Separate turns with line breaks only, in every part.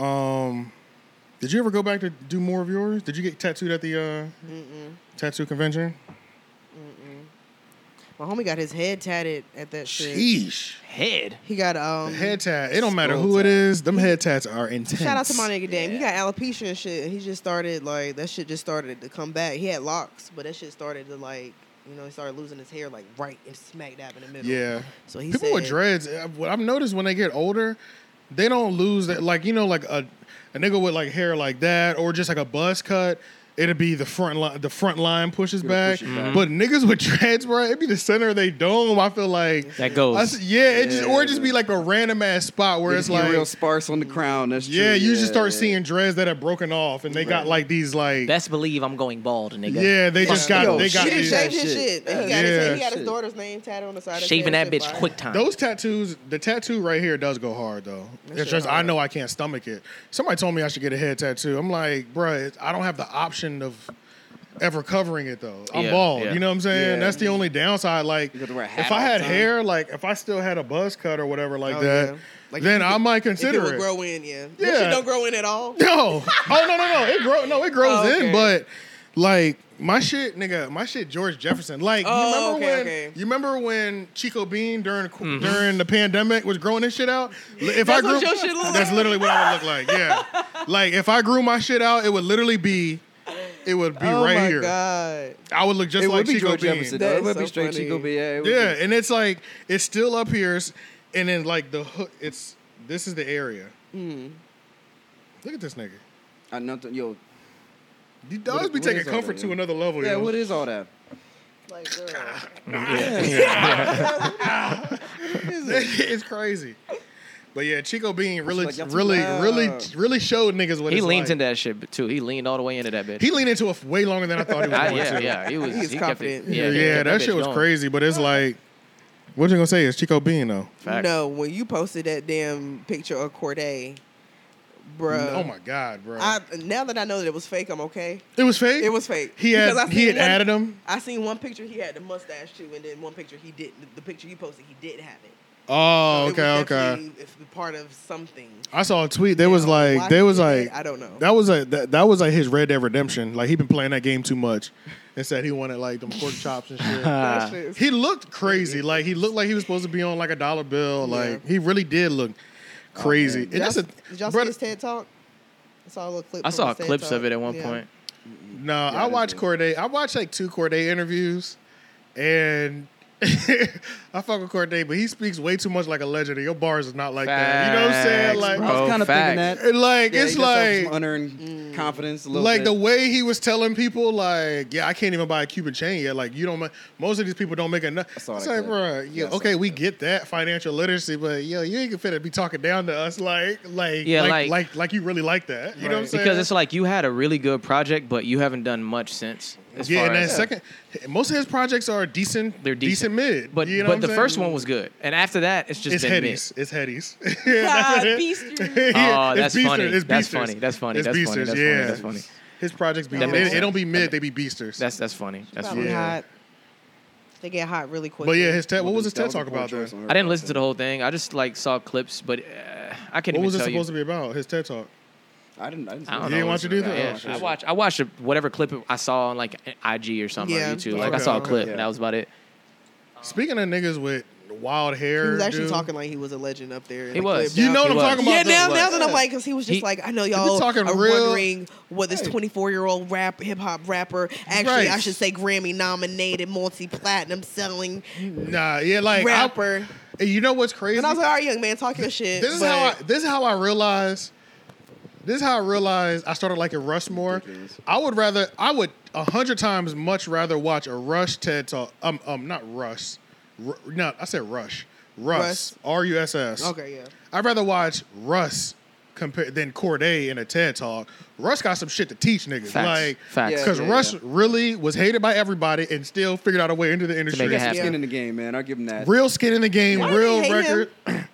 Um, Did you ever go back to do more of yours? Did you get tattooed at the uh, tattoo convention?
My homie got his head tatted at that shit.
Sheesh.
Head.
He got um.
Head tat. It don't matter who
Skull
it
tat.
is. Them head tats are intense.
Shout out to my nigga Dame. He got alopecia and shit. And he just started like that shit just started to come back. He had locks, but that shit started to like you know he started losing his hair like right and smack dab in the middle.
Yeah.
So he
People
said,
with dreads, uh, what I've noticed when they get older, they don't lose that. Like you know, like a a nigga with like hair like that, or just like a buzz cut. It'd be the front line. The front line pushes back,
push it back.
but niggas with dreads, bro, it'd be the center of they dome. I feel like
That
I
goes.
s- yeah, it just or it just
Yeah.
be like a random ass spot where
They
it's
just get
like
real sparse on the crown. That's
yeah,
true.
you just start
yeah.
seeing dreads that have broken off, and they got like these like
Best believe I'm going bald, nigga.
yeah, they just got
Yo,
they
she
got
He didn't
these,
shave
that
his
shit.
shit. And He got,
Yeah.
his, he got his
Shit.
daughter's name tatted on the side. of his
Shaving
head.
that bitch
Fire.
quick time.
Those tattoos, the tattoo right here does go hard though. it's just I know I can't stomach it. Somebody told me I should get a head tattoo. I'm like, bruh, it's, I don't have the option of ever covering it though. I'm
Yeah,
bald.
yeah.
You know what I'm saying?
Yeah.
That's the only downside. Like,
You got to wear a hat
if
all
I
the
had
time.
hair, like if I still had a buzz cut or whatever like
Oh,
that,
yeah. Like,
then
if
I might
If it
consider
would
it.
grow in, yeah. That
Yeah.
shit don't grow in at all.
No. Oh no no no. It grow no it grows
Oh, okay.
in, but like my shit, nigga, my shit George Jefferson. Like
Oh,
you remember
okay,
when
okay. Mm-hmm.
you remember when Chico Bean during during the pandemic was growing his shit out? Li- If
That's what your shit look
That's
like.
literally what I would look like. Yeah. like if I grew my shit out, it would literally be it would be
oh
right
my
here.
god.
I would look just
It
like
would be
Chico
George
Bean.
Jefferson.
That is
though. It would be
so
straight
funny.
Chico. But yeah, it would
Yeah,
be-
and it's like it's still up here, s- and then like the hook. It's this is the area.
Hmm.
Look at this nigga.
I nothing. Yo,
He does
What-
be
what
taking
is all
comfort
that,
to
yeah?
another level.
yeah.
yo.
What is all that?
Like, girl.
it's crazy. But yeah, Chico Bean really,
like, y'all too
really,
loud.
really, really showed niggas what
He
it's
leaned
like.
into that shit too. He leaned all the way into that bitch.
He leaned into it way longer than I thought he was
I-
going
Ah, yeah,
to.
yeah. He was.
He's
he kept it-
confident.
he
Yeah,
kept
that
bitch
shit was
going.
crazy. But it's like, what you gonna say is Chico Bean though?
Facts.
No, when you posted that damn picture of Corday, bruh.
oh my god, bro!
Uh, I, now that I know that it was fake, I'm okay.
it was fake.
It was fake.
He had
Because I
he
seen
had
one-
added him.
I seen one picture he had the mustache too, and then one picture he didn't. The picture he posted, he did have it.
Oh,
So it
okay,
was
okay.
definitely If part of something.
I saw a tweet. There was
Now,
like,
why
there
he
was
did
like,
it, I don't know.
That was like that, that was like his Red Dead Redemption. Like he been playing that game too much, and said he wanted like them pork chops and shit.
That
Ah.
shit is-
He looked crazy. Like he looked like he was supposed to be on like a dollar bill. Like he really did look crazy. and
Did y'all,
that's a
did y'all see
brother-
his TED talk? I saw a little clip.
I
from
saw
his TED
clips of
Talk.
it at one
Yeah.
point.
No,
Yeah,
I
it
watched
is.
Corday. I watched like two Corday interviews, and I fuck with Corday, but he speaks way too much like a legend. and Your bars is not like that. You know what I'm saying?
Facts,
Like,
bro.
I was kind of thinking
facts.
that.
and, like
Yeah,
it's
he got some
like
unearned confidence. A little
like
bit.
the way he was telling people, like, yeah, I can't even buy a Cuban chain yet. Like, you don't. ma- Most of these people don't make enough. It's
saw
like,
that clip.
bro, yeah,
Yeah, I saw
okay,
that
we
clip.
get that financial literacy, but yo, you ain't gonna finna be talking down to us, like, like,
Yeah,
like, like,
like-
like, you really like that. You know what I'm
Right.
saying?
Because it's like you had a really good project, but you haven't done much since. As
yeah,
far
and that
as,
second, most of his projects are decent.
They're decent.
mid,
But
you know what
but
I'm
the
saying?
first one was good, and after that, it's just
It's
been
headies. It's headies. Yeah,
Ah,
that's it.
Beasters.
Yeah,
Oh,
it's
that's funny.
beasters. It's
That's
beasters.
funny. That's funny.
It's
That's funny.
beasters,
That's funny.
yeah.
That's funny.
His projects be
That
mid.
makes
They, they don't be mid.
sense.
They be beasters.
That's that's funny. That's
Probably
funny.
Yeah.
hot. They get hot really quick.
but yeah, his TED. What
That
was his
that
TED
was a
talk
poor
about? Though?
choice
What
on her
I didn't
part,
listen
so.
to the whole thing. I just like saw clips, but uh, I can't even
was it
tell you.
supposed to be about? His TED talk.
I didn't. I didn't. see
I don't
that.
You
know.
didn't watch it either?
Yeah,
Oh,
I watched. I watched whatever clip I saw on like IG or something
Yeah.
on YouTube. Like I
Okay,
saw a
okay.
clip,
Yeah.
and that was about it.
Speaking of niggas with wild
he
hair,
was actually
dude,
talking like he was a legend up there. in
He
the
was.
clip.
You know what
He
I'm
was.
talking about?
Yeah,
though?
now,
Like-
now that I'm like, because he was just
He-
like, I know y'all
talking
are
real-
wondering what this 24 year old rap hip hop rapper actually,
Right.
I should say Grammy nominated, multi platinum selling
Nah, yeah, like I-
rapper.
and you know what's crazy?
and I was like, all right, young man, talk your shit.
this is
but
how I, this is how I realized. This is how I realized I started liking Rush more.
Ridiculous.
I would rather, I would a hundred times much rather watch a Rush TED talk. Um, um, not Rush. Ru no, I said Rush. Russ.
Russ.
R U S S.
Okay, yeah.
I'd rather watch Russ compare than Corday in a TED talk. Russ got some shit to teach niggas.
Facts.
Like
Facts.
Yeah,
Because
yeah,
Russ
yeah.
really was hated by everybody and still figured out a way into the industry.
it happen.
Skin in the game, man. I give him that.
Real skin in the game,
Why do
real
they hate
record.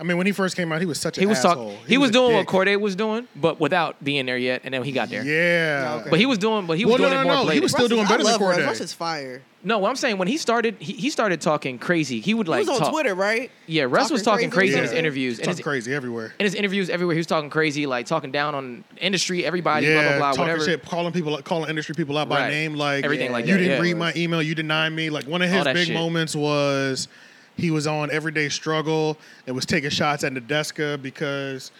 I mean, when he first came out, he was such an
He was
asshole.
talking. He, was, doing
a
what
dick.
Corday was doing, but without being there yet. And then he got there.
Yeah.
Oh, okay.
But he was doing. But he
Well,
was
no,
doing
no,
it more.
no, he
bladed.
was still doing
I
better than
love Russ.
Cordae.
Russ is fire.
No, what I'm saying when he started, he, he started talking crazy. He would
He
like
was on
talk-
Twitter, right?
Yeah, Russ was talking crazy in his
Yeah.
interviews. In
Talking
his,
crazy everywhere.
in his interviews everywhere, he was talking crazy, like talking down on industry, everybody,
yeah,
blah blah blah,
talking
whatever.
shit, calling people, calling industry people out by
Right.
name, like
Everything
like
you
that,
didn't
yeah.
read my email, you denied me. Like one of
All
his
that
big
shit.
moments was he was on Everyday Struggle and was taking shots at Nadeska because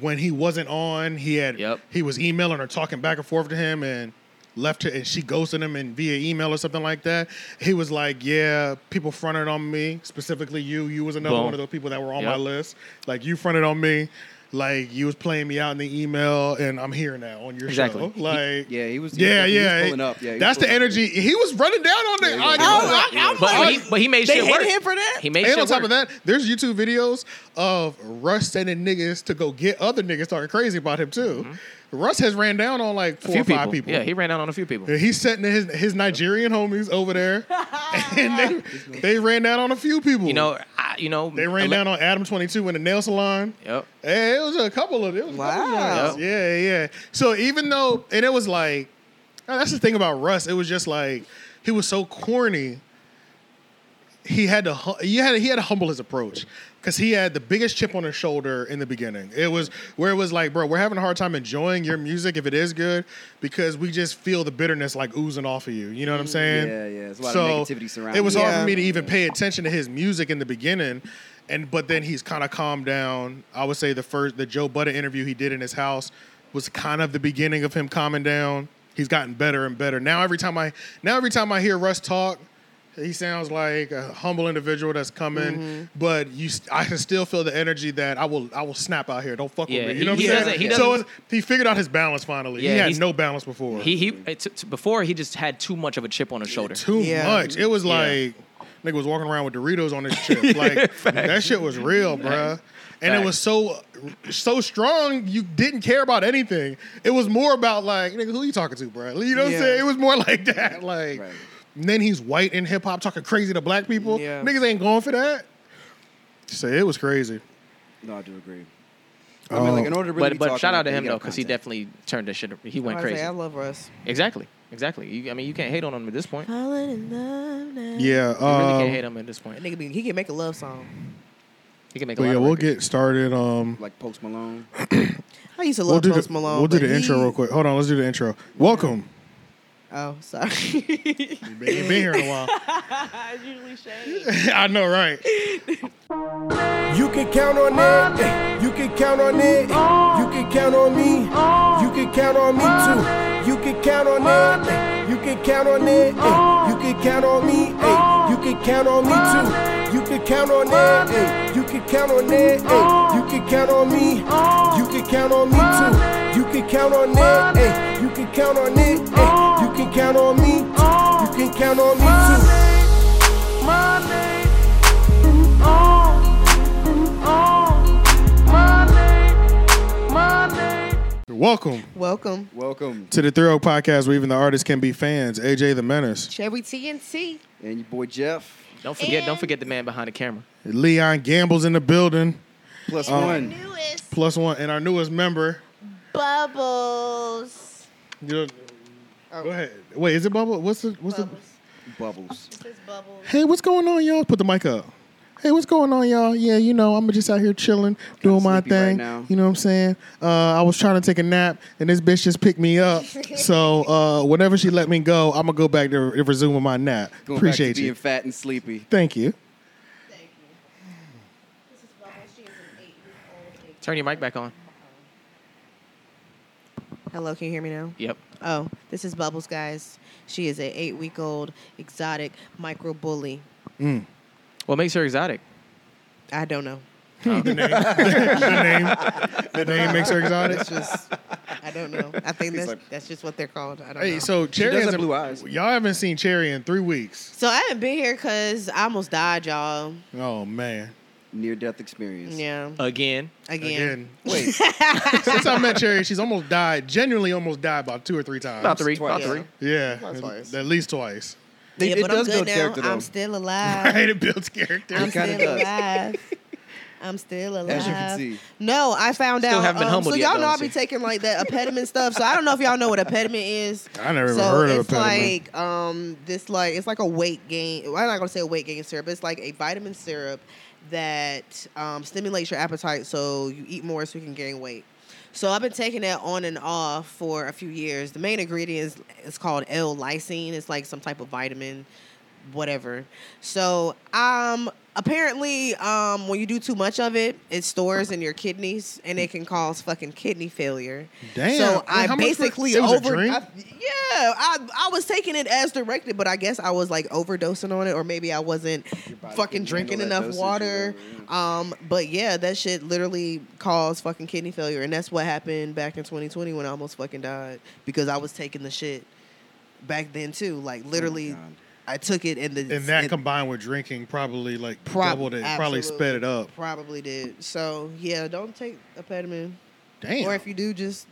when he wasn't on, he had
Yep.
he was emailing her, talking back and forth to him, and left her, and she ghosted him and via email or something like that. He was like, "Yeah, people fronted on me, specifically you. You was another
Boom.
one of those people that were on
Yep.
my list. Like you fronted on me." Like you was playing me out in the email, and I'm here now on your
Exactly.
show. Like,
Yeah, he was- he
yeah,
was- he was
yeah.
pulling up. Yeah, he was
that's the
pulling up.
energy. He was running down on the.
he
on
was
the-
running
Oh, I, I'm
but, but
like,
he, but he made
they
shit
hate
work.
him for that?
He made
and
shit
on top
work.
of that, there's YouTube videos of Russ sending niggas to go get other niggas talking crazy about him too.
Mm-hmm.
Russ has ran down on like
a
four
few
or five people.
Yeah, he ran out on a few people.
And he's sending his his Nigerian homies over there, and they they ran down on a few people.
You know, I, you know,
they ran down on Adam Twenty Two in the nail salon.
Yep.
Hey, it was a couple of it was a couple of
Wow.
joints. Yeah, yeah. So even though, and it was like, and that's the thing about Russ. It was just like he was so corny. He had to hu- he had he had to humble his approach because he had the biggest chip on his shoulder in the beginning. It was where it was like, bro, we're having a hard time enjoying your music if it is good because we just feel the bitterness like oozing off of you. You know what I'm saying?
Mm, Yeah, yeah. There's a lot
so
of negativity surrounding
It was
it.
hard
Yeah.
for me to even pay attention to his music in the beginning, and but then he's kind of calmed down. I would say the first the Joe Budden interview he did in his house was kind of the beginning of him calming down. He's gotten better and better. Now every time I now every time I hear Russ talk, he sounds like a humble individual that's coming,
Mm-hmm.
but you st- I can still feel the energy that I will I will snap out here. Don't fuck
Yeah,
with me.
he-
You know what
he
I'm
doesn't-
saying?
he
so
doesn't-
it's, he figured out his balance finally.
Yeah,
he had
he's-
no balance before.
He he it- t- t- before he just had too much of a chip on his shoulder.
too
Yeah.
much. It was like nigga was walking around with Doritos on his chip. Like that shit was real, bruh. And it
Facts.
was so so strong. You didn't care about anything. It was more about like nigga, who you talking to, bruh? You know what
Yeah.
I'm saying? It was more like that. Like
Right.
and then he's white in hip hop talking crazy to black people.
Yeah.
Niggas ain't going for that. So it was crazy.
No, I do agree. I mean, like in order to really
but
be
but
talking
shout out
like
to
that,
him
you
though,
gotta
because he
content.
definitely turned that shit. He
I,
went
was like,
crazy.
I love Russ.
Exactly, exactly. You, I mean, you can't hate on him at this point. You
Falling in love now.
Yeah.
really
um,
can't hate him at this
That
point.
nigga, be- he can make a love song.
He can make a
but
lot
yeah,
of
we'll
records.
get started. Um,
like Post Malone.
I used to love
we'll do
Post
the,
Malone.
We'll do
but
the intro
he-
real quick. Hold on, let's do the intro. Welcome.
Oh, sorry. you
You've been here in a while.
usually shade.
I know, right?
You can count on it. eh, You can count on it. eh, You can count on me. You can count on me too. You can count on it. eh, You can count on it. eh, You can count on me. eh, You can count on me too. You can count on it. eh, You can count on it. eh, You can count on me. You can count on me too. You can count on it. eh, You can count on it. eh, You can count on me. You can count on me too.
Welcome
Welcome.
Welcome,
to the Thrill Podcast, where even the artists can be fans. AJ the Menace,
Cherry TNT.
and your boy Jeff.
Don't forget, don't forget the man behind the camera.
Leon Gamble's in the building,
Plus
Um,
one.
newest
plus one, and our newest member.
bubbles.
You know- Go ahead. Wait, is it Bubble? What's the what's
Bubbles.
Bubbles.
This is bubbles.
the? Hey, what's going on, y'all? Put the mic up. Hey, what's going on, y'all? Yeah, you know, I'm just out here chilling, doing my
sleepy right
thing.
now.
you know what I'm saying? Uh, I was trying to take a nap, and this bitch just picked me up. so uh, whenever she let me go, I'm gonna go back to re- resuming my nap.
Going
Appreciate
back to
you.
being fat and sleepy.
Thank you.
Thank you. This is bubbles. She is an eight-year-old.
Turn your mic back on.
Hello, can you hear me now?
Yep.
Oh, this is Bubbles, guys. She is a eight-week-old exotic micro bully.
What makes her exotic?
I don't know.
the name, the name makes her exotic.
It's just, I don't know. I think that's
like-
that's just what they're called. I don't know.
Hey, so Cherry
does have
hasn't-
blue eyes.
Y'all haven't seen Cherry in three weeks.
So I haven't been here because I almost died, y'all.
Oh man!
Near death experience.
Yeah,
Again.
again.
Again,
Wait,
since I met Cherry, she's almost died. Genuinely, almost died about two or three times.
About three.
Twice.
About three.
Yeah,
About twice.
at least twice.
They-
yeah,
it
but
does
I'm
build
good now.
character though.
I'm still alive.
Right, it builds character.
I'm
kinda
still
does.
alive. I'm still alive.
As you can see.
No, I found
Still
out. um,
haven't been humbled
so
yet,
y'all
though,
know I
so-
be taking like that impediment stuff. So I don't know if y'all know what a pediment is.
I never even
so
heard of
it's
impediment.
like um this like it's like a weight gain. well, I'm not gonna say a weight gain syrup. It's like a vitamin syrup that um, stimulates your appetite, so you eat more so you can gain weight. So I've been taking that on and off for a few years. The main ingredient is, is called L-lysine. It's like some type of vitamin whatever. So, um, apparently, um, when you do too much of it, it stores in your kidneys and it can cause fucking kidney failure.
Damn.
So
Wait,
I
how much for-
basically
it was a
over.
drink?
I- yeah, I I was taking it as directed, but I guess I was like overdosing on it, or maybe I wasn't
body
fucking
couldn't
drinking
handle that
enough
dosage or
water. Um, but yeah, that shit literally caused fucking kidney failure, and that's what happened back in 2020 when I almost fucking died because I was taking the shit back then too. Like literally,
Oh God.
I took it and the
and that
it
combined with drinking probably like
Prob-
doubled it, probably sped it up.
probably did. So yeah, don't take a pediment,
Damn.
or if you do, just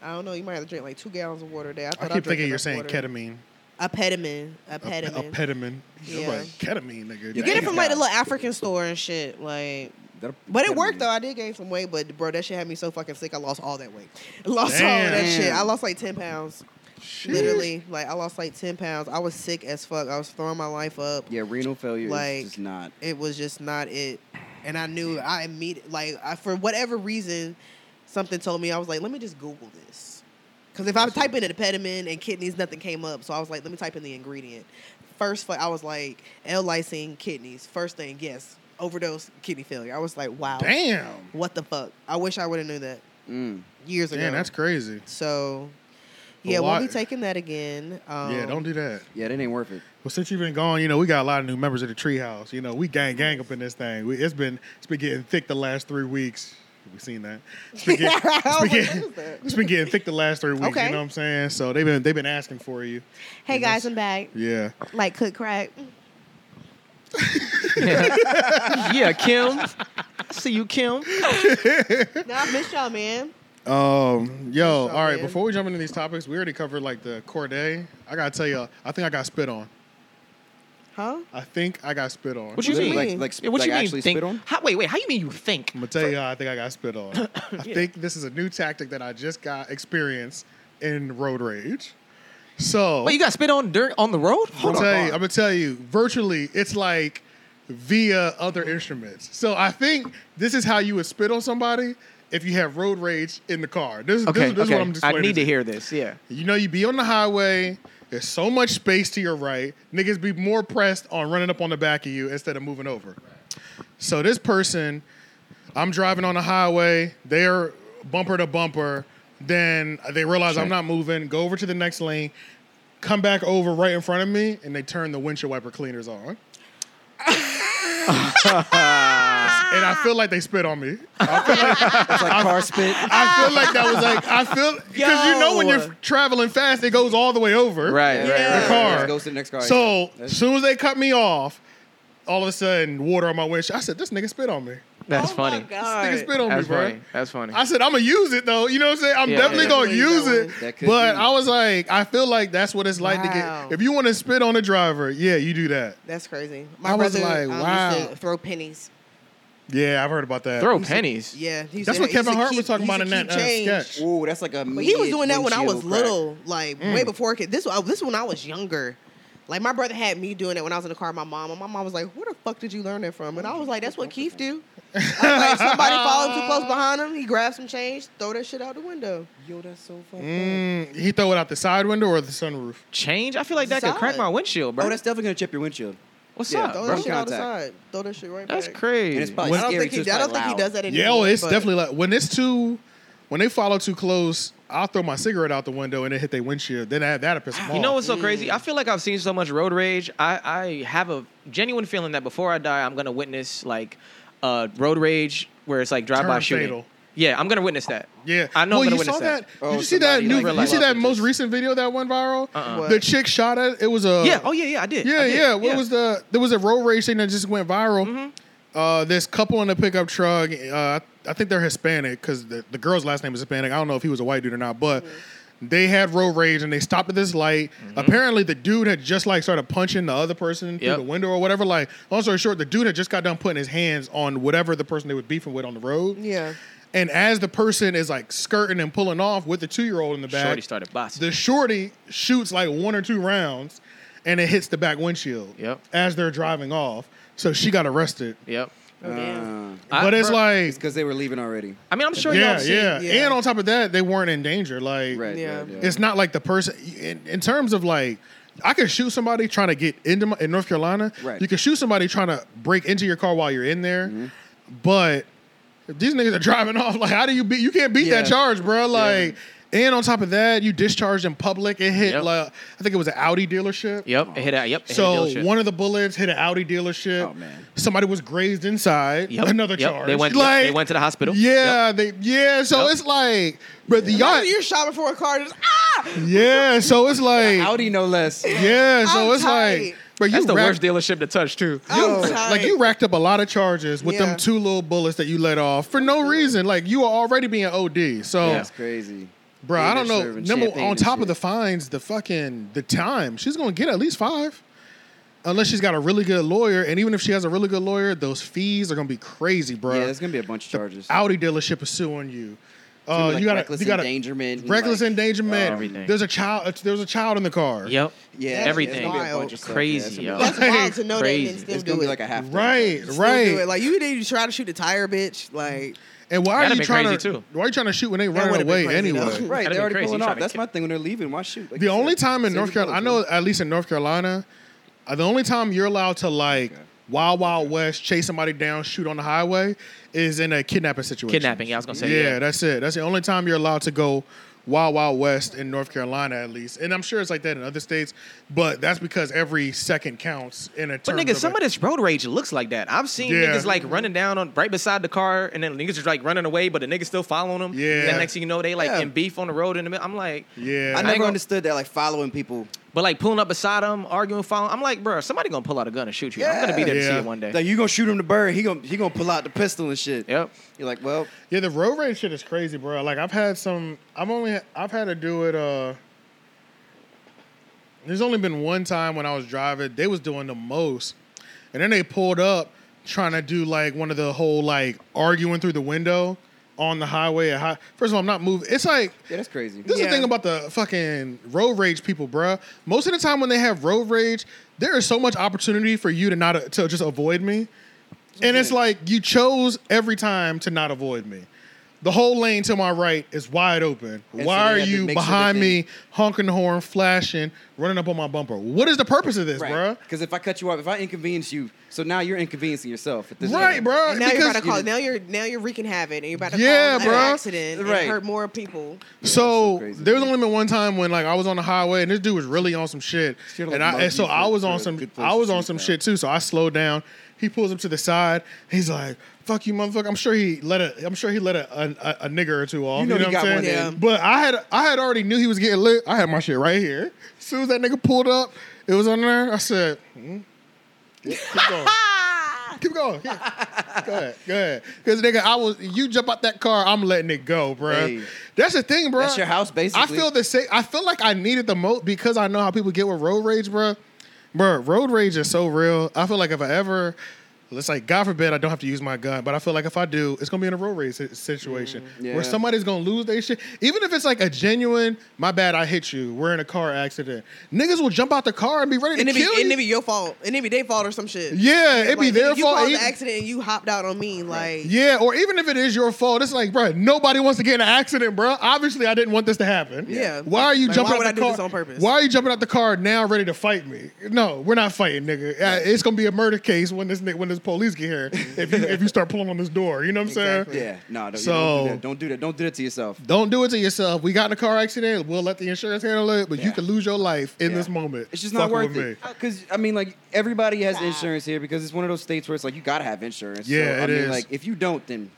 I don't know. You might have to drink like two gallons of water a day. I, thought
I
drank
keep thinking you're
enough
saying
water.
ketamine.
A pediment, a
A pe-
pediment.
A ketamine.
Yeah.
Yeah. Like, ketamine, nigga.
You
you get it
Damn.
from like the little African store and shit, like.
That'll-
But it
that'll
worked
be-
though. I did gain some weight, but bro, that shit had me so fucking sick. I lost all that weight. Lost all that
Damn.
shit. I lost like ten pounds.
Shit.
Literally, like I lost like ten pounds. I was sick as fuck. I was throwing my life up.
Yeah, renal failure
Like-
is just not.
It was just not it, and I knew I immediately like I, for whatever reason, something told me I was like, let me just Google this, because if I type in impediment and kidneys, nothing came up. So I was like, let me type in the ingredient. First, fu- I was like L-lysine kidneys. First thing, yes, overdose kidney failure. I was like, wow,
Damn.
what the fuck? I wish I would have knew that
Mm.
years ago.
Damn, that's crazy.
so.
But
Yeah, we'll
why-
be taking that again. Um,
yeah, don't do that.
Yeah, that ain't worth it.
Well, since you've been gone, you know we got a lot of new members of the Treehouse. You know we gang gang up in this thing. We, it's been it's been getting thick the last three weeks. We seen that. It's been getting,
I
it's
was
been
like,
getting,
what is that?
it's been getting thick the last three weeks.
Okay.
You know what I'm saying? So they've been they've been asking for you.
Hey
And that's-
guys, I'm back.
Yeah.
Like cook crack.
yeah, Kim. I see you,
No,
Kim.
I miss y'all, man.
Um. Yo.
What's up,
all right.
man?
Before we jump into these topics, we already covered like the Corday. I gotta tell you, I think I got spit on.
Huh?
I think I got spit on.
What you
Really?
mean?
Like, like,
Yeah, what
like
you mean?
actually
think?
spit on?
How, wait, wait. How you mean you think?
I'm gonna tell you how I think I got spit on. I think this is a new tactic that I just got experience in road rage. So
Wait, you got spit on dirt on the road?
I'm
Hold
gonna
on.
tell you, I'm gonna tell you, virtually it's like via other instruments. So I think this is how you would spit on somebody if you have road rage in the car. This, is this,
Okay,
is- this is
okay.
what I'm
I
explaining
need to
you.
hear this. Yeah.
You know, you be on the highway. There's so much space to your right. Niggas be more pressed on running up on the back of you instead of moving over. So this person, I'm driving on the highway. They're bumper to bumper. Then they realize I'm not moving. Go over to the next lane. Come back over right in front of me, and they turn the windshield wiper cleaners on. and I feel like they spit on me.
It's like car spit.
I feel like that was like I feel because you know when
Yo.
you're traveling fast, it goes all the way over.
Right, right,
Yeah.
The car.
Just goes to the next car.
So
Yeah.
as
That's-
soon as they cut me off, all of a sudden water on my windshield. I said, "This nigga spit on me.
That's
Oh my
funny.
This
God.
nigga spit on
That's
me, bro."
funny. That's funny.
I said, I'm gonna use it though. You know what I'm saying? I'm
Yeah,
definitely
yeah.
gonna
Definitely
use
that
it.
one.
That could
But
be.
I was like, I feel like that's what it's like
Wow.
to get. If you want to spit on a driver, yeah, you do that.
That's crazy. My
I was
brother
like,
um, used
wow.
to throw pennies.
Yeah, I've heard about that.
Throw pennies.
Yeah, he used
That's
to-
what
he used
Kevin
to
Hart
keep-
was talking
he
about in
used to
that uh,
keep change.
sketch.
Ooh, that's like a.
But he was doing that when I was
windshield crack.
little, like way
Mm.
before kid. This I- this when I was younger. Like my brother had me doing it when I was in the car. with My mom and my mom was like, "Where the fuck did you learn that from?" And I was like, "That's what Keith do." I was like, somebody followed too close behind him. He grabs some change, throw that shit out the window.
Yo, that's so fucked up.
Mm, he throw it out the side window or the sunroof.
Change? I feel like that could crack
Solid.
my windshield, bro.
Oh, that's definitely gonna chip your windshield.
What's
yeah,
up,
Throw
bro?
that shit out the
contact.
side. Throw that shit right
That's
back.
crazy.
And it's probably
I don't
scary
think
too.
he.
It's
I don't
probably
think he
loud.
does that anymore.
Yeah, oh, it's
but-
definitely like when it's too, when they follow too close, I'll throw my cigarette out the window and it hit their windshield. Then that that'll piss them off.
Ah, You know what's so crazy? I feel like I've seen so much road rage. I, I have a genuine feeling that before I die, I'm gonna witness like uh, road rage where it's like drive by
Turn
shooting.
fatal.
Yeah, I'm gonna witness that.
Yeah,
I know
Well,
I'm gonna
you
witness
saw that.
Oh,
Did you see that
somebody, like,
new? you
real-life
see that
pictures.
most recent video that went viral?
Uh-uh.
The
What?
chick shot at it was a
Yeah. Oh yeah. Yeah. I did. I
yeah
did.
yeah. What was the there was a road rage thing that just went viral.
Mm-hmm.
Uh, this couple in a pickup truck. Uh, I think they're Hispanic because the, the girl's last name is Hispanic. I don't know if he was a white dude or not, but They had road rage and they stopped at this light. Apparently, the dude had just like started punching the other person through
Mm-hmm. Yep.
the window or whatever. Like, long story short, the dude had just got done putting his hands on whatever the person they were beefing with on the road.
Yeah.
And as the person is like skirting and pulling off with the two year old in the back,
Shorty started bossing.
the shorty shoots like one or two rounds and it hits the back windshield
Yep.
as they're driving off. So she got arrested.
Yep.
Oh,
Uh,
I-
but it's
bro,
like,
it's because they were leaving already.
I mean, I'm sure y'all
yeah,
have seen.
yeah,
yeah.
And on top of that, they weren't in danger. Like,
Right.
Yeah.
right, yeah.
it's not like the person, in, in terms of like, I could shoot somebody trying to get into my, in North Carolina.
Right.
You could shoot somebody trying to break into your car while you're in there.
Mm-hmm.
But if these niggas are driving off, like, how do you beat? You can't beat that
Yeah.
charge, bro. Like, and on top of that, you discharged in public. It hit,
Yep.
like, I think it was an Audi dealership.
Yep. It hit out. Yep. it hit a
So
dealership.
one of the bullets hit an Audi dealership.
Oh, man.
Somebody was grazed inside.
Yep,
Another
yep,
charge.
They went.
Like,
they went to the hospital.
Yeah, they yeah. So
Yep.
it's like, but
Y'all,
y'all,
you're shot before a car. Just, ah!
yeah. So it's like,
Audi, no less.
yeah. So
I'm
it's
tight.
like, but you
That's the
racked,
worst dealership to touch too.
I'm
you-
tight.
like you racked up a lot of charges with
Yeah. Mm-hmm.
them two little bullets that you let off for no reason. Like you are already being OD. So,
Yeah.
That's crazy.
bro,
They
I don't
just
know.
serving
Number
champagne
on
and
top of
shit.
the fines, the fucking the time she's gonna get at least five. Unless she's got a really good lawyer, and even if she has a really good lawyer, those fees are gonna be crazy, bro.
Yeah, there's gonna be a bunch of charges.
Audi dealership is suing you.
gonna
Uh,
be like
you got
reckless
you gotta,
endangerment and
Reckless
like- uh,
endangerment.
Everything.
There's a child. uh, There's a child in the car.
Yep.
yeah,
That's
everything.
everything. Crazy, yo.
That's wild to know that
Crazy.
and then
It's
still
gonna
do
be
it.
like a half. thing.
Right.
Still
right.
do it. Like you didn't even try to shoot a tire, bitch. Like
and why are
That'd
you
be
trying
crazy,
to?
too.
Why are you trying to shoot when they
That
run
would've
away
been crazy, though.
anyway?
That'd
Right. They're
be
already
crazy.
pulling
Trying
off.
to
That's
kill-
my thing when they're leaving. Why shoot? Like
The
you said,
only time in
save
North
your
Carolina, I know
bullets,
at least in North Carolina, uh, the only time you're allowed to like wild wild west, chase somebody down, shoot on the highway, is in a kidnapping situation.
Kidnapping. Yeah, I was gonna
Yeah,
say. Yeah.
that's it. That's the only time you're allowed to go wild, wild west in North Carolina, at least. And I'm sure it's like that in other states, but that's because every second counts in a.
But
terms
nigga,
of
some
a-
of this road rage looks like that. I've seen
Yeah.
niggas like running down on right beside the car, and then niggas are like running away, but the niggas still following them.
Yeah.
Then next thing you know, they like
Yeah.
in beef on the road in the middle. I'm like,
yeah,
I
ain't
never
gonna-
understood that. Like following people.
but like pulling up beside them, arguing, following. I'm like, bro, somebody gonna pull out a gun and shoot you. I'm gonna be there to see
Yeah.
it one day.
Like you gonna shoot him the bird. He gonna he gonna pull out the pistol and shit.
Yep.
You're like, well,
Yeah, the road rage shit is crazy, bro. Like I've had some. I've only. I've had to do it. uh There's only been one time when I was driving. They was doing the most, and then they pulled up trying to do like one of the whole like arguing through the window on the highway. At high, first of all, I'm not moving. It's like.
yeah, that's crazy.
This is
Yeah.
the thing about the fucking road rage people, bruh. Most of the time when they have road rage, there is so much opportunity for you to not to just avoid me, and it's like you chose every time to not avoid me. The whole lane to my right is wide open. Why
so they
are
have to
you
make sure
behind
that they-
me, honking the horn, flashing, running up on my bumper? What is the purpose of this, bruh?
Because if I cut you off, if I inconvenience you, so now you're inconveniencing yourself. At this
Right,
point.
bruh.
and now you're about to
because-
call. Now you're now you're wreaking havoc, and you're about to
Yeah,
cause
bro.
an accident and
Right.
hurt more people.
So,
so crazy,
there was
dude.
only been one time when like I was on the highway and this dude was really on some shit,
Should've
and I
mugged
and so
you for-
I was
for
on
a
some
good place
I was
to
on
shoot
some
now.
shit too. So I slowed down. He pulls up to the side. He's like, "Fuck you, motherfucker!" I'm sure he let a I'm sure he let a a, a nigger or two off. You
know
know,
he
what
got
I'm
one
saying?
in.
But I had I had already knew he was getting lit. I had my shit right here. As soon as that nigga pulled up, it was on there. I said, hmm? "Keep going." Keep going. Yeah. go ahead. Go ahead. Because nigga, I was you jump out that car, I'm letting it go, bro.
Hey.
That's the thing, bro.
That's your house,
I
basically.
feel the same. I feel like I needed the most because I know how people get with road rage, bro. Bro, road rage is so real. I feel like if I ever, let's like, God forbid, I don't have to use my gun, but I feel like if I do, it's gonna be in a road rage si- situation
Mm,
yeah.
where somebody's gonna lose their shit. Even if it's like a genuine, my bad, I hit you. We're in a car accident. Niggas will jump out the car and be ready
And
to
it be
kill
and
you.
it be your fault, and it be their fault or some shit.
yeah, it'd be
Like,
their
you
fault.
caused
Even-
an accident, and you hopped out on me. Like
yeah, or even if it is your fault, it's like, bro, nobody wants to get in an accident, bro. Obviously, I didn't want this to happen.
Yeah.
Why are you
Like,
jumping
why would
out
I
the
do
car?
this on purpose?
Why are you jumping out the car now, ready to fight me? No, we're not fighting, nigga. Uh, It's gonna be a murder case when this ni- when this police get here. If you if you start pulling on this door, you know what I'm saying?
Yeah. No. Don't,
So-
so don't do that. Don't do that. Don't do that to yourself.
Don't do it to yourself. We got in a car accident. We'll let the insurance handle it, but you
Yeah.
can lose your life in
Yeah.
this moment.
It's just not
Fucking
worth
with
it.
me.
Because Uh, I mean, like everybody has insurance here because it's one of those states where it's like you gotta have insurance.
Yeah,
so, I
it
mean,
is.
Like if you don't, then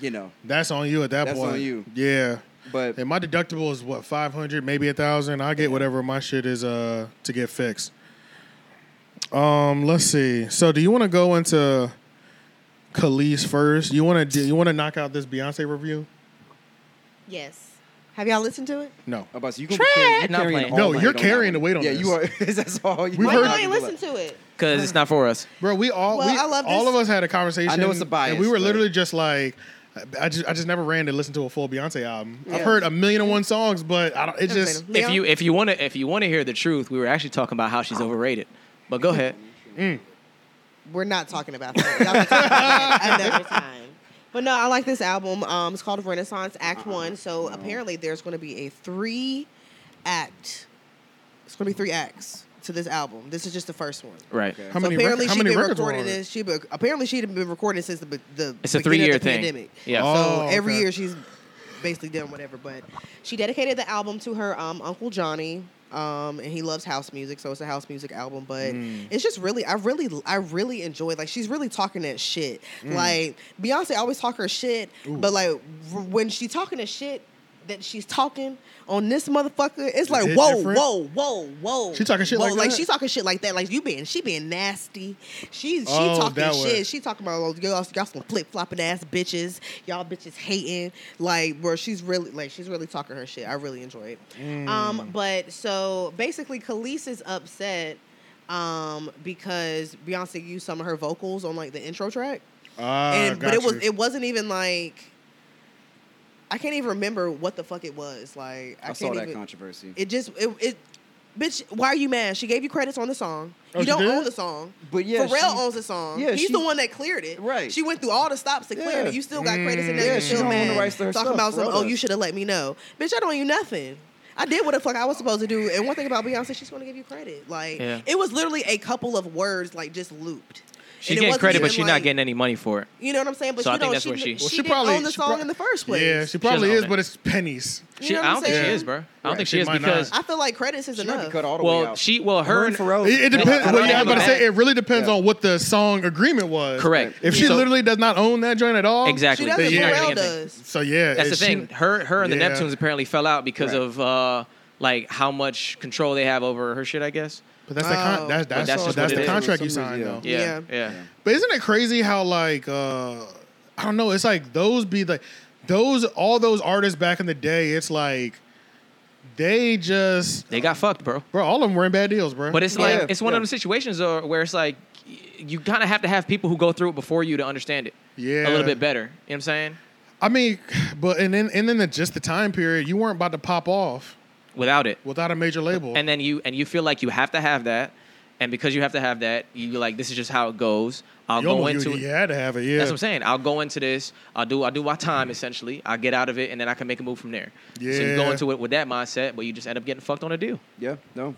you know.
That's on you at that
That's
point.
on you.
Yeah.
But
And my deductible is what five hundred, maybe a thousand. I get whatever my shit is uh to get fixed. Um, let's see. So, do you want to go into Khalees first? You want to do, you want to knock out this Beyonce review?
Yes.
Have y'all listened to it?
No.
About so you gonna
Tread.
be carrying,
Not
you're carrying
playing.
all
No,
my
you're
weight
carrying
that
the weight
one.
on
yeah,
this.
you are. that's all. You
We've
Why
heard-
don't you listen to it?
because it's not for us.
Bro, we all
Well,
we,
I love this.
all of us had a conversation.
I know it's a bias,
and we were
but-
literally just like, I just I just never ran to listen to a full Beyonce album. I've
Yeah.
heard a million and one songs, but I don't. It
Never
just
played 'em.
If
Leon?
you if you want to if you want to hear the truth, we were actually talking about how she's
Oh.
overrated. But go ahead.
We're not talking about that. Y'all can talk about that another time. But no, I like this album. Um, it's called Renaissance Act One. So apparently, there's going to be a three act. It's going to be three acts to this album. This is just the first one.
Right.
Okay.
how
so
many
apparently
records? How
she'd
many
been
records were
recording
on it?
this. She be, apparently she'd been recording since the be- the
It's
beginning
a
of
three-year
the
thing.
Pandemic.
Yeah.
Oh,
so every
okay.
year she's basically done whatever. But she dedicated the album to her um, uncle Johnny, um, and he loves house music, so it's a house music album. But
Mm.
it's just really, I really, I really enjoyed. Like she's really talking that shit.
Mm.
Like Beyonce always talk her shit, but like r- when she talking the shit. That she's talking on this motherfucker, it's like
hit
whoa,
different?
whoa, whoa, whoa.
She talking shit
whoa.
like
like
that?
she's talking shit like that. Like you being, she being nasty. She's she
Oh, that
talking
way.
shit. She talking about oh, y'all, y'all some flip flopping ass bitches. Y'all bitches hating. Like where she's really like she's really talking her shit. I really enjoy it.
Mm.
Um, but so basically, Khalees is upset um because Beyonce used some of her vocals on like the intro track,
Ah,
and but it was
gotcha.
it wasn't even like. I can't even remember what the fuck it was. Like I,
I
can't
saw that
even,
controversy.
it just it, it bitch. Why are you mad? She gave you credits on the song.
Oh,
you
she
don't
did?
own the song.
But yeah,
Pharrell
she-
owns the song.
yeah,
he's
she-
the one that cleared it.
Right.
She went through all the stops to clear
Yeah.
it. You still got credits and
Mm.
that.
Yeah,
Yeah,
she
still
don't own the
mad.
rights to her
talking
stuff.
about some.
Pharrell
Oh,
does.
you should have let me know, bitch. I don't owe you nothing. I did what the fuck I was supposed to do. And one thing about Beyonce, she's going to give you credit. Like
Yeah.
it was literally a couple of words, like just looped.
She
And it
getting
wasn't
credit, but
even,
she's
like-
not getting any money for it.
You know what I'm saying? But
So
she
I think
don't-
that's
she,
where she-
Well,
she, didn't own the
she
song
prob-
in the first place.
Yeah, she probably
own
is,
it.
but it's pennies.
You
She,
know what
I
I'm
don't think she
saying?
is, bro. I don't
Right,
think
she
she is
might not.
because
I feel like credits is
She might
enough.
be cut all the way
well,
out.
she well
Her
her,
and Pharrell.
It, it
I- I
depends.
don't
Well, yeah,
know
I'm about to
that.
say it really depends
Yeah.
on what the song agreement was.
Correct.
If she
So-
literally does not own that joint at all,
Exactly.
She doesn't.
She's not
Pharrell
gonna get anything.
does.
So yeah,
That's the
if she-
thing. Her her and the
Yeah.
Neptunes apparently fell out because
Right.
of uh like how much control they have over her shit, I guess.
But that's the
Oh.
con- that's that's,
that's
all-
just
that's
what
the
it is.
contract you
Some
signed
reason,
though.
yeah.
Yeah. Yeah.
But isn't it crazy how like uh I don't know, it's like those be like those all those artists back in the day, it's like they just
They got fucked, bro.
bro, all of them were in bad deals, bro.
But it's
Yeah,
like it's one
yeah.
of those situations uh, where it's like y- you kind of have to have people who go through it before you to understand it
yeah.
a little bit better. You know what I'm saying?
I mean, but and then and then the, just the time period, you weren't about to pop off
Without it,
without a major label.
and then you and you feel like you have to have that, and because you have to have that, you like this is just how it goes. I'll
you,
go
almost,
into
you,
it.
you had to have it, yeah.
That's what I'm saying. I'll go into this. I'll do. I do my time essentially. I get out of it, and then I can make a move from there. So you
Yeah.
go into it with that mindset, but you just end up getting fucked on a deal.
Yeah, no.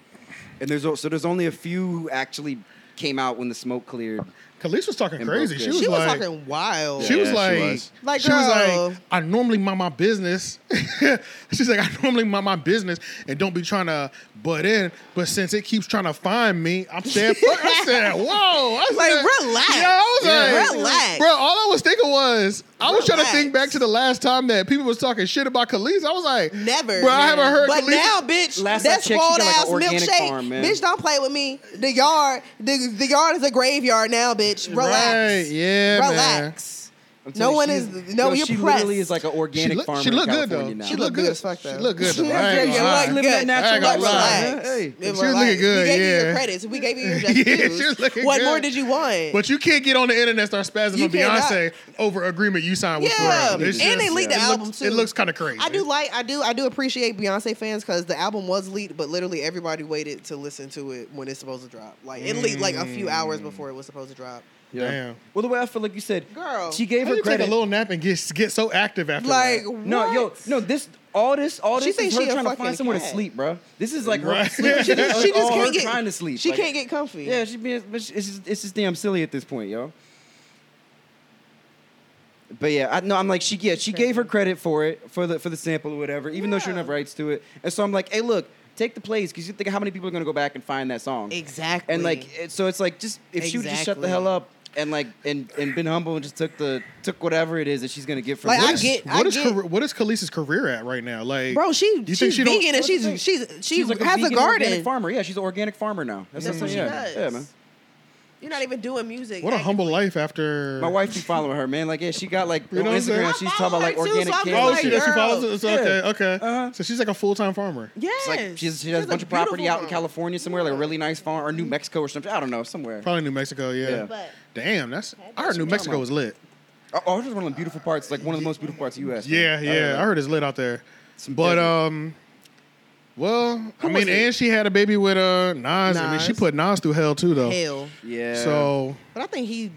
And there's al- so there's only a few who actually came out when the smoke cleared.
Khalees was talking
And
crazy.
broke
She
it.
was,
She was
like,
talking wild.
She was
Yeah,
like,
she was.
Like,
she was
girl.
like, I normally mind my business. She's like, I normally mind my business and don't be trying to butt in. But since it keeps trying to find me, I'm saying, fuck. I said, whoa. I
Like,
said,
relax.
Yeah, I was
Yeah.
like,
Relax.
Bro, all I was thinking was, I was trying to
Relax.
think back to the last time that people was talking shit about Khalees. I was like,
Never.
Bro, I haven't heard
But
Khalees.
now, bitch,
Last I
that's
checked, she
spoiled
got, like,
ass
an organic
milkshake.
farm, man.
bitch, don't play with me. The yard, the, the yard is a graveyard now, bitch. Relax.
Right, yeah,
Relax.
I'm
No
telling you,
one
she's-
is- no,
yo,
you're
she literally
pressed.
is like an
she
organic
look,
farmer.
she
in
look good though.
California Now.
She look
good
good.
as fuck, though.
She look good though.
She
I ain't
look
gonna lie.
good. You look good.
natural
She look
life.
relaxed.
Hey,
It
she was
relaxed.
looking good,
We gave you
yeah.
your credits. We gave you your
Yeah,
just
she
dues.
was looking
What
good.
more did you want?
But you can't get on the internet and start spazzing
You
on
cannot.
Beyonce over agreement you signed with
Yeah,
Pharrell. It's
and they
just-
leaked the
it
album,
looks-
too.
It looks kind of crazy.
I do like I do I do appreciate Beyonce fans because the album was leaked, but literally everybody waited to listen to it when it's supposed to drop. Like it leaked like a few
Mm.
hours before it was supposed to drop.
Yeah.
Damn.
Well, the way I feel like you said,
Girl.
she gave
How
her
you take a
credit.
little nap and get get so active after
Like
that?
no, yo,
what?
no. This all this all
She
this
thinks
is her
she a
trying to
fucking
find somewhere
cat.
to sleep, bro. This is like her
Right.
sleep. She just,
she just can't
her
get
trying to sleep.
She
Like,
can't get comfy.
Yeah, she being but she- it's just, it's just damn silly at this point, yo. But yeah, I no, I'm like she yeah, she gave her credit for it for the for the sample or whatever, even though she didn't have
Yeah.
rights to it. And so I'm like, hey, look, take the plays because you think how many people are gonna go back and find that song.
exactly.
And like it- so, it's like just if she would just shut the
Exactly.
hell up and like and and been humble and just took the took whatever it is that she's gonna get from
Like,
this.
I get-
What is
I
Care- what is Khalees's career at right now? Like,
bro, she
you think
she's
she don't-
vegan and she's she's she
She's like
has a,
vegan organic
garden.
farmer. Yeah, she's an organic farmer now. That's,
That's
what
what
I'm
she
saying.
does.
Yeah, man.
You're not even doing music.
What a humble life after.
My wife be following her, man. Like, yeah, she got like
You know what
on
I'm saying?
Instagram. She's talking about like
I follow her, too,
organic
so I'm
cannabis.
Oh,
like,
she does. She
girl.
follows us. Okay,
Yeah.
okay.
Uh-huh.
So she's like a full time farmer.
Yes.
It's like she's, she has a bunch of property
beautiful
out in California somewhere, like a really nice farm, or New Mexico or something. I don't know, somewhere.
Probably New Mexico. Yeah.
Yeah.
But
Damn, that's. I heard
That's
New
what I'm
Mexico
talking
was lit.
Oh, oh, it's one of the beautiful parts, like one of the most beautiful parts of the U.S. man.
Yeah, yeah. I
know.
heard it's lit out there.
Some
but
desert.
um, well, I
Who was
mean,
it?
and she had a baby with uh Nas. I mean,
Nas.
she put Nas through hell too, though.
hell.
yeah.
So
But I think he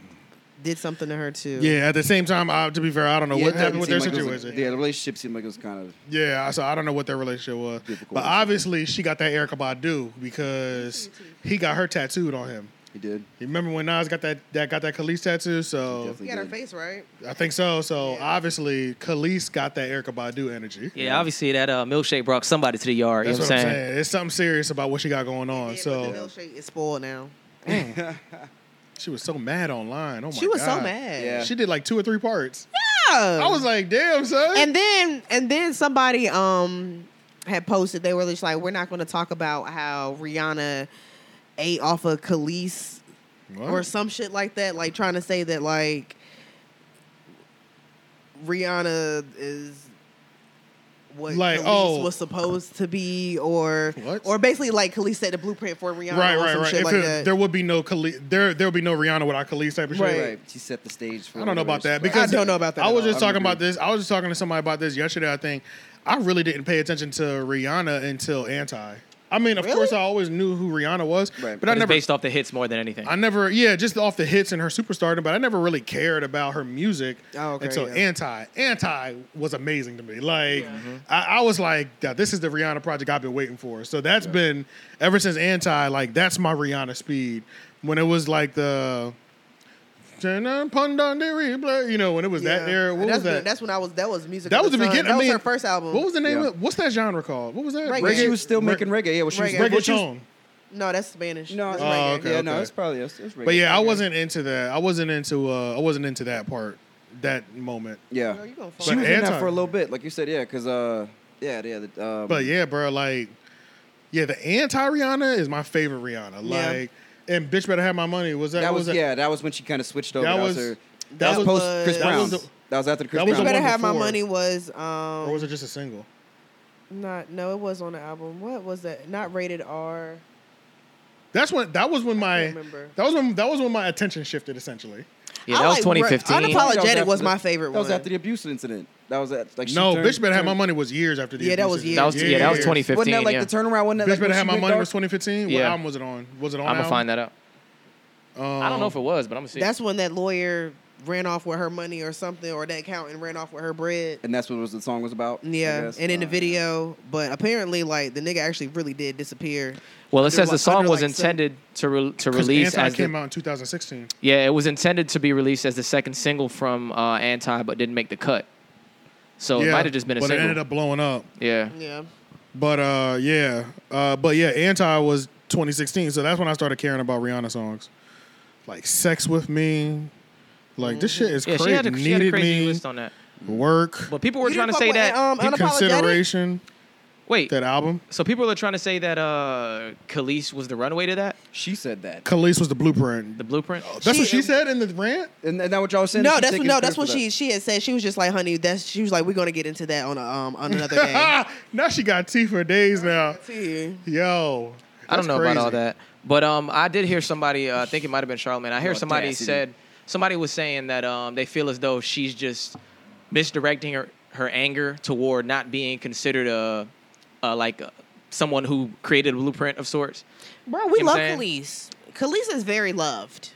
did something to her too.
yeah, at the same time, I, to be fair, I don't know
Yeah,
what
it
happened with their
doesn't seem like it was-
situation.
Yeah, the relationship seemed like it was kind of.
Yeah, so I don't know what their relationship was,
Difficult
but
relationship.
obviously she got that Erica Badu because he got her tattooed on him.
He did.
You remember when Nas got that that got that Khalees tattoo? So
Definitely
He had her
did.
face right.
I think so. So obviously Khalees got that Erica Badu energy.
Yeah, obviously that uh, milkshake brought somebody to the yard.
That's
you know
what I'm saying. It's something serious about what she got going on.
Yeah, but
so
the milkshake is spoiled now.
she was so mad online. Oh my
She was so
God.
mad.
Yeah.
She did like two or three parts.
Yeah.
I was like, damn, son.
and then and then somebody um had posted they were just like we're not going to talk about how Rihanna ate off of Khalees
What?
or some shit like that, like trying to say that like Rihanna is what
Like,
Khalees
oh.
was supposed to be, or
What?
or basically like Khalees set the blueprint for Rihanna,
right,
or
right,
some
right.
Shit
If
like
it-
that.
there would be no Khalees, there there would be no Rihanna without Khalees type of shit.
Right.
Right. She set the stage for.
I don't know about that
whatever it
because
I don't know about that
I
at
was
all.
just
I don't
talking about
agree.
this. I was just talking to somebody about this yesterday. I think I really didn't pay attention to Rihanna until Anti. I mean, of
Really?
course, I always knew who Rihanna was,
Right.
but I
It's
never,
based off the hits more than anything.
I never, yeah, just off the hits and her superstardom. But I never really cared about her music
Oh, okay,
until
yeah.
Anti. Anti was amazing to me. Like I, I was like, "Yeah, this is the Rihanna project I've been waiting for. So that's been ever since Anti. Like that's my Rihanna speed. When it was like the. Turn on, pun on the replay. You know when it was that
Yeah.
era. What
that's
was that?
When, that's when I was. That was music.
That
of
was the
Sun.
beginning.
That
I
was
mean,
her first album.
What was the name?
Yeah.
of What's that genre called? What was that?
Reggae.
was. She was still
Re-
making reggae. Yeah, well, she was
Reggae.
well, she was-
reggaetone.
no, that's Spanish.
No,
That's
Oh,
reggae.
okay.
yeah, no, it's probably it's, it's reggae.
But yeah, I
Reggae.
wasn't into that. I wasn't into. Uh, I wasn't into that part. That moment.
Yeah,
Girl, you gonna
she
fuck.
was in
Anti-
that for a little bit, like you said. Yeah, because uh, yeah, yeah. The, um,
But yeah, bro, like, yeah, the anti Rihanna is my favorite Rihanna.
Yeah.
Like, and bitch better have my money. Was that?
that
what
was
that?
yeah, that was when she kind of switched over.
That
That
was.
was her.
that,
That was
was.
post
was-
Chris
That
Brown.
was the-
That was after the Chris
that was
You
the
Brown.
better
one
have my
before.
money was um
or was it just a single?
not no it was on the album what was that not rated R
That's when. That was when my.
remember.
That was when. That was when my attention shifted. Essentially.
yeah,
I
that was
like-
2015.
unapolog- Apologetic
after
was
the-
my favorite
That was
one.
after the abuse incident. That was at like she
no,
turned-
bitch better have my
turned-
money was years after the.
Yeah, that
abuse
was
incident.
years.
That was yeah, that was
yeah.
2015.
Wasn't that like
yeah.
the turnaround? Wasn't that
Bitch
like,
better
when
have
she
my
went
money
dark?
was 2015. What
Yeah.
album was it on? Was it on?
I'm gonna find that out. I don't know if it was, but I'm gonna see.
that's when that lawyer ran off with her money or something or that accountant ran off with her bread
and that's what was the song was about. I
yeah
guess.
and in the
Uh,
video but apparently like the nigga actually really did disappear
well, it
Under
says
like-
the song
under
was
like some-
intended to re- to
Because
release
Anti
as the,
came out in 2016.
Yeah, it was intended to be released as the second single from uh, Anti, but didn't make the cut. So Oh, it might have just been a
but it
single.
ended up blowing up.
yeah.
yeah
But uh, yeah, uh, but yeah, Anti was 2016, so that's when I started caring about Rihanna songs, like Sex with Me, like this shit is
Yeah,
crazy.
she had, a, she had a
Needed
crazy
Me,
list on that.
Work,
But people were
You
trying to
didn't
say
fuck
that.
with, um,
In
unapologetic
Consideration,
wait,
that album.
so people are trying to say that uh, Khalees was the runway to that,
She said that.
Khalees was the blueprint.
the blueprint.
That's what
She-
she said in the rant.
And that what y'all was saying?
no
She
that's
taking
no
credit
that's
for
what
that.
she she had said she was just like honey that's she was like we're gonna get into that on a, um on another day
Ah, now she got tea for days now.
See?
Yo,
I
that's
don't know
crazy.
about all that, but um, I did hear somebody. Uh, I think it might have been Charlemagne. I hear
Oh,
somebody
Cassidy.
said somebody was saying that um, they feel as though she's just misdirecting her, her anger toward not being considered a, a like uh someone who created a blueprint of sorts.
bro we
You know
love
what I'm
Khalees Khalees is very loved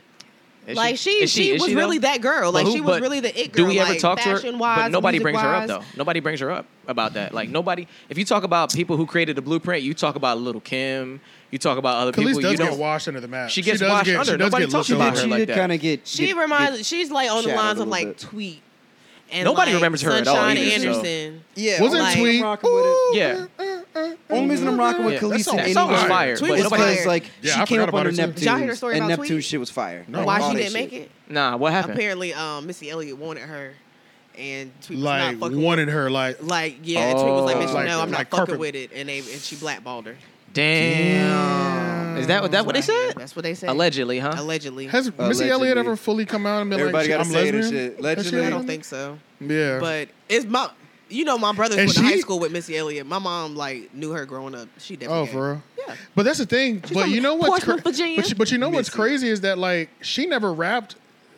Is
Like she, she,
is is
was
though?
really that girl.
But
Like
who-
she was
but
really the it
Do
girl.
we ever
like,
talk to her?
fashion-wise,
but nobody brings her up
music-wise.
though. Nobody brings her up about that. Like nobody. If you talk about people who created the blueprint, you talk about Little Kim. You talk about other
Khalees
people.
does
you
get
don't.
washed under the mat.
She gets
does
washed
get,
under.
She does
Nobody
get
talks
looked
about
over.
her
She
like
did
that.
kind of get.
She
get-
reminds.
get-
she's like on the
shadowed
lines
a
of
little
like
bit.
Tweet. And
Nobody
like,
remembers her at all
Sunshine
either, so-
Anderson.
Yeah,
Wasn't
like-
Tweet?
I'm rocking with it.
Yeah.
Only reason I'm rocking with
Yeah, that
Khalees
song
and
was
anyone
fire.
Fire,
Tweet
but
was
nobody-
because, like
Yeah, I
she came
forgot
up under
about her too.
Neptune.
Y'all hear the story
and
about
Neptune
Tweet?
shit was fire.
No.
Like,
Why
all
she
that
didn't make
shit.
it?
Nah. What happened?
Apparently, um, Missy Elliott wanted her, and Tweet was
Like
not fucking.
wanted her like
like yeah, Tweet was like,
Oh.
"Bitch,
Like-
no,
like
I'm not fucking
carpet-
with it," and they and she blackballed her.
Damn. Is that, is that what they said?
That's what they said.
Allegedly, huh?
Allegedly.
Has Missy
Uh, Allegedly.
Elliott ever fully come out and been
Everybody
like,
gotta
"I'm
say it and
lesbian"?
shit.
Has she
Allegedly.
I
ever
don't
done
think so.
that? Yeah,
But it's my, you know, my brother
And
went to high
she-
school with Missy Elliott. My mom like knew her growing up. She definitely.
oh,
gay.
for real.
Yeah.
But that's the thing. but
from
you know what's
Portsmouth, Virginia.
But, you- but you know what's
Missy.
crazy is that like she never rapped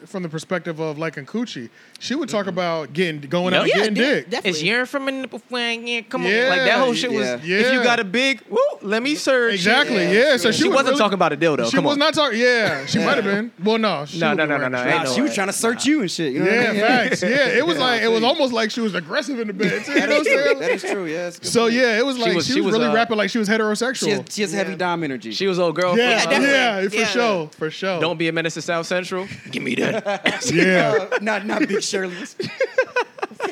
from the perspective of like Nkuchi. She would talk about getting going out
Nope.
and
Yeah,
getting
de-
dick.
definitely.
It's yearn from a nipple fang. Yeah, come
Yeah,
on. Like that whole shit was.
yeah.
If you
Yeah.
got a big, woo, let me search.
Exactly. Yeah. So she,
She
was
wasn't
really-
talking about a dildo.
She
Come
was
on.
not talking. Yeah, she might have been. Well, no. she
No,
would
no,
be
no, no,
right.
no,
She-
ain't
Nah,
no
she was
way.
trying to search you and shit. You know what I
Yeah,
mean?
facts. Yeah, it was like it was
Yeah.
almost like she was aggressive in the bed. too, You
That
know what I'm
is true.
saying?
That is true. Yeah. that's a good
So
point.
yeah, it was like she was,
was- she was,
really
uh,
rapping like she was
she has,
heterosexual.
she has heavy dom energy.
She was old girl. from,
yeah,
uh,
yeah,
definitely.
for
Yeah.
sure, for sure.
Don't be a menace to South Central. Give me that.
Yeah,
Uh, not not Big Shirley's.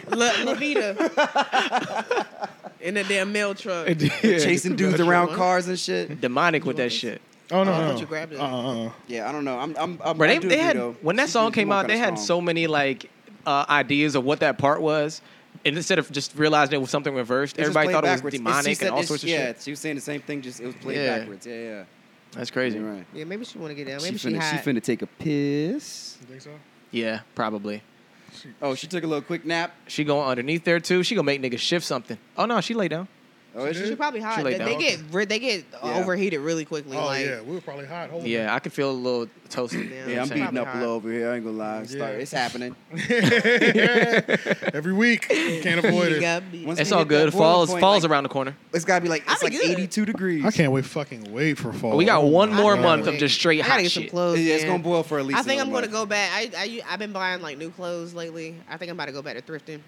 La, Lavita. In the damn mail truck.
chasing dudes around cars and shit.
Demonic with that shit.
Oh no,
Uh-huh.
I
no.
thought you grabbed it.
Uh-uh.
Yeah, I don't know. I'm. I'm. I'm
Bro,
I
they,
do
they
agree,
had
though.
when that
She
song
did
came
come
out, they
kinda
had
strong.
so many like uh, ideas of what that part was, and instead of just realizing it was something reversed,
It's just
everybody
played
thought it was
backwards. It's- she
demonic
said
and all
it's-
sorts of
yeah,
shit.
she was saying the same thing. Just it was played
Yeah.
backwards. Yeah, yeah.
That's crazy.
You're right.
Yeah, maybe she want to get down.
She
Maybe she,
finna, she
hot.
finna take a piss.
You think so?
Yeah, probably.
Oh, she took a little quick nap.
She going underneath there too. She gonna make niggas shift something. Oh no, she lay down.
Oh, is
She
she?
probably hot.
She like
they,
that.
get re- they get
Yeah.
overheated really quickly.
Oh
like
yeah, we were probably hot. Hold
Yeah, I can feel a little toasted.
Yeah,
you know
Yeah,
what
I'm
saying?
beating up
Probably
low over here. I ain't gonna lie. It's,
Yeah.
start- it's happening.
Every week, you can't avoid
you
it.
got me.
Once-
It's
You
all
hit that
good.
boiling
Falls
point,
falls
like-
around the corner.
It's gotta be like it's
I
like
be good.
82 degrees.
I can't wait. Fucking wait for fall. Oh
We got one
one
more
I
month
gotta
of
get-
just straight
I gotta
hot
get some
shit.
clothes,
Yeah, it's
man.
gonna boil for at least.
I think I'm
another
gonna go back. I, I I've been buying like new clothes lately. I think I'm about to go back to thrifting.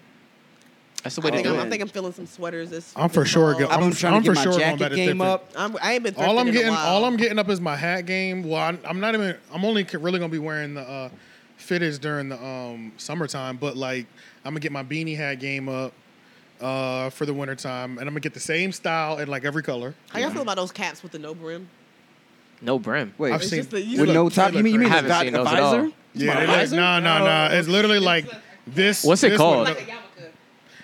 That's the way
I
to
think,
do
I'm,
man.
I
it.
think I'm feeling some sweaters this.
I'm for
this
sure.
fall.
go-
month. I've
I'm,
been trying
I'm
to
for
get my
sure going back
jacket
to
game
different-
up.
I'm, I ain't been thrifting
All I'm
in
getting,
a while.
all I'm getting up is my hat game. Well, I'm, I'm not even. I'm only c- really gonna be wearing the uh, fitteds during the um, summertime, but like I'm gonna get my beanie hat game up uh, for the wintertime, and I'm gonna get the same style in like every color.
How y'all feel about those caps with the no brim?
No brim.
Wait,
I've
It's
seen
just that you
they
with
look-
no
look-
top.
they
You mean you
look
mean
crazy.
the
Haven't seen
dot
those at all.
advisor?
Yeah, they look, no, no, no.
Oh.
It's literally like this.
What's it
this with
called?
no-
yarmulke.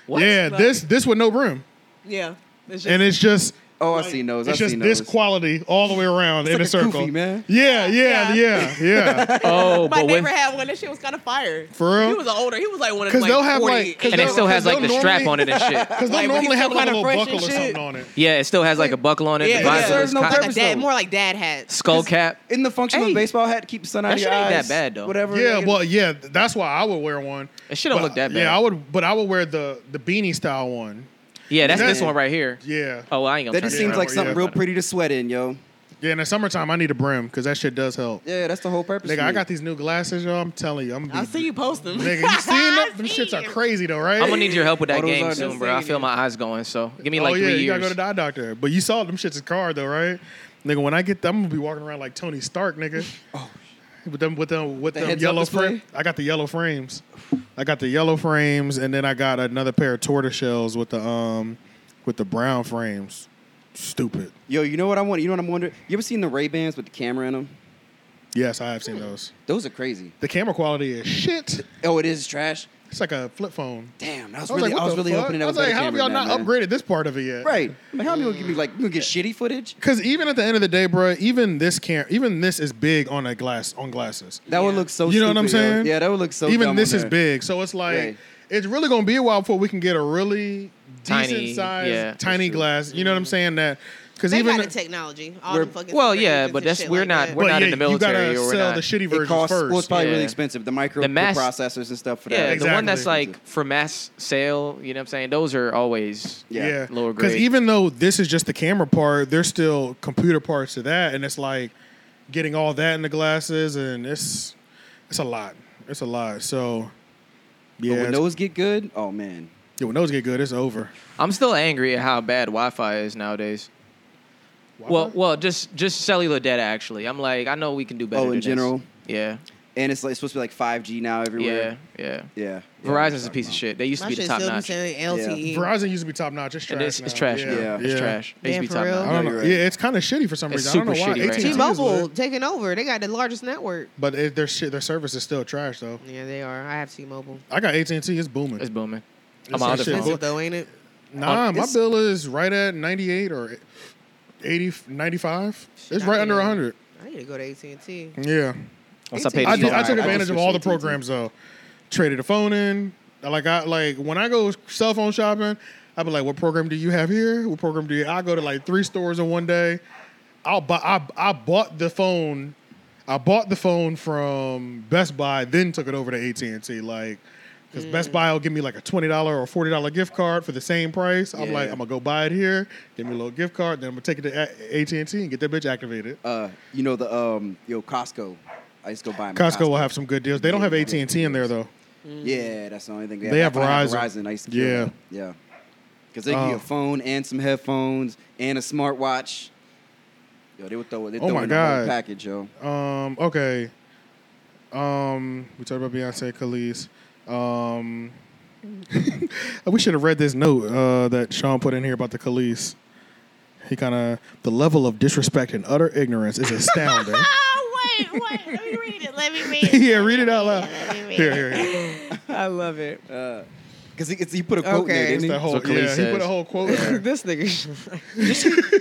What?
yeah,
But-
this this with no brim,
Yeah. It's just,
and it's just
Oh, I seen those. I
it's just
seen
this
those.
quality all the way around in
like
a
a
circle.
Koofy, man.
Yeah, yeah, yeah, yeah.
Oh,
my
but
neighbor
when,
had one. That shit was kind of fire.
For real?
He was older. He was like one of
'Cause
them. Like
they'll have,
40.
like- 'cause
and it
they'll-
still has
they'll
like the strap
normally-
on
on it and shit.
Because they'll
Like, when you
normally
feel
have like a
kinda
little
fresh and
buckle or
shit.
something on it.
Yeah, it still has like a buckle on it.
Yeah,
the
it
visor
serves
is
no
cotton.
like a
purpose,
dad,
though.
more like dad hats.
skull cap.
In the functional
Hey.
baseball hat, keep the sun out
That
of
shit
your
ain't that
eyes.
bad, though.
Whatever.
Yeah, well, yeah, th- that's why I would wear one.
It shouldn't
But-
look that bad.
Yeah, I would, but I would wear the the beanie style one.
Yeah, that's
That-
this one right here.
Yeah,
Oh, I ain't gonna.
That just
Yeah,
seems like
yeah.
something real pretty to sweat in, yo.
yeah. In the summertime, I need a brim because that shit does help.
Yeah, that's the whole purpose.
Nigga,
for
I
me.
got these new glasses, y'all. I'm telling you, I'm. gonna
I
be-
see you post them.
Nigga, you seen them? Them
I see
shits are
you.
crazy though, right?
I'm gonna need your help with that
Photos
game
are
soon,
just
bro. I
saying
feel
it.
my eyes going. So give me like
oh yeah,
three
you gotta go
years.
to the eye doctor. But you saw them shits is car though, right? Nigga, when I get them, I'm gonna be walking around like Tony Stark, nigga. Oh. With them, with them, with
The
them
heads-up
yellow
display?
frames. I got the yellow frames. I got the yellow frames, and then I got another pair of tortoise shells with the um, with the brown frames. Stupid.
Yo, you know what I want? You know what I'm wondering? You ever seen the Ray Bans with the camera in them?
Yes, I have seen those.
Those are crazy.
The camera quality is shit.
Oh, it is trash.
It's like a flip phone.
Damn, I was,
I was
really,
like, what
I was
the
really
fuck?
hoping that
I was
was,
like,
better
how have y'all not Mm.
cameraman, man.
upgraded this part of it yet?
Right. Like, how many gonna give me like you gonna get shitty footage?
Because even at the end of the day, bro, even this can even this is big on a glass on glasses.
That would look so.
You know what I'm
stupid, yo.
saying?
Yeah, that would look so.
even
dumb
this
on
is
there.
big, so it's like
Right.
it's really gonna be a while before we can get a really
Tiny,
decent size
yeah.
tiny glass. You know
Mm-hmm.
what I'm saying? That because
They
even
got the technology. All
We're-
them fucking
well,
secret
yeah,
agents
but
and
that's
shit
we're
like
not
that.
we're
but
not
yeah,
in the military
you
or
gotta
we're
sell
not.
the shitty
It
versions
costs.
first.
Well, it's probably really
Yeah.
expensive. The micro
The mass-
processors and stuff for that.
yeah, the one
Exactly.
that's like for mass sale. You know what I'm saying? Those are always.
yeah,
Yeah.
Lower
Because
grade.
even though this is just the camera part, there's still computer parts to that, and it's like getting all that in the glasses, and it's it's a lot. It's a lot. So yeah,
But when
it's-
those get good, oh man.
yeah, when those get good, it's over.
I'm still angry at how bad Wi-Fi is nowadays. Well, well, just just cellular data. Actually, I'm like, I know we can do better.
in
than this.
general?
Yeah,
And it's like it's supposed to be like 5G now
yeah,
everywhere.
yeah.
Yeah. yeah.
Verizon's a piece of shit. They used to
My
be the
shit
top
still be
notch.
saying
E.
LTE.
Verizon used to be top notch. It's trash.
And it's,
now.
it's trash. now.
Yeah.
It's trash. They used to
Damn,
be
for
top
real?
I
notch.
don't
No,
know.
you're right.
Yeah, it's kind of shitty for some
It's
reason. I
super
don't know why.
shitty right
AT&T
now.
is
T-Mobile
lit,
taking over. They got the largest network.
but it, their shit, their service is still trash though.
Yeah, they are. I have T-Mobile.
I got AT and T. It's booming.
It's booming.
It's
I'm out
that
of
shit.
phone.
Expensive though, ain't it?
nah, my
it's-
bill is right at ninety eight or 80, 95.
Shit,
It's
I
right under
need-
100.
I need to go to AT and T.
Yeah.
Once I paid
I,
the
did, I
phone,
took
I- I
advantage of
just
all the
switched AT&T.
programs though. Traded a phone in. Like I like when I go cell phone shopping, I'd be like, "What program do you have here? What program do you?" I go to like three stores in one day. I'll buy. I, I bought the phone. I bought the phone from Best Buy, then took it over to AT and T. Like, because
Mm.
Best Buy will give me like a twenty dollar or forty dollar gift card for the same price. I'm like,
Yeah.
I'm gonna go buy it here, give me a little gift card, then I'm gonna take it to AT and T and get that bitch activated.
Uh, you know the um, yo Costco. I used to go buy. 'em at
Costco will have some good deals. They don't have AT and T in there though.
Mm-hmm.
Yeah, that's the only thing
They have
I find
Verizon.
Verizon. I used to
Yeah.
yeah, yeah, because they give you
Oh.
a phone and some headphones and a smartwatch. Yo, they would throw it. They
Oh
throw
my
in the whole
God.
package, yo.
Um, okay. Um, we talked about Beyonce, Khalees. Um, we should have read this note uh, that Sean put in here about the Khalees. He kind of the level of disrespect and utter ignorance is astounding.
Oh, wait, wait. Let me read it. Let me read it.
yeah, read it out loud.
Let me read
Here,
it.
here, here.
I love it.
Because he, it's- he put a
Okay.
quote in there,
It's
didn't
the
he?
whole.
Khalees
Yeah, he put
says.
a whole quote. there.
this nigga.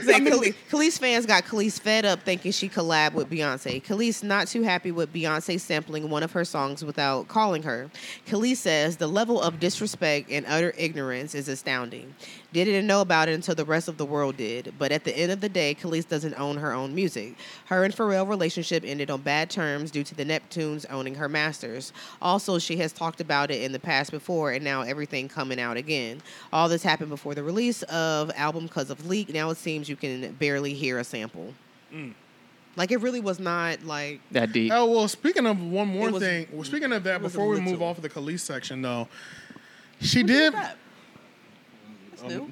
Khalees, Khalees fans got Khalees fed up thinking she collabed with Beyonce. Khalees not too happy with Beyonce sampling one of her songs without calling her. Khalees says the level of disrespect and utter ignorance is astounding. Didn't know about it until the rest of the world did. But at the end of the day, Khalees doesn't own her own music. Her and Pharrell relationship ended on bad terms due to the Neptunes owning her masters. Also, she has talked about it in the past before, and now everything coming out again. All this happened before the release of album because of leak. Now it seems you can barely hear a sample. Like it really was not like
that deep.
Oh well, speaking of one more
It was-
thing. Well, speaking of that,
was
before we move
little.
off of the Khalees section, though, she did.
That's new.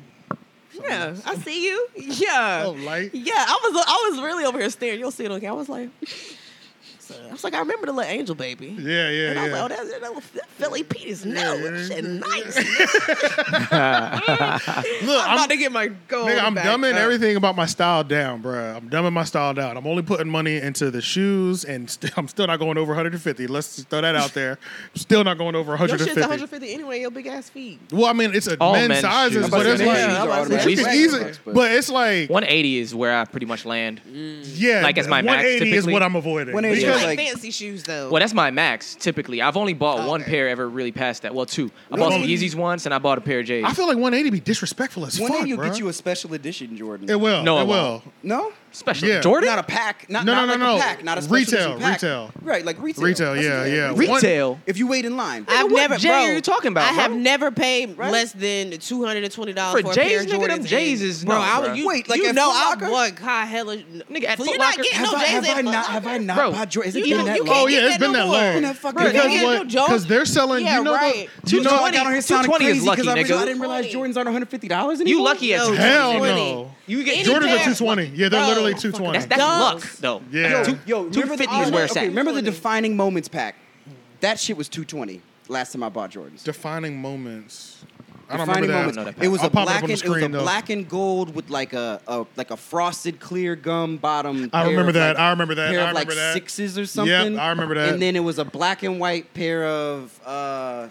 Yeah, I see you. Yeah.
Oh, light.
Yeah, I was I was really over here staring. You'll see it okay. I was like, so, I was like, I remember the little angel baby.
Yeah,
And
yeah,
I was like, oh,
yeah.
that, that, little- that Philly Pete is no,
yeah,
that shit nice.
Look,
I'm about to get my gold.
Nigga, I'm
back
dumbing
up.
everything about my style down, bruh. I'm dumbing my style down. I'm only putting money into the shoes, and st- I'm still not going over 150. Let's just throw that out there. I'm still not going over
Your shit's
150.
150 anyway. Your big ass feet.
well, I mean, it's a
All
men's,
men's
sizes,
shoes.
but it's
Yeah,
like
I'm
these are
about to say,
automatic
you
we
can
should-
easily.
bucks,
But it's like
180 is where I pretty much land.
yeah,
Like, it's my max
180 is
typically.
what I'm avoiding.
180 is
You
Because-
like,
like-
fancy shoes though.
Well, that's my max typically. I've only bought
Oh,
one
okay.
pair ever really past that. Well, two. I bought some
Really?
Yeezys once and I bought a pair of J's.
I feel like 180 be disrespectful as
One
fuck,
day you'll
bruh.
get you a special edition Jordan.
it will.
No,
it
it
will.
won't.
no,
Special
Yeah.
Jordan.
not a pack. Not,
No, no,
not
no,
like
no.
A pack, not a special
Retail,
edition pack.
retail.
Right, like retail.
Retail,
That's
yeah,
what-
yeah.
Retail.
Retail.
If you wait in line,
I've
what
never.
Jay
bro,
are you talking about,
I have
bro?
never paid
Right?
less than two hundred and twenty dollars
For
for, a
J's,
pair of
nigga,
Jordans.
them
and-
J's is-
bro,
no,
I,
bruh.
You,
Wait, like
you
at
know
Foot
I
Locker?
want high hella. Nigga,
at Foot
you're not
Locker?
getting
have,
no
I,
J's
have
at
I
Foot
not? Have I
Locker.
not
Bro,
bought Jordan? Is it
you
been
don't-
that
you
long?
Oh
can't get
yeah, it's
that
been
no
that
more.
long.
Been that fucking
Bro, you
because
can't
what?
get no
Because
Jones.
they're selling.
Yeah,
you know
right.
the. You
You know,
know.
I got on here sounding
220 is
crazy because I,
lucky,
realized-
nigga.
I didn't realize Jordans aren't 150 dollars anymore.
you lucky as
No,
Hell
220.
no.
You get
Any
Jordans
pair.
are 220. Yeah, they're
Bro.
literally
That's
220.
that's
Dogs.
luck though.
Yeah.
That's
Yo,
two,
Yo, remember the,
250 is where it's
okay,
at.
remember the
220.
defining moments pack? That shit was 220 last time I bought Jordans.
Defining moments. I don't
Defining
remember that.
moments.
I don't know that
It was
I'll
a
pop it up
black
on
and
the
it was a
screen, though.
black and gold with like a, a like a frosted clear gum bottom.
I
pair
remember
of,
that.
like-
I remember that.
Pair
I
of like
remember that.
sixes or something.
I remember that.
And then it was a black and white pair of uh,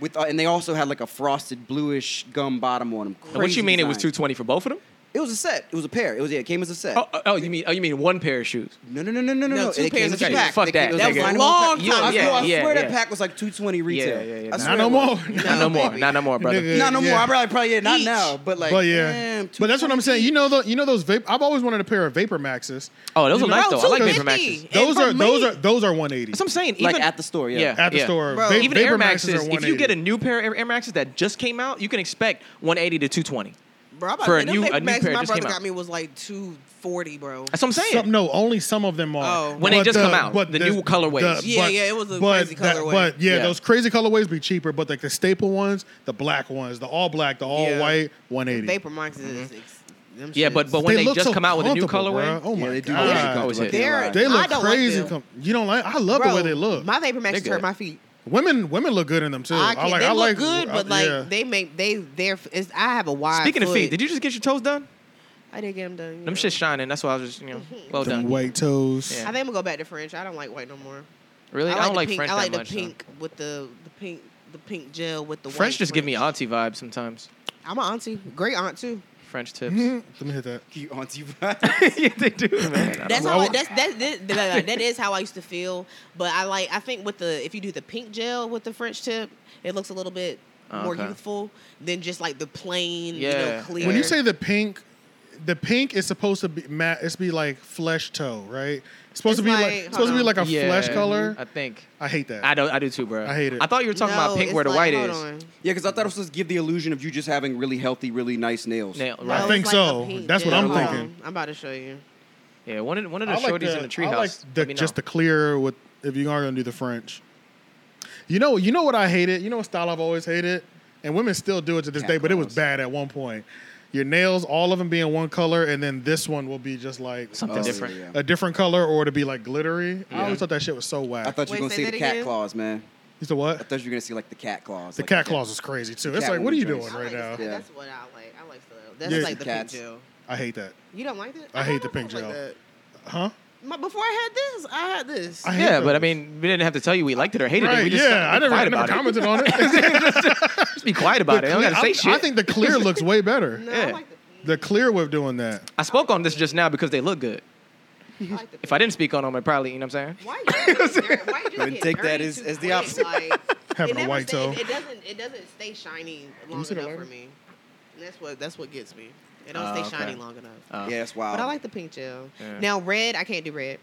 with uh, and they also had like a frosted bluish gum bottom on them.
And What you mean it was 220 for both of them?
It was a set. It was a pair. It was yeah, it came as a set.
Oh, oh, oh, you mean oh, you mean one pair of shoes?
No, no, no, no, no, no.
No,
no.
two
It
pairs of
came as a
shoes.
pack.
Fuck
They-
that.
it was
That
like
was
a
a
long time
pack.
ago.
I, swear- I
Yeah, yeah,
swear that
yeah.
pack was like 220 retail.
Yeah, yeah, yeah.
I
Not
swear
Not
it
no
was.
more.
Not no more.
baby.
Not no more, brother.
Nigga.
Not no more.
Yeah.
I probably probably yeah, not
Each.
now, but like,
But yeah,
damn,
but that's what I'm saying. You know, the, you know those vape. I've always wanted a pair of Vapor Maxes.
Oh, those
You
are
know,
nice though. I like Vapor
250.
Maxes.
Those
And
are
for
those
me-
are those are 180
That's what I'm saying. Even
Like at the store, yeah.
at the store.
Bro,
Va-
even
Vapor
Air Maxes,
are 180.
if you get a new pair of Air Maxes that just came out, you can expect 180 to 220.
Bro, I'm about to
For a
say,
new-
them
a new
Max
pair
my
just
brother
came out.
got me was like two forty, bro.
That's what I'm saying.
Some, no, only some of them are.
Oh. When they
But
just
the-
come out,
but
the new colorways.
Yeah, yeah, it was a
but
crazy
that-
colorway.
But yeah,
Yeah.
those crazy colorways be cheaper. But like the staple ones, the black ones, the all black, the all
Yeah.
white, 180.
Vapor Max is ex- them
Yeah,
shits.
but but when they,
look
just
so
come out with a new
comfortable,
colorway,
bruh. Oh my
yeah, they do.
god,
look
Yeah.
comfortable.
Always
Like,
hit.
they're alive.
They
I
look
don't like
crazy.
them.
com- you don't like? I love
bro,
the way they look.
My Vapor Max
They
hurt
good.
my feet.
women, women look good in them too.
I,
I,
can't,
like.
they
I
look
like.
good,
I-
but like
yeah.
they make they their. It's, I have a wide.
speaking of
foot.
feet, did you just get your toes done?
I did get them done. you know.
Them shit shining. That's why I was just you know
Mm-hmm.
well
Them
done.
white toes.
I
Yeah.
think I'm gonna go back to French. I don't like white no more.
Really, I,
I
don't like
the pink,
French
I like
that
the
much. though.
pink with the the pink the pink gel with the
French
white
just give me
French.
auntie vibes sometimes.
I'm an auntie, great aunt too.
French
Let
tips.
me hit that.
You auntie
yeah, they do, man.
That's
Well,
how
I
I,
wa-
that's that, that, that- that is how I used to feel. But I like I think with the if you do the pink gel with the French tip, it looks a little bit
Oh,
more
okay.
youthful than just like the plain, you
Yeah.
know, clear.
When you say the pink, the pink is supposed to be matte. It's be like flesh toe, right? It's supposed to
It's
be like,
like-
it's supposed to be
hold
like a
Yeah,
flesh color.
I think.
I hate that.
I do. I do too, bro.
I hate it.
I thought you were talking about
No,
pink
it's
where the
like-
white
hold
is.
on.
Yeah, because I thought it was supposed to give the illusion of you just having really healthy, really nice nails.
Nail,
No,
I
right.
it's
think
like
so.
a pink
That's what
gel.
I'm
Hold
thinking.
on. I'm about to show you.
Yeah, one of, one of the
I
shorties
like the,
in the
I like
treehouse.
the-
Let me know.
just the clear with if you are gonna do the French. You know, you know what I hated. You know what style I've always hated, and women still do it to this
Cat
day. But it was
claws.
bad at one point. Your nails, all of them being one color, and then this one will be just like
Something
Oh,
different.
yeah.
a different color, or to be like glittery. I
Yeah.
always thought that shit was so whack.
I thought you were
Wait,
gonna
say
see
that
the cat
again?
claws, man.
you said
I
what?
thought you were gonna see like the cat claws.
The
like
cat claws is crazy too. It's
cat
like, what are you
woman
doing
dress.
right
I
now?
like this-
Yeah.
That's what I like. I like the that's
Yeah.
like the
Cats.
pink gel.
I hate that.
You don't like that?
I hate the
don't
pink
like
gel.
that.
Huh?
My, before I had this, I had this.
I hate
Yeah, but I
those.
mean, we didn't have to tell you we liked it or hated it.
right?
We just
yeah, I
be
never, I
quiet
never
about it.
commented on it.
Just be quiet about it. I don't gotta say
I,
shit.
I think the clear looks way better.
no,
yeah.
I like the pink.
The clear with doing that.
I spoke on this just now because they look good.
I like the
If I didn't speak on them, I probably, you know what I'm saying?
Why you just get dirty? Why you just
Then
get
take that
dirty
as-
too
as the
quick?
opposite.
Like,
Having
it
a
never
white
stay-
toe.
It doesn't. It doesn't stay shiny long
see the
enough for
lighter?
me. And that's what. That's what gets me. It don't
Oh,
stay
okay.
shiny long enough.
Uh,
Yeah, that's wild.
But I like the pink gel.
Yeah.
Now red, I can't do red.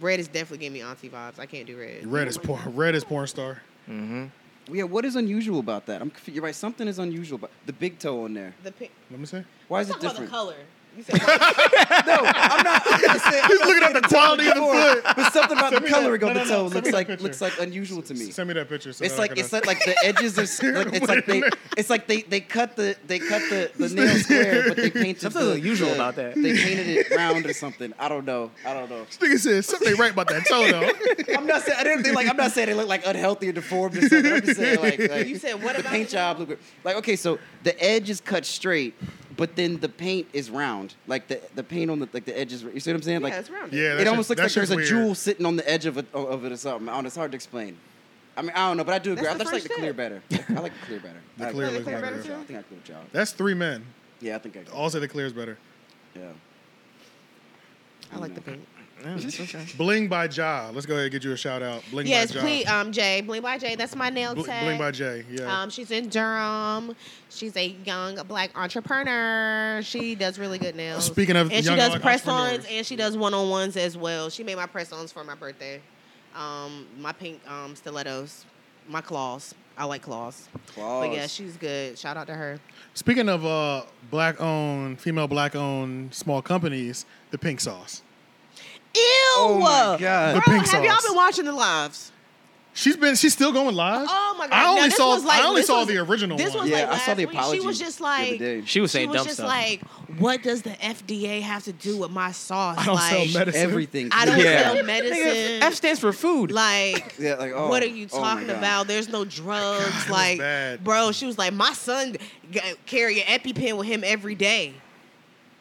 Red is definitely giving me auntie vibes. I can't do red.
Red is porn. Red is porn star.
Mm-hmm.
Yeah, what is unusual about that? I'm confu- You're right. Something is unusual about the big toe on there.
The pink.
Let me see.
Why is it
Talk about the
different?
color. You said white.
He's looking at the quality of the foot.
But something about the
Send me that-
coloring
no,
of the
no, no,
toe
send me
looks
that
like
picture.
looks like unusual to me.
Send me that picture. So
It's
that I
like
can-
it's like, like the edges are s- like it's like they
Wait a minute.
it's like they they cut the they cut the, the nail square but they painted
Something's
the-
unusual
the-
about that.
They painted it round or something. I don't know. I don't know.
This nigga said something right about that toe though.
I'm not saying I didn't think like I'm not saying they look like unhealthy or deformed or something. I'm just saying like, like
You said what
the
about
paint
the-
job look good. like okay so the edge is cut straight but then the paint is round like the the paint on the like the edges you see what I'm saying like
yeah, it's rounded.
Yeah,
it
that
almost
shit-
looks
that
like there's
shit's
a
weird.
jewel sitting on the edge of it of it or something. I don't, know, it's hard to explain. I mean I don't know but I do agree.
That's
I
the
just like the
first
clear
step.
better. I like the clear better.
The
I-
clear
I
looks
think I
better. Oh.
could do a job. I think I could do a job.
That's three men.
Yeah, I think I could.
All say the clear is better.
Yeah.
I like the pink.
Bling by Ja. Let's go ahead and get you a shout out. Bling
Yes,
by Ja.
please. Um, Jay, Bling by Jay. That's my nail
Bl-
tag.
Bling by Jay. Yeah.
Um, she's in Durham. She's a young black entrepreneur. She does really good nails.
Speaking of
and
young
she does
black
press ons
entrepreneurs.
and she does one on ones as well. She made my press ons for my birthday. Um, my pink um, stilettos, my claws. I like claws.
Claws.
But yeah, she's good. Shout out to her.
Speaking of uh, black owned, female black owned small companies, the pink sauce.
Ew!
Oh my God.
The
Bro,
pink
have y'all
sauce.
been watching the lives?
She's been she's still going live.
Oh my god!
I only
Now, this
saw
was like-
I only
this
saw
was-
the original
This
one.
was
Yeah,
like
I saw
last
the
week.
apology
She was just
the other
like,
day.
She was saying
she was
dumb
just
stuff.
like, "What does the FDA have to do with my sauce?"
I don't
like,
sell medicine.
Everything.
I don't
Yeah.
sell medicine.
F stands for food.
like,
Yeah, like, oh,
what are you
oh my
talking
God.
about? There's no drugs.
was
like,
bad.
bro, she was like, my son g- carry an EpiPen with him every day.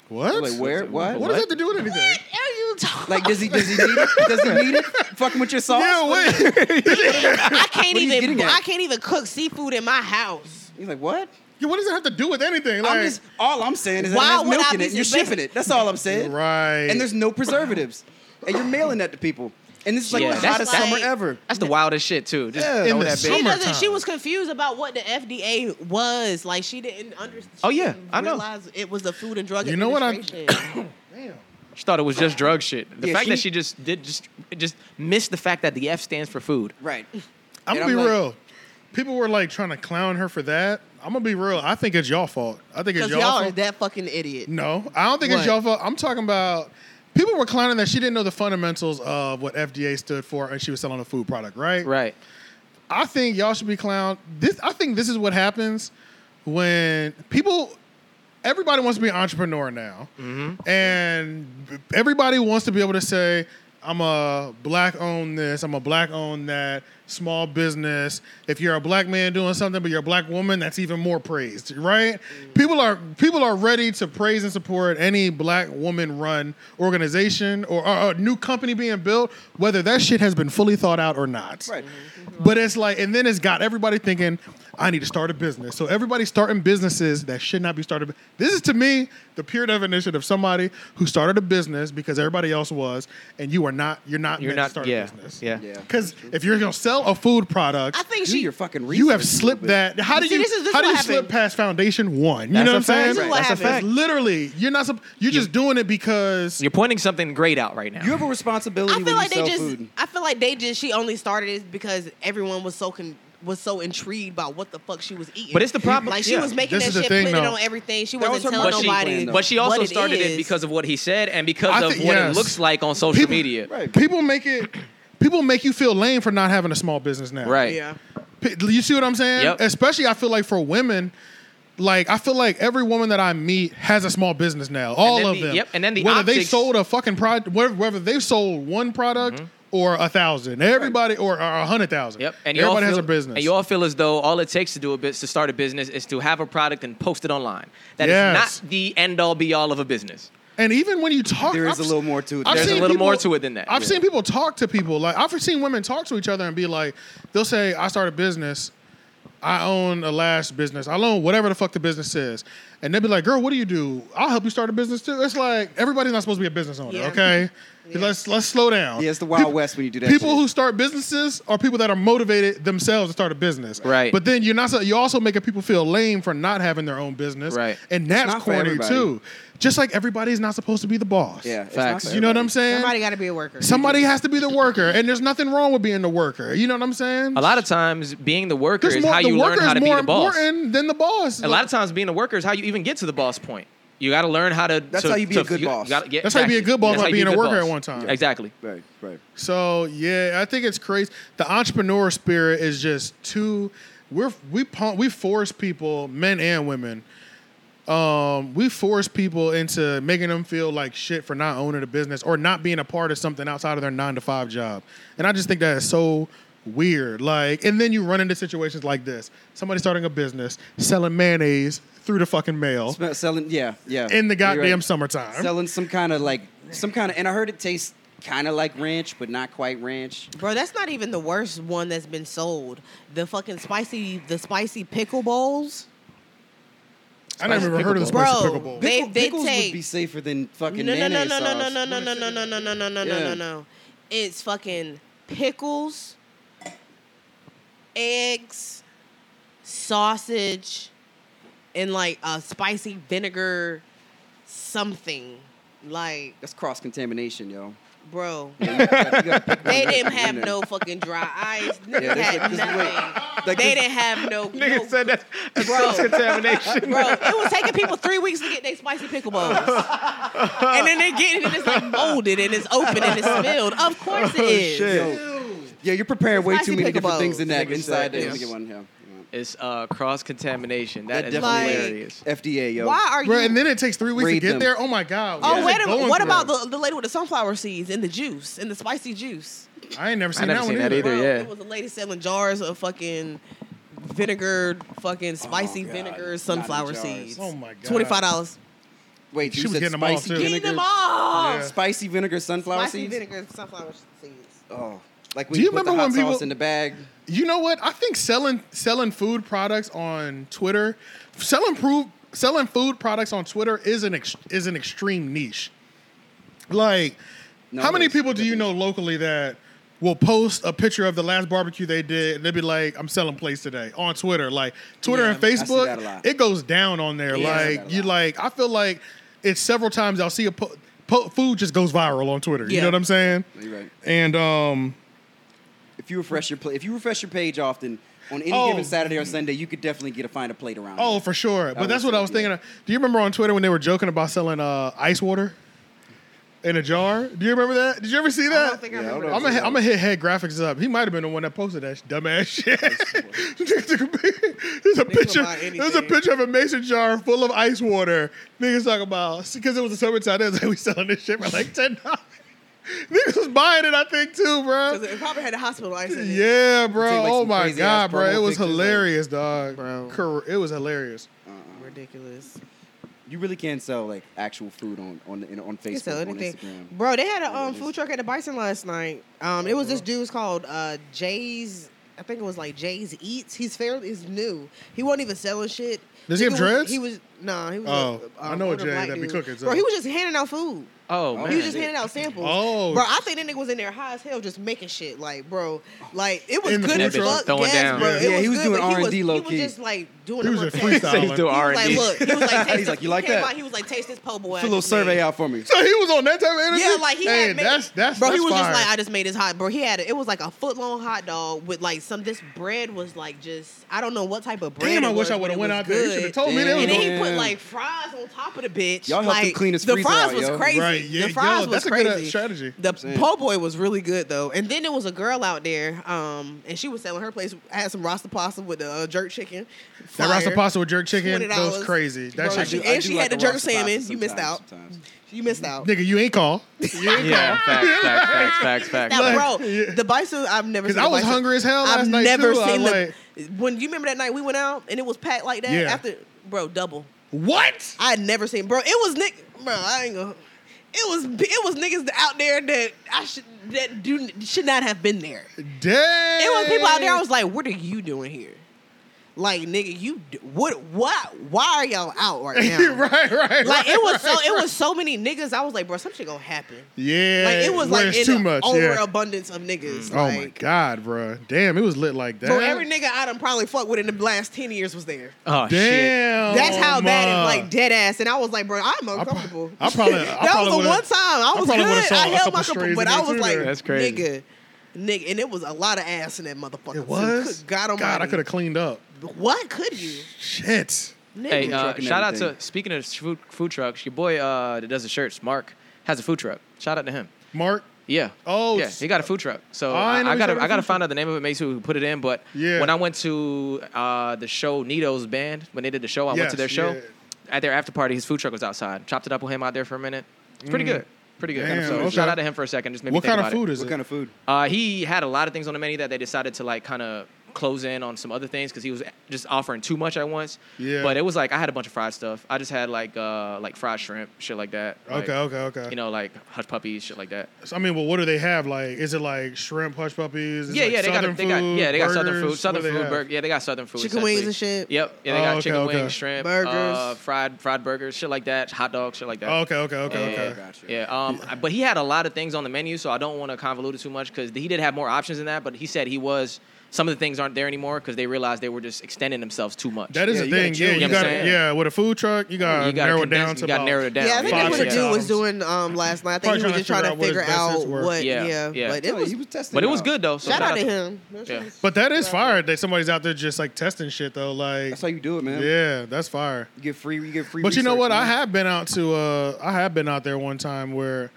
What?
Like, where? What?
What does that have to do with anything?
What are you talking?
Like uh, does he does he need it? Does he need it? Fucking with your sauce?
Yeah, wait.
I can't
What are you
even.
getting at?
I can't even cook seafood in my house.
He's like, what?
Yeah, what does it have to do with anything? Like,
I'm just all I'm saying is
Why
that
would I
it's milking
be
it. and You're
suspicious?
shipping it. That's all I'm saying.
right.
And there's no preservatives. And you're mailing that to people. And this is like
Yeah.
the
That's
hottest
like-
summer ever.
That's the wildest shit too. Just throw
Yeah.
In the
that bitch.
She doesn't. She
Summertime.
was confused about what the FDA was. Like she didn't understand.
Oh, yeah, I know.
Realize it was the Food and Drug
You know what I-
Administration.
Damn.
She thought it was just drug shit. The
Yeah,
fact that
she-
she just did just just missed the fact that the F stands for food.
Right.
I'm
And
gonna
I'm
be
like-
real. People were like trying to clown her for that. I'm gonna be real. I think it's y'all fault. I think it's
Because
y'all.
y'all are
fault.
that fucking idiot.
no, I don't think it's
What?
y'all fault. I'm talking about people were clowning that she didn't know the fundamentals of what FDA stood for, and she was selling a food product, right?
Right.
I think y'all should be clowned. This I think this is what happens when people everybody wants to be an entrepreneur now. And everybody wants to be able to say, I'm a black owned this, I'm a black owned that, small business. If you're a black man doing something, but you're a black woman, that's even more praised, right? People are people are ready to praise and support any black woman run organization or, or a new company being built, whether that shit has been fully thought out or not.
Right.
Mm-hmm. But it's like, and then it's got everybody thinking, I need to start a business. So everybody starting businesses that should not be started. This is to me the pure definition of somebody who started a business because everybody else was, and you are not. You're not.
You're
meant to
not.
start a
Yeah,
business.
yeah.
Yeah.
Because if you're gonna sell a food product,
I think
Do
she.
your fucking research.
you have
a little
slipped
bit.
that. How do
See,
you?
this is- this
how do
what
you
happened.
slip past foundation one? You
That's
know what
a
I'm
fact.
saying?
This is what
That's a
happened.
fact.
Literally, you're not. sup- You're just doing it because
You're pointing something great out right now.
You have a responsibility
I feel
when
like
you
they
sell
just.
food.
I feel like they just. She only started it because everyone was so con, was so intrigued by what the fuck she was eating.
But it's the problem-
Like she
yeah.
was making
This is
that
the
shit,
thing,
putting it
though.
on everything. She
That was
wasn't
her
telling
marketing
nobody.
plan, though.
but she also
what
started it,
is.
because of what he said and because
I
of
think-
what it
yes.
looks like on social
People-
media.
Right.
people make it. People make you feel lame for not having a small business now.
Right.
Yeah.
P- You see what I'm saying?
Yep.
Especially, I feel like for women, like I feel like every woman that I meet has a small business now. All
then
of
the-
them.
yep, and then the
whether they
optics- Mm-hmm.
sold a fucking product, whether, whether they've sold one product or a thousand, everybody or, or a hundred thousand.
Yep. And you all
everybody has
feel,
a business.
And you all feel as though all it takes to do a bit to start a business is to have a product and post it online. That is
Yes.
not the end all be all of a business.
And even when you talk,
There
I've
is a little more to it.
I've
There's a
seen
little more to it than that.
I've
Yeah.
seen people talk to people. Like I've seen women talk to each other and be like, they'll say, "I started a business. I own a lash business. I own whatever the fuck the business is." And they'll be like, "Girl, what do you do? I'll help you start a business too." It's like everybody's not supposed to be a business owner,
Yeah.
okay?
Yeah.
Let's let's slow down.
Yeah, it's the Wild West when you do that
People
shit.
who start businesses are people that are motivated themselves to start a business.
Right.
But then you're not. so- You're also making people feel lame for not having their own business.
Right.
And that's
not for
corny
everybody.
too. Just like everybody's not supposed to be the boss.
Yeah, it's
Facts.
not for
You know what I'm
everybody.
saying?
Somebody got to be a worker.
Somebody has to be the worker, and there's nothing wrong with being the worker. You know what I'm saying?
A lot of times, being the worker
there's
is
more,
how
the
you learn
worker
how
is
to be
more
the boss.
important than the boss.
A lot of times, being a worker is how you even get to the boss point. You got to learn how to.
That's
to-
how you be
to-
a good boss.
gotta get-
That's how you be a
exactly.
good boss
That's
by
how you be
being a
good
worker
boss.
at one time.
Exactly.
Right, right.
So yeah, I think it's crazy. The entrepreneur spirit is just too. We're we pump, we force people, men and women. Um, we force people into making them feel like shit for not owning a business or not being a part of something outside of their nine to five job, and I just think that is so weird. Like, and then you run into situations like this: somebody starting a business, selling mayonnaise through the fucking mail
Smell- Selling, yeah, yeah.
in the
You're right.
goddamn summertime.
Selling some kind of like, some kind of, and I heard it tastes kind of like ranch, but not quite ranch.
Bro, that's not even the worst one that's been sold. The fucking spicy, the spicy pickle bowls.
I never even heard of the
Bro,
spicy pickle bowl.
They- they
pickles
take-
would be safer than fucking
No, no, no,
mayonnaise
no, no, no,
sauce.
no, no, no, no, no, no, no, no, no, no,
Yeah.
no. It's fucking pickles, eggs, sausage, and like a spicy vinegar something. Like,
That's cross contamination, yo.
bro,
You gotta- you gotta pick
they
one
didn't
up in
have
there.
no fucking dry ice.
Yeah,
Niggas
this-
had
this is what-
nothing.
like
They
this-
didn't have no. no-
Nigga said that. That's
Bro.
contamination.
Bro, it was taking people three weeks to get their spicy pickle bowls. and then they're getting it and it's like molded and it's open and it's spilled. Of course it is.
Yeah, you're preparing way
Spicy
too many different
pickleballs.
things in that
Nigga
inside
said
there. Let me
yes.
get one here.
It's uh, cross contamination.
That
that is
definitely-
hilarious.
FDA, yo.
Why are you?
Bro, and then it takes three weeks to
Read
get
them.
there. Oh my god!
oh,
is
wait
it
a
going
minute. What
through?
about the, the lady with the sunflower seeds and the juice and the spicy juice?
I ain't never seen
never
that
seen
one
that
either.
either.
Bro,
yeah.
It was a lady selling jars of fucking vinegar, fucking spicy
God.
vinegar
Not
sunflower
in jars.
seeds.
Oh my God.
Twenty-five dollars.
Wait,
She
you
was
said
getting them all,
spicy
too.
Eat
vinegar,
them all.
Yeah.
spicy vinegar sunflower
Spicy
seeds.
vinegar sunflower seeds.
Oh, like
Do
we
you
put the
remember
hot
when
sauce
people-
in the bag.
You know what? I think selling selling food products on Twitter, selling proof, selling food products on Twitter is an ex, is an extreme niche. Like,
No,
how many
it's-
people do you know locally that will post a picture of the last barbecue they did and they'll be like, "I'm selling place today" on Twitter? Like Twitter
Yeah,
and
I see that a
Facebook,
lot.
it goes down on there.
Yeah, I see
like
that a
you,
lot.
like I feel like it's several times I'll see a po- po- food just goes viral on Twitter. You
Yeah.
know what I'm saying?
No, you're right.
And um,
If you refresh your pla- if you refresh your page often on any
Oh.
given Saturday or Sunday, you could definitely get a find a plate around.
Oh,
it.
for sure. But
would
that's what
say,
I was
yeah.
thinking. Of. Do you remember on Twitter when they were joking about selling uh, ice water in a jar? Do you remember that? Did you ever see that?
I don't think I
Yeah, I
remember.
don't
I'm gonna, hit, I'm gonna hit head graphics up. He might have been the one that posted that sh- dumbass shit. There's a picture.
buy anything.
There's a picture of a mason jar full of ice water. Niggas talk about because it was the summertime. They was like, we selling this shit for like ten dollars. Niggas was buying it, I think, too,
Because
bro.
it probably had a hospital ice in it.
Yeah, bro.
Take, like,
oh
some
my
crazy-ass
god, bro.
promo
It was
pictures, like-
hilarious, dog.
Bro.
Cor- it was hilarious.
Ridiculous.
You really can sell like actual food on on in, on
You
Facebook,
sell
on
anything.
Instagram.
Bro, they had a
Yeah,
um,
it
food
is. Uh-huh.
truck at the Bison last night. Um, it was this dude's called uh, Jay's. I think it was like Jay's Eats. He's fairly is new. He wasn't even selling shit.
Does he have
Nigga was-
dreads?
he was no. He was.
Oh,
a,
I know a
older
Jay
black
that be
dude.
cooking, so-
Bro, he was just handing out food.
Oh
Oh,
man,
He was just
shit.
handing out samples.
Oh.
bro, I think that nigga was in there high as hell, just making shit. Like, bro, like it was
In the
good
food
as
truck?
fuck.
Throwing
yes,
down.
bro.
Yeah.
It
Yeah,
was
he was
good,
doing
but he
R&D low
He was
key.
just like doing.
He
it
was
on
a
taste.
freestyler.
Say he's doing
He was
R&D.
like, look, he was like,
He's
taste
like,
this-
you like
he came
that?
out, He was like, taste this po' boy. I
a little
just made.
survey out for me.
So he was on that type of interview.
Yeah, like he
hey,
had made,
that's that's
bro.
That's
he was
fire.
just like, I just made his hot, bro. He had it. It was like a foot long hot dog with like some. This bread was like just I don't know what type of bread.
Damn,
it
I wish
was,
I
but
would
it
have went
was
out there. You should have
good.
told me
Damn.
that
And
was
then
going.
he put
Yeah.
like fries on top of the bitch.
Y'all helped him
like,
clean his
The
freezer
fries
out,
was
yo.
crazy.
Right, yeah,
the fries
yo,
was
that's a good,
crazy.
uh, strategy.
The
saying.
po' boy was really good though. And then there was a girl out there, um, and she was selling her place. had some rasta pasta with the uh, jerk chicken.
That
Fire.
rasta pasta with jerk chicken, that was
$20.
crazy. That
Bro,
shit,
she-
you-
and she had
the
the jerk
Ross pasta
salmon. You missed
sometimes,
out.
sometimes.
You missed out.
nigga, you ain't call. You ain't
Yeah,
call.
facts, facts, facts, facts, facts.
Now,
Like,
bro,
yeah.
the bison. I've never.
'Cause
seen
I
the
was
bison.
hungry as hell
I've
last night,
never
too. I
seen the. when you remember that night we went out and it was packed like that.
Yeah.
After, bro, double.
What?
I had never seen, bro. It was Nick, bro. I ain't gonna. It was it was niggas out there that I should that do should not have been there.
Damn.
It was people out there. I was like, what are you doing here? Like, nigga, you d- what? What? Why are y'all out right now?
right, right. right,
Like it was so
right,
it
right.
was so many niggas. I was like, bro, some shit gonna happen.
Yeah.
Like it was
where
like
it's
in
too
a
much. yeah.
overabundance of niggas.
Oh
like,
my god, bro. Damn, it was lit like that.
So every nigga I done probably fucked with in the last ten years was there.
Oh shit.
Damn.
That's how bad and
ma.
like dead ass. And I was like, bro, I'm uncomfortable.
I probably- I
that
probably
was the
would've-
one time I
I
was
probably would've
good.
saw
I
a
held
couple
my computer,
strays
but
in
I
there
was
too,
like,
though.
That's crazy.
nigga, nigga, and it was a lot of ass in that motherfucker.
It was.
Good God Almighty.
God, I could have cleaned up.
What could you,
Shit.
nigga?
Hey, uh,
truck and
shout out
everything.
to speaking of food, food trucks, your boy uh, that does the shirts, Mark, has a food truck. Shout out to him.
Mark.
Yeah.
Oh,
Yeah,
s-
he got a food truck. So
Oh, I
I,
didn't know
I
he
gotta
started a
I gotta
food
find out the name of it. Mason who put it in. But
Yeah.
when I went to uh, the show Nito's band when they did the show, I went
Yes,
to their show.
yeah.
At their after party, his food truck was outside. Chopped it up with him out there for a minute. It's pretty good. Pretty good.
Mm. Damn,
so
okay.
shout out to him for a second. Just made me
What
think
kind of
about it.
food is
What
it?
kind of food?
Uh, he had a lot of things on the menu that they decided to like kind of close in on some other things because he was just offering too much at once.
Yeah.
But it was like I had a bunch of fried stuff. I just had like uh like fried shrimp, shit like that. Like,
Okay, okay, okay.
You know, like hush puppies, shit like that.
So, I mean, well, what do they have? Like, is it like shrimp hush puppies? Is it
yeah,
like
yeah, they got,
southern
they got
food,
yeah, they got southern
burgers?
food, southern
What do they
food
have?
burger. Yeah, they got southern food.
Chicken wings
essentially.
and shit?
Yep. Yeah, they
Oh,
got
okay,
chicken
okay.
wings, shrimp,
Burgers.
uh, fried fried burgers, shit like that, hot dogs, shit like that.
Oh, okay, okay, okay,
Yeah,
okay.
Gotcha.
Yeah, um, I- but he had a lot of things on the menu, so I don't want to convolute it too much because he did have more options than that. But he said he was some of the things aren't there anymore because they realized they were just extending themselves too much.
That is
Yeah,
the
you gotta
thing.
chill,
Yeah,
you
you
know what I'm
got
saying?
yeah with a food truck, you got to
you gotta
narrow it
condense-
down to
you gotta
about
narrow it down.
Yeah, I think
Five,
that's what
six
dude was
items.
doing um, last night. I think
Probably
he was just trying to figure
what his
out
best is
what.
worth.
Yeah,
Yeah,
yeah.
but
Yeah,
it was.
he was testing.
But it
out.
was good though. So
Shout out to him.
Yeah.
But that is fire. That somebody's out there just like testing shit though. Like,
That's how you do it, man.
yeah, that's fire.
You get free. You get free.
But you know
research,
what? I
man.
have been out to uh I have been out there one time where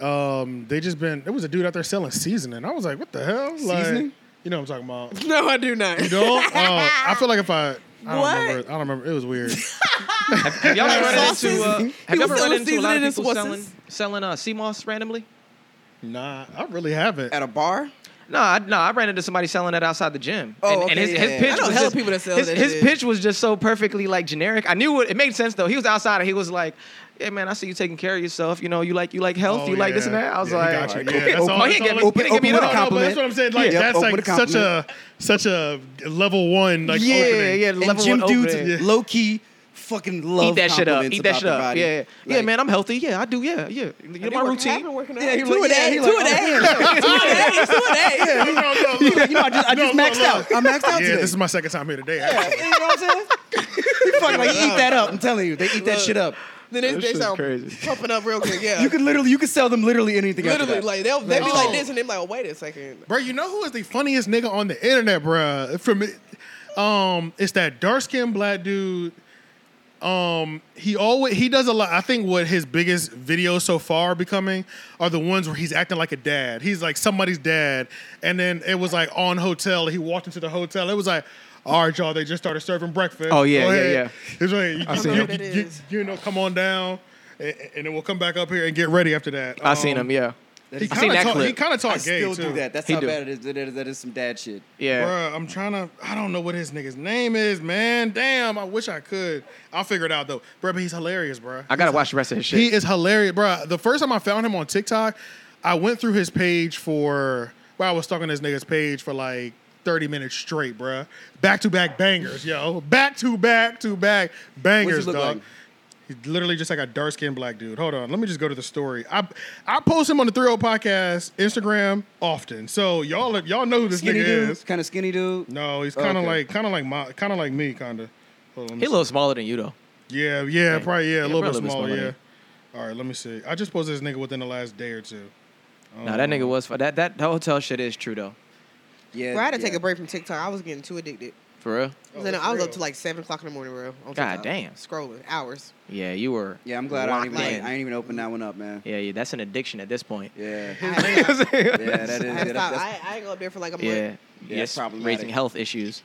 um they just been there was a dude out there selling seasoning. I was like, what the hell? Like,
Seasoning?
You know what I'm talking about.
No, I do not.
You don't? Oh, I feel like if I I don't
What?
remember. I don't remember. It was weird.
Have, have y'all ever run
Sauces.
into uh,
He
have
was
y'all ever run
selling
into a lot
seasoning
of people
and
selling
sauces.
selling uh, sea moss randomly?
nah, I really haven't.
at a bar.
No, I, no, I ran into somebody selling that outside the gym.
Oh,
and,
okay,
and his,
yeah,
his
yeah.
pitch
I
know
was
hella
just,
people that sell
his,
that
his
shit.
pitch was just so perfectly like generic. I knew it, it made sense though. He was outside and he was like, "Yeah, man, I see you taking care of yourself. You know, you like you like health.
Oh,
you like this
yeah.
and that." I was
Yeah, he
like,
got you.
"All right,
Yeah,
cool."
that's all-
Oh, he
that's
ain't
all
getting-
it-
open-
No,
open
no,
with a
no, but
compliment.
That's what I'm saying. Like
Yeah,
that's
open
like
with a
such a such a level one like
Yeah,
opening.
yeah,
and
level
gym
one
dudes
opening.
low key fucking love
Eat that shit up.
compliments
Eat that
about
shit
their
up.
body.
Yeah, yeah. yeah,
Like,
man. I'm healthy. Yeah, I do. Yeah, yeah. You know, my routine.
Yeah,
he
two
like-
a
yeah,
day,
he
two
like,
a day,
oh,
two a day, two a day.
No, no, no, no.
You know, I just, I just
No, no,
maxed
no.
out. I maxed out
Yeah,
today.
this is my second time here today. actually.
you know what I'm saying? They fucking like eat that up. I'm telling you, they eat that
Look.
shit up.
Then they, they
shit's
start
crazy.
pumping up real quick. Yeah,
You could literally, you could sell them literally anything. after
literally
that.
like they'll they be
Oh.
like this, and they're like, oh, wait a second.
Bro, you know who is the funniest nigga on the internet, bro? From um, it's that dark skinned black dude. Um, he always he does a lot. I think what his biggest videos so far are becoming are the ones where he's acting like a dad. He's like somebody's dad, and then it was like on hotel. He walked into the hotel. It was like. All right, y'all. They just started serving breakfast.
Oh, yeah,
Go
yeah,
ahead." It's like you,
seen
you-
him.
you- you- you know, come on down, and, and then we'll come back up here and get ready after that.
I seen
Um,
him. Yeah,
He
I seen
kind of
that
talk, he
clip.
kind of
I
talk gay
still
too.
do that. That's
He
how
do.
bad it is. That is, that is some dad shit.
yeah.
Bruh, I'm trying to. I don't know what his nigga's name is, man. Damn, I wish I could. I'll figure it out though, bruh. But he's hilarious, bruh.
I gotta watch the rest of his shit.
He is hilarious, bruh. The first time I found him on TikTok, I went through his page for. Well, I was stalking this nigga's page for like 30 minutes straight, bruh. Back to back bangers, yo. Back to back to back bangers,
look
dog.
like?
He's literally just like a dark skinned black dude. Hold on, let me just go to the story. I I post him on the 30 podcast Instagram often, so y'all y'all know who this
Skinny
nigga
dude,
is.
kind of skinny dude.
No, he's kind of
Okay.
like kind of like my kind of like me, kind of. Hold on, let me
He a little smaller than you though.
yeah, yeah,
Right.
probably yeah, a
Yeah,
little bit
probably a bit
smaller.
smaller,
yeah. All right, let me see. I just posted this nigga within the last day or two. Um,
Nah, that nigga was that that hotel shit is true though.
Yeah,
Bro, I had to
yeah.
take a break from TikTok. I was getting too addicted.
For real?
Oh,
Then
it's
I was
real.
up to like seven o'clock in the morning, bro. on
God
TikTok,
damn.
Scrolling hours.
Yeah, you were.
Yeah, I'm glad I
locked
didn't, even,
in.
I didn't even open that one up, man.
yeah, yeah, that's an addiction at this point.
Yeah,
I
yeah,
had to stop.
that is.
I,
Yeah,
had to stop.
that's-
I, I ain't go up there for like a month.
Yeah,
Yeah,
yes,
problematic.
raising health issues.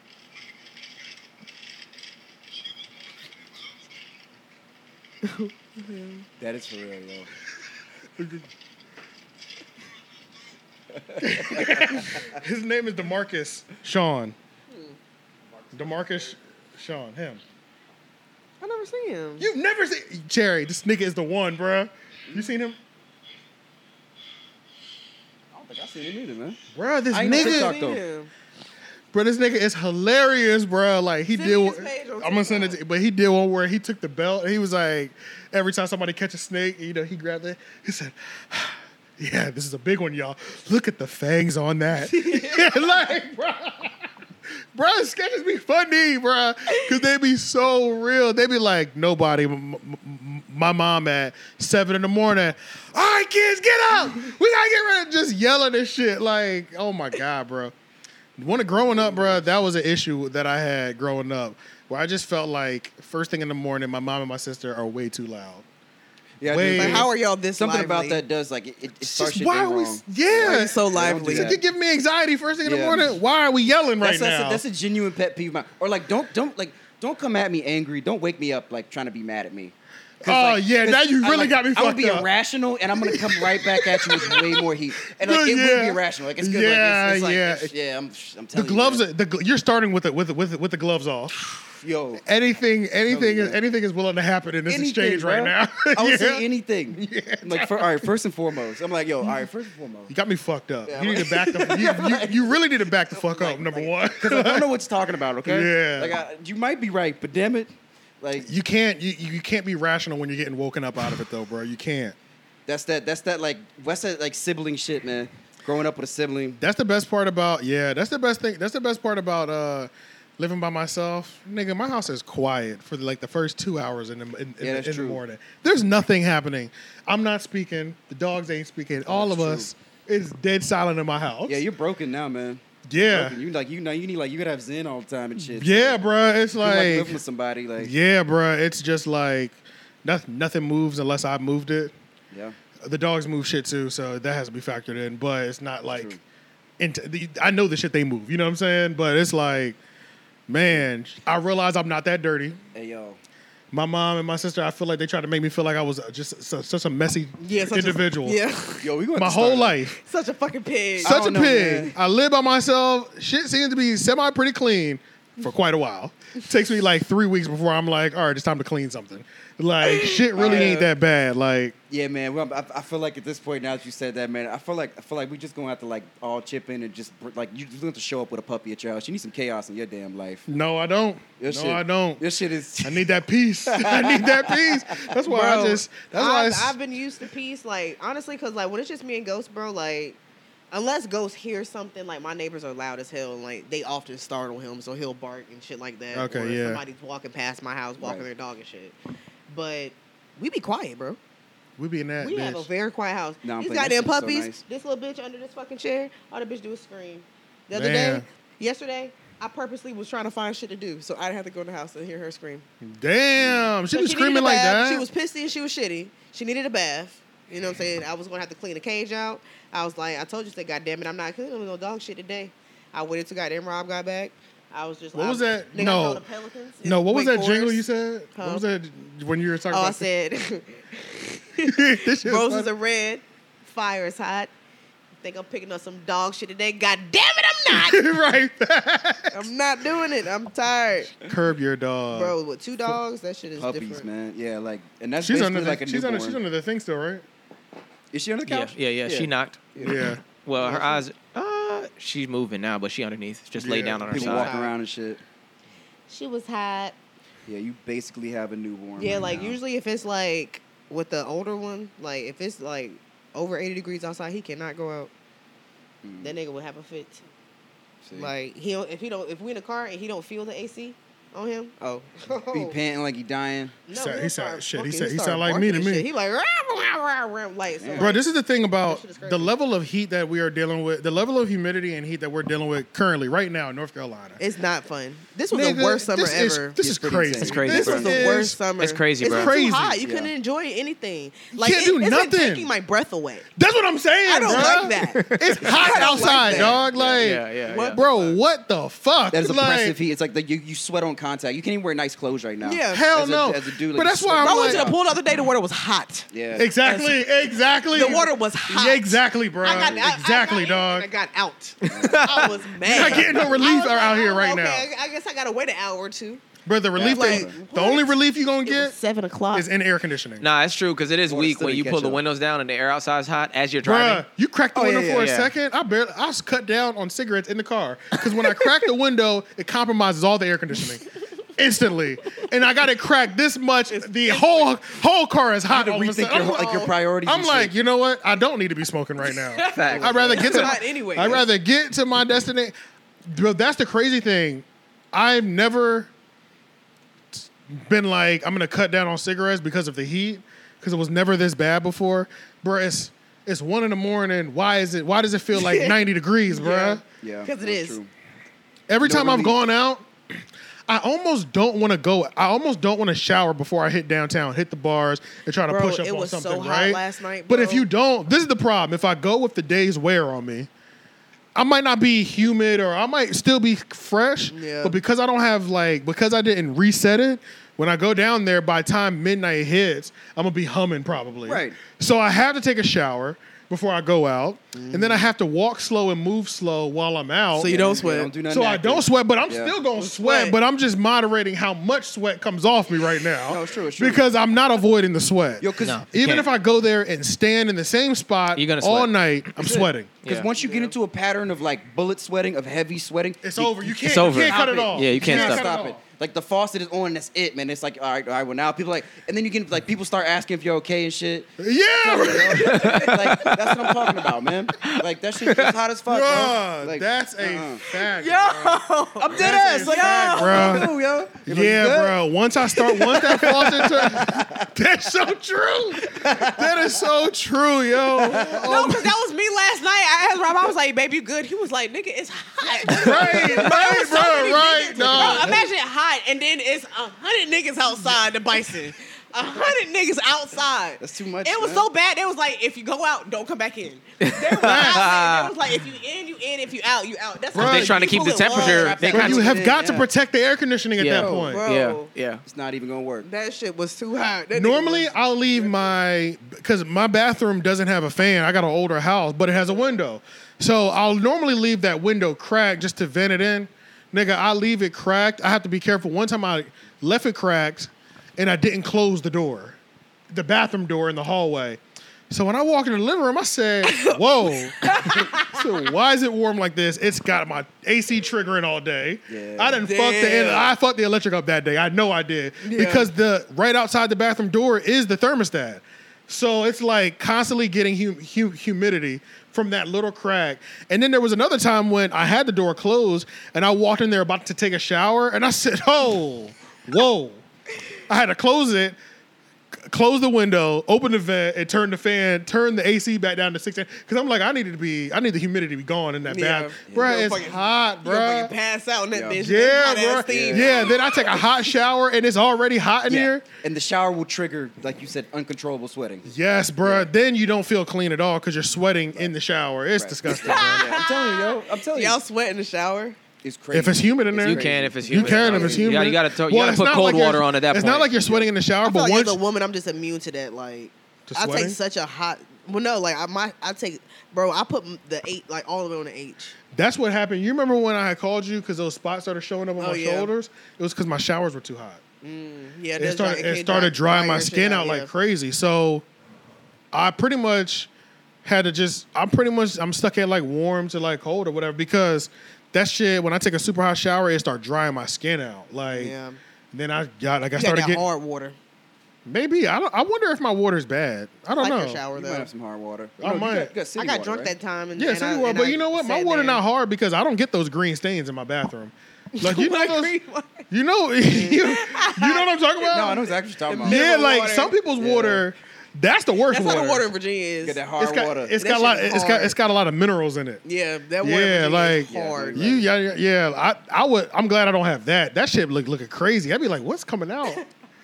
that is for real, yo.
His name is Demarcus Sean. Demarcus Sean, him.
I never seen him.
You've never seen Jerry. This nigga is the one, bruh. You seen him,
I don't think I seen it either, man.
bruh? This
I ain't no TikTok,
nigga,
though.
him.
bruh. This nigga is hilarious, bruh. Like he
Send
did.
me
one-
his page on
I'm gonna send it, to,
TikTok.
you, but he did one where he took the belt. He was like, every time somebody catch a snake, you know, he grabbed it. He said. Yeah, this is a big one, y'all. Look at the fangs on that. like, bruh. Bruh, sketches be funny, bruh. Cause they be so real. They be like, nobody, m- m- m- my mom at seven in the morning, all right, kids, get up. We gotta get ready. Just yelling and shit. Like, oh my God, bro. When growing up, bruh, that was an issue that I had growing up where I just felt like first thing in the morning, my mom and my sister are way too loud.
Yeah,
Wait.
But how are y'all this
something about
lively?
that does like it, it, it
It's
starts
just,
shit
why
being
are we,
wrong.
yeah.
Why are you so
do
lively?
that.
You're giving me anxiety first thing in the
Yeah.
morning. Why are we yelling right
that's,
now?
That's a, that's a genuine pet peeve, of mine. or like don't don't like don't come at me angry. Don't wake me up like trying to be mad at me. 'Cause,
Oh,
like-
yeah,
'cause
now you
I,
really
like,
got me
I
fucked
would be
up.
irrational, and I'm gonna come right back at you with way more heat, and like it
Yeah.
would be irrational. Like it's good.
Yeah,
like, it's, it's like,
yeah.
it's- yeah. I'm, I'm
the
telling
gloves.
you,
Are, the, gl- you're starting with it with with with the gloves off.
man. yo.
Anything, anything,
you,
is,
man.
anything is willing to happen in this
Anything,
exchange right
bruh.
now.
I would
Yeah.
say anything. Like, for, all right, first and foremost, I'm like, yo, all right, first and foremost,
You got me fucked up.
Yeah,
you need
like-
to back the. You, you, you really need to back the fuck up.
Like-
Number
like-
one.
because I don't know what you're talking about. Okay,
Yeah.
Like, I, you might be right, but damn it, like
You can't. You, you can't be rational when you're getting woken up out of it though, bro. You can't.
That's that. That's that. Like what's that like sibling shit, man. Growing up with a sibling.
That's the best part about yeah. That's the best thing. That's the best part about uh, living by myself, nigga. My house is quiet for like the first two hours in the in, in
Yeah,
the-
that's
in the
true.
morning. There's nothing happening. I'm not speaking. The dogs ain't speaking. All of
Oh, that's true.
us. It's dead silent in my house.
Yeah, you're broken now, man.
yeah,
Broken. You like you know you need like you gotta have zen all the time and shit.
yeah, bruh. It's
You, like,
like,
living with somebody, like yeah.
yeah, bruh. It's just like nothing. Nothing moves unless I moved it. The dogs move shit too, so that has to be factored in. But it's not like,
True.
into, the, I know the shit they move. You know what I'm saying? But it's like, man, I realize I'm not that dirty.
Hey yo,
My mom and my sister, I feel like they tried to make me feel like I was just such, such a messy
Yeah, such a-
individual.
yeah,
yo, we going
My
to start
whole
a-
life.
such a fucking pig.
I
Such a
don't know,
pig.
man.
I live by myself. Shit seems to be semi pretty clean for quite a while. takes me like three weeks before I'm like, all right, it's time to clean something. Like shit really ain't that bad. Like
Yeah, man. Well, I, I feel like at this point now that you said that, man, I feel like I feel like we just gonna have to like all chip in and just br- like you just gonna have to show up with a puppy at your house. You need some chaos in your damn life.
no, I don't.
Your
no,
shit,
I don't.
Your shit is.
I need that peace. I need that peace. That's why I
Bro,
just. That's why. I
I've,
s-
I've been used to peace, like honestly, because like when it's just me and Ghost, bro, like unless Ghost hears something, like my neighbors are loud as hell, and like they often startle him, so he'll bark and shit like that.
Okay,
or
yeah.
Somebody's walking past my house, walking
Right.
their dog and shit. But we be quiet, bro.
we be in that.
We have a
bitch.
very quiet house.
Nah, I'm
These
playing. That
goddamn
shit's so
puppies.
nice.
This little bitch under this fucking chair. All the bitch do is scream. The other
Man.
day, yesterday, I purposely was trying to find shit to do, so I didn't have to go in the house and hear her scream.
Damn, she
So
was
needed
screaming
a
like that.
bath. She was pissy and she was shitty. She needed a bath. You know what I'm saying? I was gonna have to clean the cage out. I was like, I told you, said, God damn it, I'm not cleaning no dog shit today. I waited till goddamn Rob got back. I was just
What
I-
was that?
Nigga, I
No.
called the Pelicans in
no, what was
Wake
that jingle
Forest.
you said?
Huh?
What was that when you were talking
Oh, I
about?
said,
this shit was
roses
funny.
are red, fire is hot. Think I'm picking up some dog shit today? God damn it,
right.
I'm not. I'm not doing it. I'm tired,
Curb your dog.
bro. With two dogs, that shit is
Uh, Puppies,
different.
man. Yeah, like, and that's
She's
basically
under, the,
like a
she's,
newborn.
under, she's under the thing still, right?
Is she under the
Yeah,
couch?
yeah, yeah, She knocked.
Yeah.
Well, her eyes. Uh, she's moving now, but she underneath, just laid
Yeah,
down on her
People
side.
walk around and shit.
She was hot.
Yeah, you basically have a newborn.
Yeah,
right
like
now.
usually if it's like with the older one, like if it's like over 80 degrees outside, he cannot go out.
Mm,
That nigga would have a fit.
see.
Like he don't, if he don't if we in the car and he don't feel the AC on him. Oh,
be panting like you dying.
No,
Sa-
he'll
he
start
sa- shit, he
barking.
sa-
He'll
he
start
sound like
barking
me to
and
me.
shit. He like, rah, rah, rah, rah, like so,
Yeah.
Bro, this is the thing about
shit is crazy.
the level of heat that we are dealing with, the level of humidity and heat that we're dealing with currently, right now in North Carolina.
It's not fun. This was the
Nigga,
worst summer
this is-
ever.
this
Yeah,
is
it's pretty
crazy.
insane. It's
crazy,
this
bro.
was the
is-
worst summer.
It's crazy,
it's
bro.
too
Crazy.
hot. You couldn't
Yeah.
enjoy anything. Like
can't
it-
do
it's been
nothing.
taking my breath away.
That's what I'm saying.
I don't
bruh.
like that.
It's hot outside,
that.
dog. Like,
yeah, yeah,
What
yeah.
bro, what the fuck?
That is
Like,
oppressive heat. It's like the, you, you sweat on contact. You can't even wear nice clothes right now.
Yeah.
Hell
As a-
no.
as a dude, like,
but
you
that's
sweat
why I'm
I went
like, uh,
to the pool the other day. The water was hot.
Yeah.
exactly, exactly.
The water was hot.
Yeah, exactly, bro.
I got I- I
exactly,
got
dog.
in and I got out. I was mad.
You're not getting no relief
I was
out
like,
here
oh,
right
okay,
now.
I I guess I gotta wait an hour or two.
Bro, the relief,
Like,
that-
what?
the only relief you're gonna
It was
get
seven o'clock.
is in air conditioning.
Nah, that's true because it is
Water
weak
still
when
didn't
you
get
pull the
you.
windows down and the air outside's hot as you're driving.
Bruh, you cracked the
Oh, yeah,
window
yeah,
for a
yeah.
second. I barely, I just cut down on cigarettes in the car because when I crack the window, it compromises all the air conditioning instantly, and I got it cracked this much. the whole whole car is hot.
You
all of a
have to rethink
sudden.
your, like, your priorities.
I'm
and
like,
shit.
you know what? I don't need to be smoking right now.
Facts.
I'd rather get to my,
Not anyway.
I'd rather get to my destiny. Bro, that's the crazy thing. I've never been like, I'm gonna cut down on cigarettes because of the heat, because it was never this bad before. Bro, it's it's one in the morning. Why is it why does it feel like 90 degrees, bruh?
yeah,
'Cause it
that's
is.
true.
Every
No
time I've
relief.
gone out, I almost don't want to go. I almost don't want to shower before I hit downtown, hit the bars, and try to
Bro,
push up
it
on
was so
something.
hot
right?
last night,
But if
bro.
you don't, this is the problem. If I go with the day's wear on me, I might not be humid or I might still be fresh.
Yeah.
But because I don't have like because I didn't reset it. When I go down there, by the time midnight hits, I'm gonna be humming probably.
Right.
So I have to take a shower before I go out, and then I have to walk slow and move slow while I'm out.
So you don't
Yeah,
sweat.
Don't do
So
nothing
I
active.
don't sweat, but I'm
Yeah.
still gonna sweat,
sweat.
but I'm just moderating how much sweat comes off me right now.
No, it's true, it's true.
Because I'm not avoiding the sweat.
Yo, because
No.
Even
can't.
if I go there and stand in the same spot
You're gonna
all
sweat.
night, I'm sweating.
Yeah.
once you get into a pattern of like bullet sweating, of heavy sweating,
It's
you-
over. You can't,
over.
You can't cut
Stop
it
it.
off.
Yeah, you can't
cut
stop
it.
it.
off.
Like the faucet is on, that's it, man. It's like, all right, all right, well now people like, and then you can like people start asking if you're okay and shit.
Yeah,
You know? like that's what I'm talking about, man. Like that shit is hot as fuck, bro.
bruh,
Like,
that's a
uh-uh.
fact.
I'm dead ass, like,
fact,
yo,
bro.
yo. You're like,
Yeah,
good?
bro. Once I start, once that falls into, that's so true. That is so true, yo.
No,
Oh,
because that was me last night. I asked Rob, I was like, babe, you good? He was like, nigga, it's hot.
right, right, bro, right, dog.
Bro, imagine it hot and then it's a hundred niggas outside the bison. A hundred niggas outside.
That's too much,
It was
man.
so bad. They was like, if you go out, don't come back in. They were outside. They was like, if you in, you in. If you out, you out. That's
Bro,
how
they
many
trying to keep
people
the
it was.
temperature- they
Bro,
kinda-
you have got to
Yeah.
protect the air conditioning at
Yeah.
that point.
Bro.
Yeah, yeah.
It's not even gonna work.
That shit was too hot. That nigga
Normally,
was-
I'll leave my because my bathroom doesn't have a fan. I got an older house, but it has a window, so I'll normally leave that window cracked just to vent it in. Nigga, I leave it cracked. I have to be careful. One time, I left it cracked, and I didn't close the door, the bathroom door in the hallway. So when I walk in the living room, I said, "Whoa, so why is it warm like this? It's got my AC triggering all day.
Yeah.
I didn't fuck
Damn.
the I fucked the electric up that day. I know I did because the right outside the bathroom door is the thermostat. So it's like constantly getting hum, hum, humidity from that little crack. And then there was another time when I had the door closed and I walked in there about to take a shower and I said, "Oh, whoa!" I had to close it close the window, open the vent, and turn the fan, turn the AC back down to six. Because I'm like, I need it to be, I need the humidity to be gone in that
Yeah.
bath,
Yeah.
Bruh,
You'll
It's
fucking-
hot,
You gonna
bruh.
fucking pass out in that
Yeah.
bitch.
Yeah,
That hot-ass
bruh.
steam.
Yeah. Then I take a hot shower and it's already hot in
Yeah.
here.
And the shower will trigger, like you said, uncontrollable sweating.
Yes, bruh. Then you don't feel clean at all because you're sweating in the shower. It's
Right.
disgusting. bruh.
Yeah, I'm telling you, yo. I'm telling
Y'all
you.
sweat in the shower.
It's crazy.
If it's humid in there,
You can if it's
You
humid.
can if it's humid.
Yeah, you gotta throw- you gotta
it's
put
not
cold
you're-
water on at that
It's not
point.
like you're sweating in the shower,
I feel
but
like
once
as a woman, I'm just immune to that. Like,
To
I
sweating?
take such a hot. Well, no, like I might. I take, bro. I put m- the eight like all the way on the H.
That's what happened. You remember when I had called you because those spots started showing up on
Oh,
my
yeah.
shoulders? It was because my showers were too hot.
Yeah,
it
that's right.
started, it
can
started
dry-
drying
dry
my
your shit
skin out like
yeah.
crazy. So I pretty much had to just I'm pretty much I'm stuck at like warm to like cold or whatever because that shit when I take a super hot shower it start drying my skin out like
Yeah.
then I got like I
You got
started
that
getting
hard water.
maybe I don't I wonder if my water's bad I don't
like
know
your shower
You
though.
might have some hard water.
I
you
might.
got- you got city
I got
water,
drunk that
right?
time. And,
yeah
and
so
I-
anyway,
and
but
I
you know what my
sat
water
there.
not hard because I don't get those green stains in my bathroom like you know
My
those,
green water.
you know you, you know what I'm talking about
No, I know exactly what you're talking about.
yeah
Mineral
like
water.
some people's
Yeah.
water that's the worst
That's
water
how the water in Virginia is.
Get that
it's
hard
got
water.
it's
That
got a lot
shit is
it's got
hard.
it's got a lot of minerals in it
Yeah, that water
Yeah,
in Virginia is
like- Yeah,
hard.
You yeah yeah yeah. I I would. I'm glad I don't have that. That shit look looking crazy. I'd be like, what's coming out?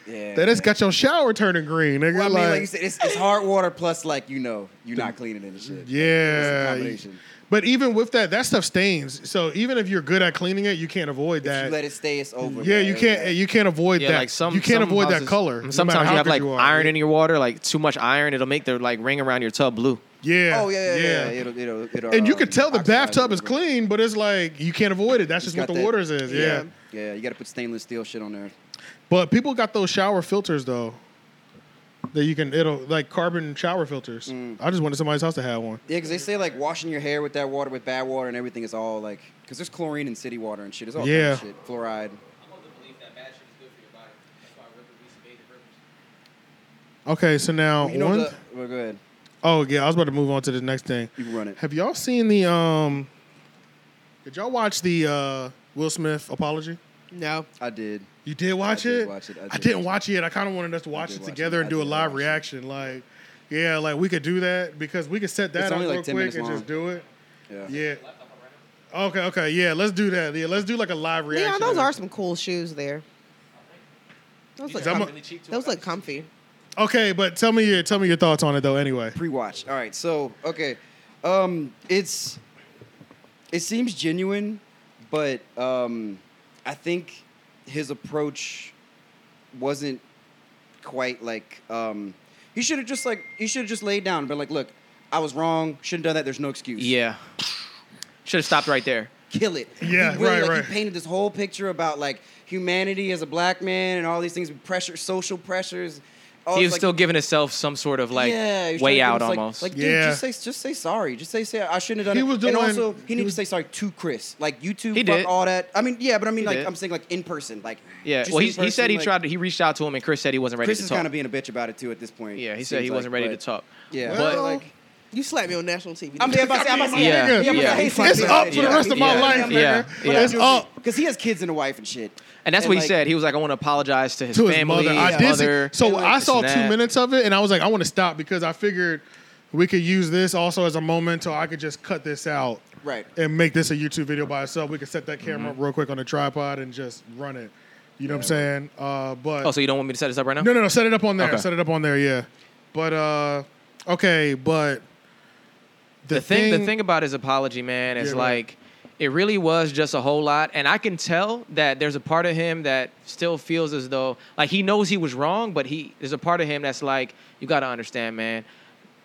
yeah.
that it's got your shower turning green, nigga.
Well, I mean, like,
like,
you said, it's, it's hard water plus like you know you're not cleaning it and shit. It's a
yeah.
combination.
But even with that, that stuff stains. So even if you're good at cleaning it, you can't avoid
If you
that.
let it stay, it's over.
yeah,
man.
you can't. You can't avoid
Yeah,
that.
like some
you can't
some
avoid that
houses-
color. no matter
Sometimes
how
you have
good
like
are.
iron in your water, like too much iron, it'll make the like ring around your tub blue.
Yeah.
Oh yeah, yeah, yeah. It'll, it'll, it'll,
And you
um,
can tell the
oxidize
bathtub
it
is
a little bit.
clean, but it's like you can't avoid it. That's
It's
just what the
got that-
waters is.
yeah.
Yeah.
Yeah, you got to put stainless steel shit on there.
But people got those shower filters though. That you can it'll like carbon shower filters.
Mm.
I just wanted somebody's house to have one.
Yeah, because they say like washing your hair with that water, with bad water and everything is all like, because there's chlorine in city water and shit. It's all
Yeah.
yeah. shit, fluoride.
Okay, so now
you know
one
the, well, go ahead.
Oh yeah, I was about to move on to the next thing.
You can run it.
Have y'all seen the um Did y'all watch the uh Will Smith apology?
No.
I did.
You did watch
I did
it?
watch it, I
I,
did.
didn't watch it. yet. I kind of wanted us to watch
did
it
watch it.
together and
I
do a
did
live
watch it.
reaction. Like, yeah, like we could do that because we could set that
It's
up
only, like,
real
10
quick
minutes
and just
long.
do it.
Yeah.
Yeah. Okay, okay, yeah, let's do that. Yeah, let's do like a live reaction.
Leon, those are some cool shoes there. Those look,
said
com-
I'm a-
those look comfy.
Okay, but tell me your tell me your thoughts on it though. Anyway,
pre-watch. All right, so okay, um, it's it seems genuine, but um, I think his approach wasn't quite like um, he should have just like he should have just laid down and been like, look, I was wrong, shouldn't have done that. There's no excuse.
Yeah, should have stopped right there.
kill it.
Yeah,
he really,
right,
like,
right.
He painted this whole picture about like humanity as a black man and all these things, pressure, social pressures. all
he
this,
was
Oh, like,
still giving himself some sort of like
he was
way
trying to
out
give us, like-
almost.
Like, dude,
Yeah.
just say just say sorry. Just say say I shouldn't have done
He
it.
was doing-
and also
he
he needed
was-
to say sorry to Chris. Like you two
He
fuck
did.
all that. I mean, yeah, but I mean
He
like
did.
I'm saying like in person. Like
yeah,
just
well, he,
in
he said
person,
he
like,
tried. To, he reached out to him, and Chris said he wasn't ready
Chris
to
is
talk.
kind of being a bitch about it too at this point.
yeah, he
seems
said he
like,
wasn't ready to
but-
talk.
Yeah,
Well-
but like
You slapped me on national TV.
I'm
didn't
I'm about to say I'm about to say
Yeah,
I'm about to
yeah.
say, hey, fuck
it's
you.
up for the
Yeah,
rest of my
yeah,
life,
yeah,
nigga.
yeah.
It's up.
Because he has kids and a wife and shit.
And that's what he
like,
said. He was like, I want to apologize to his
To his
family,
mother, I
his
did. See,
mother,
so
this
I
and
saw two
that.
minutes of it, and I was like, I want to stop because I figured we could use this also as a moment, so I could just cut this out,
Right.
and make this a YouTube video by itself. We could set that
Mm-hmm.
camera up real quick on the tripod and just run it. You know what I'm saying? Uh, but
Oh, so you don't want me to set this up right now?
No, no, no. Set it up on there.
Okay.
Set it up on there. Yeah. But uh, okay, but
the, thing, the thing about his apology, man, is
Yeah, right.
like it really was just a whole lot, and I can tell that there's a part of him that still feels as though like he knows he was wrong, but he there's a part of him that's like, you got to understand, man.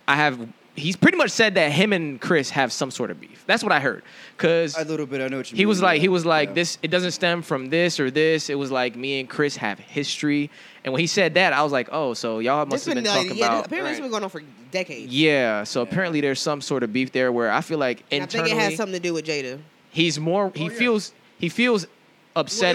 I have. He's pretty much said that him and Chris have some sort of beef. That's what I heard. Cause
a little bit. I know what you mean.
he was like he
yeah,
was like
yeah.
this it doesn't stem from this or this it was like me and chris have history and when he said that i was like oh so y'all
It's
must have been,
like,
talking
yeah,
about
apparently it's
right.
been going on for decades.
yeah so apparently there's some sort of beef there where i feel like
And I think
internally
it has something to do with Jada.
he's more he
Oh, yeah.
feels he feels upset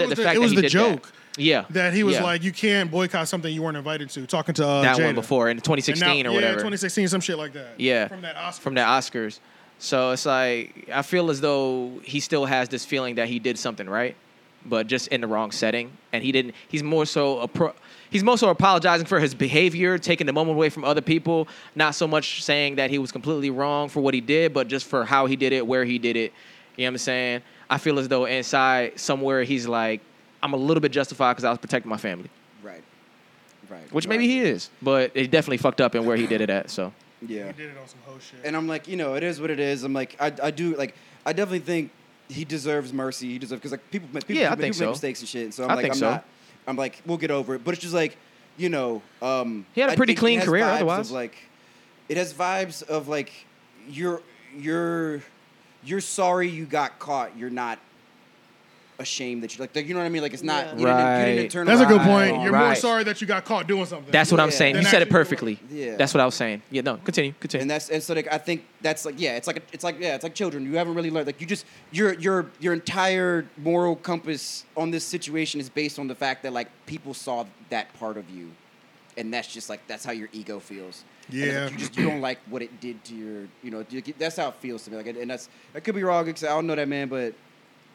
Well, it was
at the
the-
fact
it was
that
the
he did
joke
that. yeah
that he was
Yeah.
like, you can't boycott something you weren't invited to. Talking to uh,
that
Jada.
one before in 2016
And now-
or whatever
Yeah, 2016, some shit like that.
Yeah.
From that Oscar.
from the Oscars. So it's like I feel as though he still has this feeling that he did something right, but just in the wrong setting, and he didn't. He's more so appro- he's more so apologizing for his behavior, taking the moment away from other people, not so much saying that he was completely wrong for what he did, but just for how he did it, where he did it. You know what I'm saying? I feel as though inside somewhere he's like, I'm a little bit justified because I was protecting my family,
right, right.
which maybe
right.
he is, but it definitely fucked up in where he did it at. So
Yeah.
He did it on some whole shit.
and I'm like, you know, it is what it is. I'm like, I, I do like, I definitely think he deserves mercy. He deserves because like people, make- people,
Yeah, I
people
think
make
so.
mistakes and shit. And so I'm
I
like,
think
I'm
so.
not. I'm like, we'll get over it. But it's just like, you know, um,
He had a
I
pretty
think it
clean
has
career
vibes of,
otherwise.
like, it has vibes of like, you're you're you're sorry you got caught. You're not ashamed that you like, you know what I mean? Like it's not
Yeah.
you, didn't, you didn't
Right.
turn
That's a good
around.
point. You're more
Right.
sorry that you got caught doing something.
That's what I'm
Yeah.
saying.
Then
You said it
actually doing it.
perfectly.
Yeah.
That's what I was saying. Yeah, no, continue, continue.
And that's and so like I think that's like yeah, it's like a, it's like yeah, it's like children. You haven't really learned like you just your your your entire moral compass on this situation is based on the fact that like people saw that part of you, and that's just like that's how your ego feels. And it's, like,
Yeah.
you just you don't like what it did to your you know you- that's how it feels to me. Like and that's I could be wrong because I don't know that man, but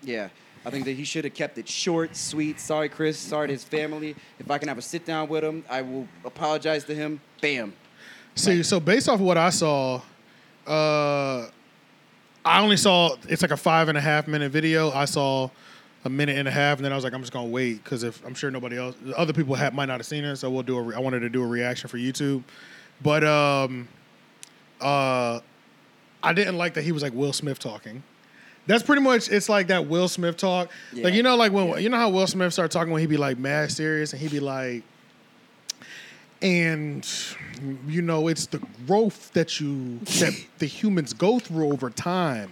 yeah. I think that he should have kept it short, sweet. Sorry, Chris. Sorry to his family. If I can have a sit down with him, I will apologize to him. Bam.
See, so based off what I saw, uh, I only saw it's like a five and a half minute video. I saw a minute and a half, and then I was like, I'm just gonna wait because if I'm sure nobody else, other people have, might not have seen it, so we'll do. A re- I wanted to do a reaction for YouTube, but um, uh, I didn't like that he was like Will Smith talking. That's pretty much it's like that Will Smith talk.
Yeah.
Like you know, like when you know how Will Smith started talking when he be like mad serious and he be like, and you know it's the growth that you that the humans go through over time,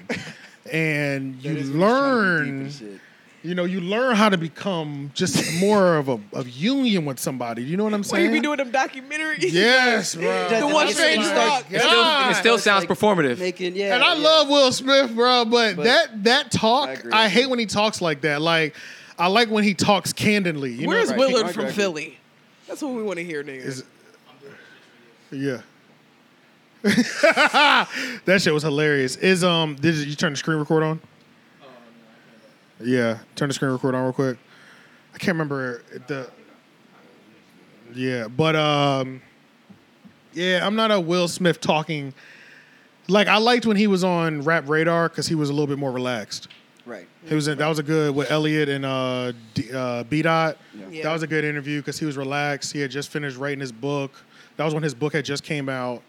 and you learn. You know, you learn how to become just more of a of union with somebody. You know what I'm
Why
saying?
them documentaries?
Yes, bro.
The
one
thing
thing
you
you
start-
It still, it still
It's
sounds
like
performative.
Making yeah.
and I
yeah.
love Will Smith, bro, but,
But-
that that
I
talk,
agree.
I, hate when he talks like that. Like, I like when he talks candidly. You
Where's
know,
right.
Willard
Right,
from
right.
Philly? That's what we want to hear, nigga.
Is- yeah. that shit was hilarious. Is um, did you turn the screen record on? Yeah, turn the screen record on real quick. I can't remember the. Yeah, but um, yeah, I'm not a Will Smith talking. Like I liked when he was on Rap Radar because he was a little bit more relaxed.
Right.
He was in, that was a good with Elliot and uh, D, uh, B Dot.
Yeah.
That was a good interview because he was relaxed. He had just finished writing his book. That was when his book had just came out,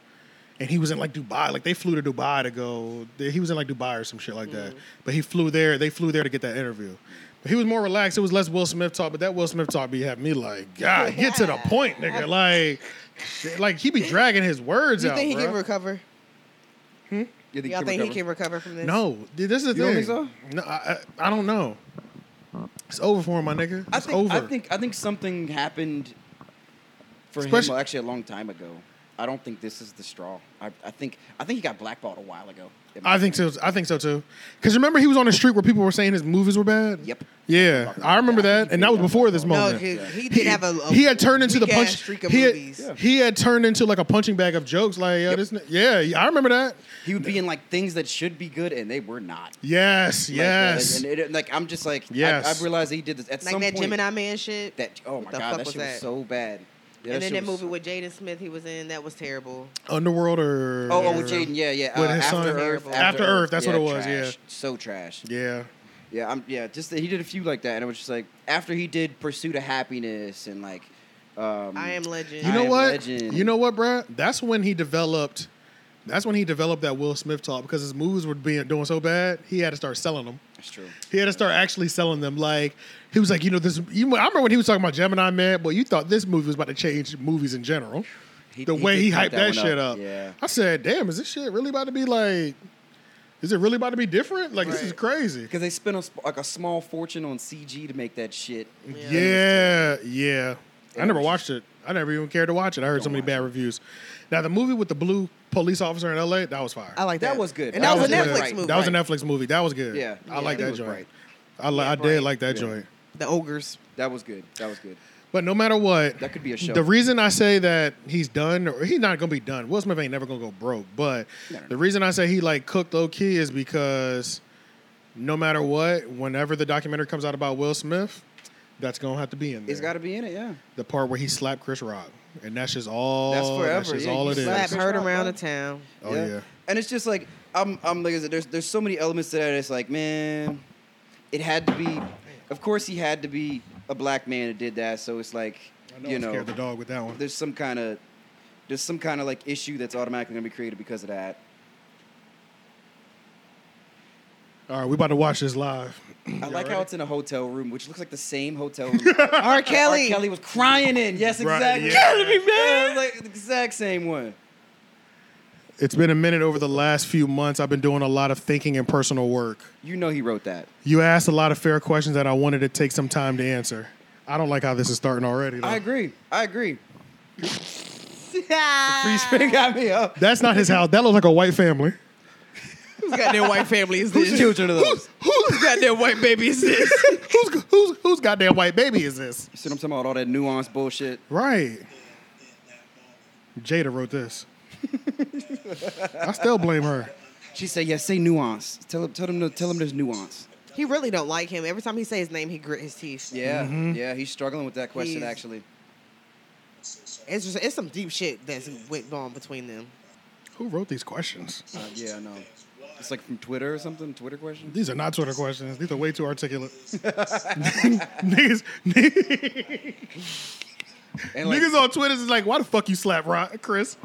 and he was in like Dubai. Like they flew to Dubai to go. He was in like Dubai or some shit like
Mm-hmm.
that. But he flew there. They flew there to get that interview. But he was more relaxed. It was less Will Smith talk. But that Will Smith talk be having me like, God, get to the point, nigga. Like, shit, like he be dragging his words
Do you
out.
think he
bruh.
can recover?
You
Y'all think he can recover from this?
No, th- this is the
You don't
thing.
think so?
No, I, I, I don't know. It's over for him, my nigga. It's
I think,
over.
I think I think something happened for him
Especially-
well, actually a long time ago. I don't think this is the straw. I, I think I think he got blackballed a while ago.
I think so. I think so too. Because remember, he was on the street where people were saying his movies were bad.
Yep.
Yeah, I remember that, and that was before this
No,
moment.
he, he did have a, a
he had turned into the
weak-ass
punch.
streak of
he, had,
movies.
he had turned into like a punching bag of jokes. Like, yo, this, ni- yeah, yeah, I remember that.
He would be in like things that should be good and they were not. Like,
Yes,
uh,
yes.
and, it, like I'm just like
Yes.
I, I realized he did this at
Like
some
that
point.
Gemini Man shit.
That oh my
What the
god,
fuck
that
was
shit was
that?
so bad. Yeah,
and
that
then
shit
that
was-
movie with Jaden Smith he was in, that was terrible.
Underworld or
Oh, oh, with Jaden, yeah, yeah.
With
uh,
his
after,
son.
Earth,
After Earth, that's what it was,
trash.
yeah.
so trash.
Yeah,
Yeah, I'm, yeah, just that he did a few like that, and it was just like after he did Pursuit of Happiness and like, um,
I Am Legend.
you
I
know
Am
what?
Legend.
You know what, bruh? That's when he developed. That's when he developed that Will Smith talk because his movies were being doing so bad, he had to start selling them.
That's true.
He had to start actually selling them. Like he was like, you know, this. You, I remember when he was talking about Gemini Man, but you thought this movie was about to change movies in general.
He-
the
he
way
did
he
pump
hyped that,
one
shit up.
Yeah.
I said, damn, is this shit really about to be like? Is it really about to be different? Like this is
Right.
crazy.
Because they spent a, sp- like a small fortune on CG to make that shit.
Yeah, yeah. I
It
never
was-
watched it. I never even cared to watch it. I heard so many bad reviews. Now the movie with the blue police officer in L.A. That was fire.
I like that.
That was
Oh,
good.
And that,
That
was, a
good.
Netflix
Right.
movie.
That was a Netflix movie. That was good.
Yeah.
I
Yeah,
like
it
that
was
joint.
bright.
I li- I
bright.
did like that joint.
The ogres.
That was good. That was good.
But no matter what,
That could be a show.
The reason I say that he's done, or he's not gonna be done. Will Smith ain't never gonna go broke. But the reason I say he like cooked low key is because no matter what, whenever the documentary comes out about Will Smith, that's gonna have to be in there.
It's got to be in it, yeah.
the part where he slapped Chris Rock, and that's just all.
That's
That's
forever.
just
Yeah,
all
you
it is.
Slap
slapped Chris
heard
Rock,
around
bro.
the town.
Oh yeah.
And it's just like I'm, I'm like I said, there's there's so many elements to that. It's like man, it had to be. Of course, he had to be a black man that did that. So it's like
I know
you
I
know,
scared the dog with that one.
there's some kind of there's some kind of like issue that's automatically gonna be created because of that.
All right, we about to watch this live.
I like
ready?
how it's in a hotel room, which looks like the same hotel room.
R. Kelly.
R. Kelly was crying in. Yes,
Right,
exactly.
yeah.
Killing me, man. It was like the exact same one.
It's been a minute over the last few months. I've been doing a lot of thinking and personal work.
You know he wrote that.
You asked a lot of fair questions that I wanted to take some time to answer. I don't like how this is starting already. though.
I agree. I agree. Free
Who's
spring got me up.
That's not his house. That looks like a white family.
goddamn white family is
Whose
this?
children are those?
Whose goddamn white baby is this?
who's who's who's goddamn white baby is this?
You see what I'm talking about? All that nuance bullshit.
Right. Jada wrote this. I still blame her.
She said, "Yeah, say nuance. Tell him, tell him, to, tell him there's nuance."
He really don't like him. Every time he say his name, he grit his teeth.
Yeah,
Mm-hmm.
yeah. He's struggling with that question
He's-
actually.
It's just it's some deep shit that's went on between them.
Who wrote these questions?
Uh, yeah, I know. It's like from Twitter or something. Twitter question.
These are not Twitter questions. These are way too articulate. niggas, niggas,
And like,
on Twitter is like, why the fuck you slap Rock, Chris?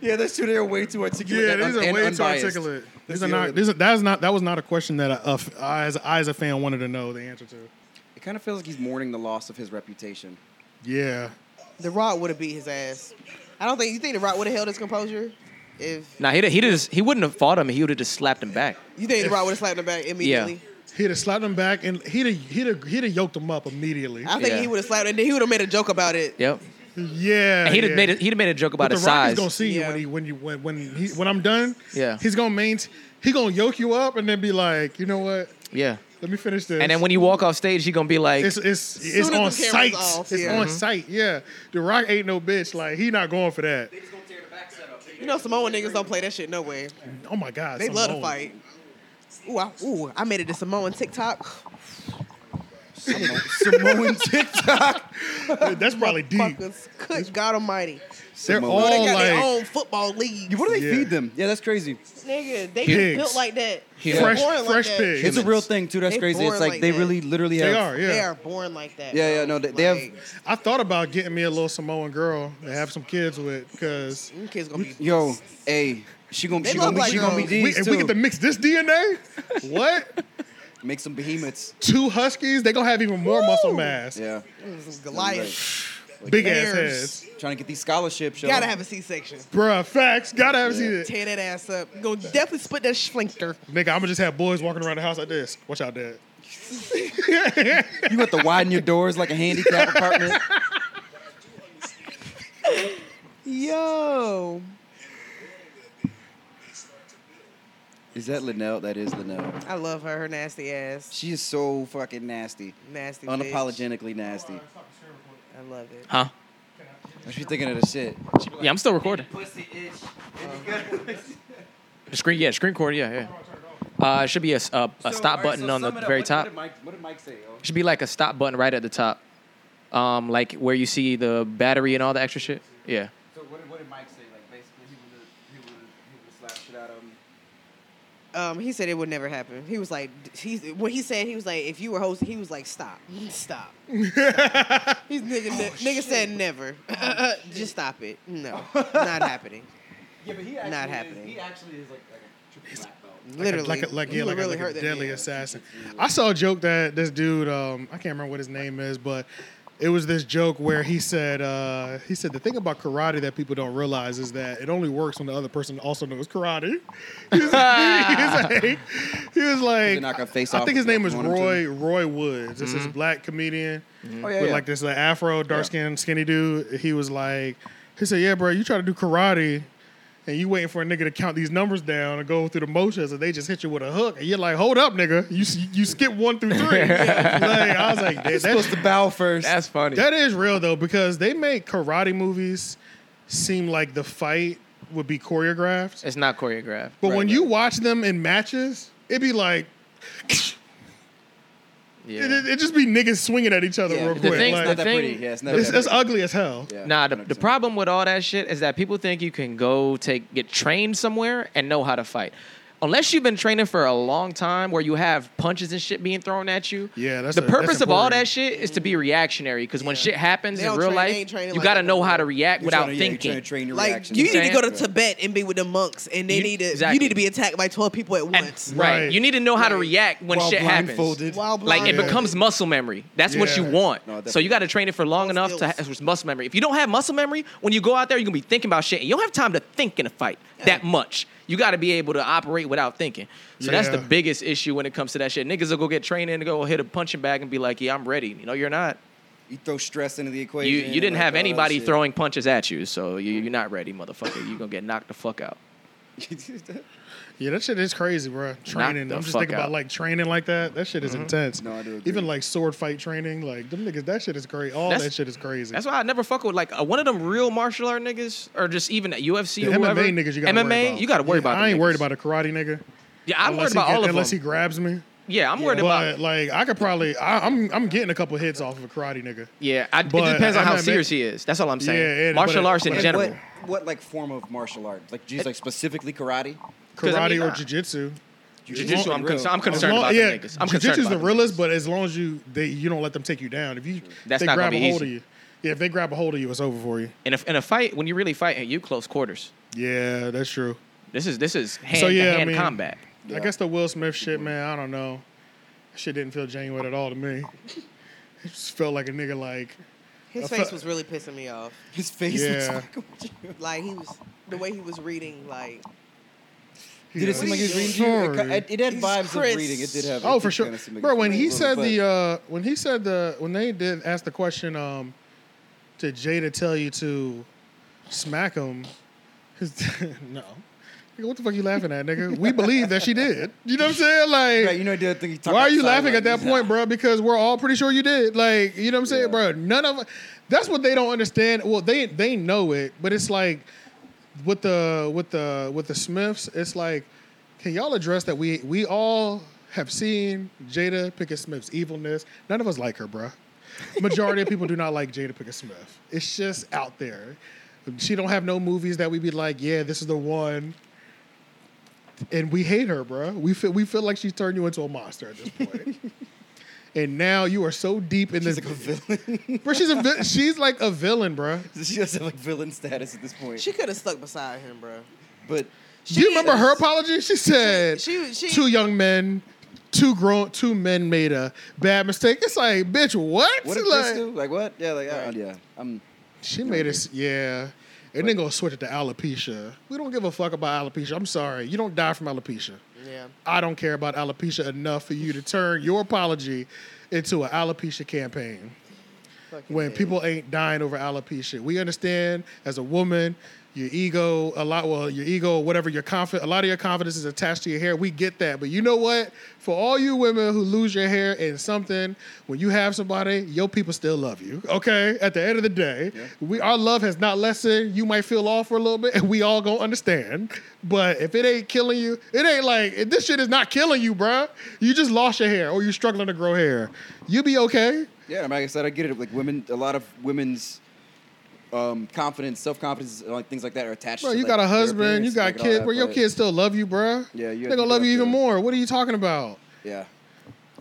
yeah, that's true. They're way too articulate.
Yeah,
and
these
un-
are
and
way too
unbiased.
articulate.
That's
These are
the
not.
other-
These are, that is not. That was not a question that I, uh, f- I, as, I as a fan wanted to know the answer to.
It kind of feels like he's mourning the loss of his reputation.
Yeah,
The Rock would have beat his ass. I don't think you think The Rock would have held his composure. If
Nah, he'd, he'd just, he wouldn't have fought him. He would have just slapped him back.
you think The Rock would have slapped him back immediately,
he'd have slapped him back and he'd have, he'd have, he'd have yoked him up immediately.
I think
Yeah.
he would have slapped him. And then he would have made a joke about it.
Yep.
yeah,
And he'd
yeah.
have made a, he'd have made a joke about
But
his
the Rock
size.
is gonna see you
Yeah.
when he when you when when he when I'm done.
Yeah.
he's gonna maintain. He gonna yoke you up and then be like, you know what?
yeah.
Let me finish this.
And then when you walk off stage, he gonna be like,
it's it's it's
as the
on
camera's
sight.
off,
it's
yeah. Mm-hmm.
on sight. Yeah, The Rock ain't no bitch. Like he not going for that.
You know, Samoan niggas don't play that shit nowhere.
Oh my God,
They love to
Samoan.
fight. Ooh, I, ooh, I made it to Samoan TikTok.
Samo- Samoan TikTok.
That's probably deep.
Fuckers, good God Almighty!
They're
Samoan.
all
They got their
like
own football league.
What do they
Yeah.
feed them? Yeah, that's crazy.
Nigga, they
Pigs.
just built like that.
Humans.
They're
fresh
born like
fresh
that.
pig.
It's a real thing too. That's
They
crazy.
born
It's like,
like
they
that.
really, literally have.
They are.
They
Yeah.
are born like that.
Yeah, yeah,
bro.
no, they- they have-
Like,
I thought about getting me a little Samoan girl to have some kids with, cause.
them kids gonna be.
Yo, hey, she gonna,
They
she
look
gonna, be-
like
she gonna be
girls.
We,
D's
if
too.
we get to mix this DNA, what?
Make some behemoths.
Two huskies, they gonna have even more muscle mass.
Yeah,
Goliath.
Big ass
Bears.
heads.
trying to get these scholarships. yo.
Gotta have a C-section.
Bruh, facts. Gotta have seen it.
Tear that ass up. Gonna definitely split that sphincter.
Nigga, I'ma just have boys walking around the house like this. Watch out, dad.
You have to widen your doors like a handicap apartment.
Yo,
Is that Linnell? That is Linnell.
I love her. Her nasty ass.
She is so fucking nasty.
Nasty. bitch.
Unapologetically nasty.
I love it.
huh?
She's thinking of the shit.
Yeah, I'm still recording. The screen, yeah, screen record, yeah, yeah. Uh, it should be a, s- a- a stop button on the very top.
What did, Mike, say?
It should be like a stop button right at the top, um, like where you see the battery and all the extra shit. Yeah.
So what did, what did Mike say? Like basically, he would he would he would slap shit out of him.
Um, he said it would never happen. He was like, he's when he said he was like, if you were hosting, he was like, stop, stop. stop. he's nigga,
Oh,
nigga said never. Uh, Just stop it. No, not happening.
Yeah, but he
actually Not is- happening.
he
he
actually is like like a black belt.
Literally,
Like, a, like yeah,
You
like, a-
really
like
hurt
a
that
deadly
man.
assassin. I saw a joke that this dude, um, I can't remember what his name is, but it was this joke where he said, uh, he said the thing about karate that people don't realize is that it only works when the other person also knows karate. He was like, he was like,
They're not gonna face
I
off
think his
if you
name was
want them to. Mm-hmm.
Roy Roy Woods. This is black comedian
Mm-hmm.
Oh yeah,
with
yeah.
like this like, afro, dark skinned, skinny dude. He was like, he said, "Yeah, bro, you try to do karate, and you waiting for a nigga to count these numbers down and go through the motions, and they just hit you with a hook, and you're like, hold up, nigga, you s- you skip one through three. like, I was like, that,
supposed
that,
to bow first.
That's funny.
that is real though, because they make karate movies seem like the fight would be choreographed,
it's not choreographed.
but
Right,
when you watch them in matches, it'd be like. It,
Yeah.
it, it just be niggas swinging at each other
Yeah.
real
The
quick.
thing's
like,
the
it's not that
thing-
pretty. Yeah, it's never
it's,
that
it's ugly as hell.
pretty. Yeah,
Nah, the, the
100%.
problem with all that shit is that people think you can go take get trained somewhere and know how to fight. unless you've been training for a long time where you have punches and shit being thrown at you.
Yeah, that's
the
a- that's
purpose of all
important.
that shit is to be reactionary because when shit happens
They
in
don't
real
train- they
life,
ain't training
you
like
got to
that
know how
before.
to react
You're
without
trying to- yeah, you're
thinking.
trying to train your
Like
reactions.
you need to
saying?
go to Tibet and be with the monks, and they
You-
need to
exactly.
you need to be attacked by twelve people at
And-
once.
right.
Right.
You need to know how to
Right.
react when
While
shit happens.
blindfolded.
While
Like it
blind.
becomes muscle memory. That's what you
Yeah.
want.
No, definitely.
so you got to train it for long enough to
skills.
have it's muscle memory. If you don't have muscle memory, when you go out there, you're gonna be thinking about shit. And you don't have time to think in a fight that much. You got to be able to operate without thinking. So that's the
Yeah.
biggest issue when it comes to that shit. Niggas will go get training and go hit a punching bag and be like, "Yeah, I'm ready." You know, you're not.
You throw stress into the equation.
You you didn't
like,
have
all that
anybody
shit.
throwing punches at you, so you, you're not ready, motherfucker. You're gonna get knocked the fuck out.
Yeah, that shit is crazy, bro. Training.
the
I'm just
fuck
thinking
out. Mm-hmm.
about like training like that. That shit is intense.
No, I do agree.
Even like sword fight training, like them niggas, that shit is crazy. All
That's-
that shit is crazy.
That's why I never fuck with like uh, one of them real martial art niggas, or just even at UFC
the
or whoever.
MMA niggas you gotta
MMA,
worry about.
you gotta worry
Yeah, I
about. them
ain't worried
niggas.
about a karate nigga.
Yeah, I'm worried
Unless he
about
get-
all of
Unless
them.
he grabs me.
yeah, I'm worried
but
about.
like I could probably I, I'm I'm getting a couple hits off of a karate nigga.
Yeah, I, it
but
depends on how
MMA
serious he is. That's all I'm saying.
Yeah, and-
martial
but-
arts in
but-
And
general.
What, what like form of martial art? Like just like specifically karate.
'Cause
Karate
I mean, uh,
or
nah.
jujitsu.
Jiu-jitsu, I'm, concerned. I'm
Real. As
As
concerned
long-
about the
yeah,
niggas. I'm concerned
jiu-jitsu's
about
the
them
realest,
niggas.
but as long as you they you don't let them take you down. If you
That's
they
not gonna
grab a
be
hold
easy.
of you, yeah, if they grab a hold of you, it's over for you.
In a, in a fight, when you really fight, you close quarters.
Yeah, that's true.
This is this is hand
yeah,
to
I
hand
mean-
combat.
I guess the Will Smith shit, man. I don't know. That Shit didn't feel genuine at all to me. It just felt like a nigga like
His
I
face
fe-
was really pissing me off.
His face looks
Yeah.
like. a-
Like he was the way he was reading. Like
you
Did it
know,
seem like he was reading?
sorry.
you? It, it had
He's
vibes
Chris.
of reading. It did have. it
Oh,
did
for sure,
kinda seem like
bro.
it was
When he
reading,
said
but-
the uh, when he said the when they did ask the question, um, did Jada tell you to smack him? His, no, Nigga, what the fuck you laughing at, nigga? We believe that she did. You know what I'm saying? Like,
Yeah, you know, he did the thing. he talked
why are you
outside,
laughing
like,
at that
he's
point,
not-
bro? Because we're all pretty sure you did. Like, you know what I'm saying, bro?
Yeah.
None of that's what they don't understand. Well, they they know it, but it's like with the with the with the Smiths, it's like, can y'all address that we we all have seen Jada Pickett Smith's evilness. None of us like her, bro. Majority of people do not like Jada Pickett Smith. It's just out there. She don't have no movies that we be like, yeah, this is the one and we hate her, bruh. We feel we feel like she's turned you into a monster at this point. and now you are so deep in
She's
this,
like a villain.
bro. She's a vi- she's like a villain, bruh.
she doesn't have like villain status at this point.
she could have stuck beside him, bro.
but
Do you remember
is-
her apology? She said,
she- she-
two young men, two grown, two men made a bad mistake. It's like, bitch, what?
what did
Like,
Chris do? Like what? Yeah, like uh, yeah. I'm.
She made us, yeah. And then gonna switch it to alopecia. We don't give a fuck about alopecia. I'm sorry, you don't die from alopecia.
Yeah.
I don't care about alopecia enough for you to turn your apology into an alopecia campaign.
Fucking
When
A.
people ain't dying over alopecia, we understand as a woman, your ego, a lot, well, your ego, whatever, your confidence, a lot of your confidence is attached to your hair. We get that. But you know what? For all you women who lose your hair in something, when you have somebody, your people still love you. Okay? At the end of the day, we our love has not lessened. You might feel off for a little bit, and we all gonna understand. But if it ain't killing you, it ain't like this shit is not killing you, bruh. You just lost your hair or you're struggling to grow hair. You be okay.
Yeah, I mean, like I said, I get it. Like women, a lot of women's um, confidence, self confidence, like things like that are attached.
Bro,
to
you
like,
got a
their
husband, you
appearance,
got
like, all
kids,
that,
bro. Your
but-
kids still love you, bro.
Yeah,
they're
you have to
gonna love
get
you
up
even
to it.
more. What are you talking about?
Yeah,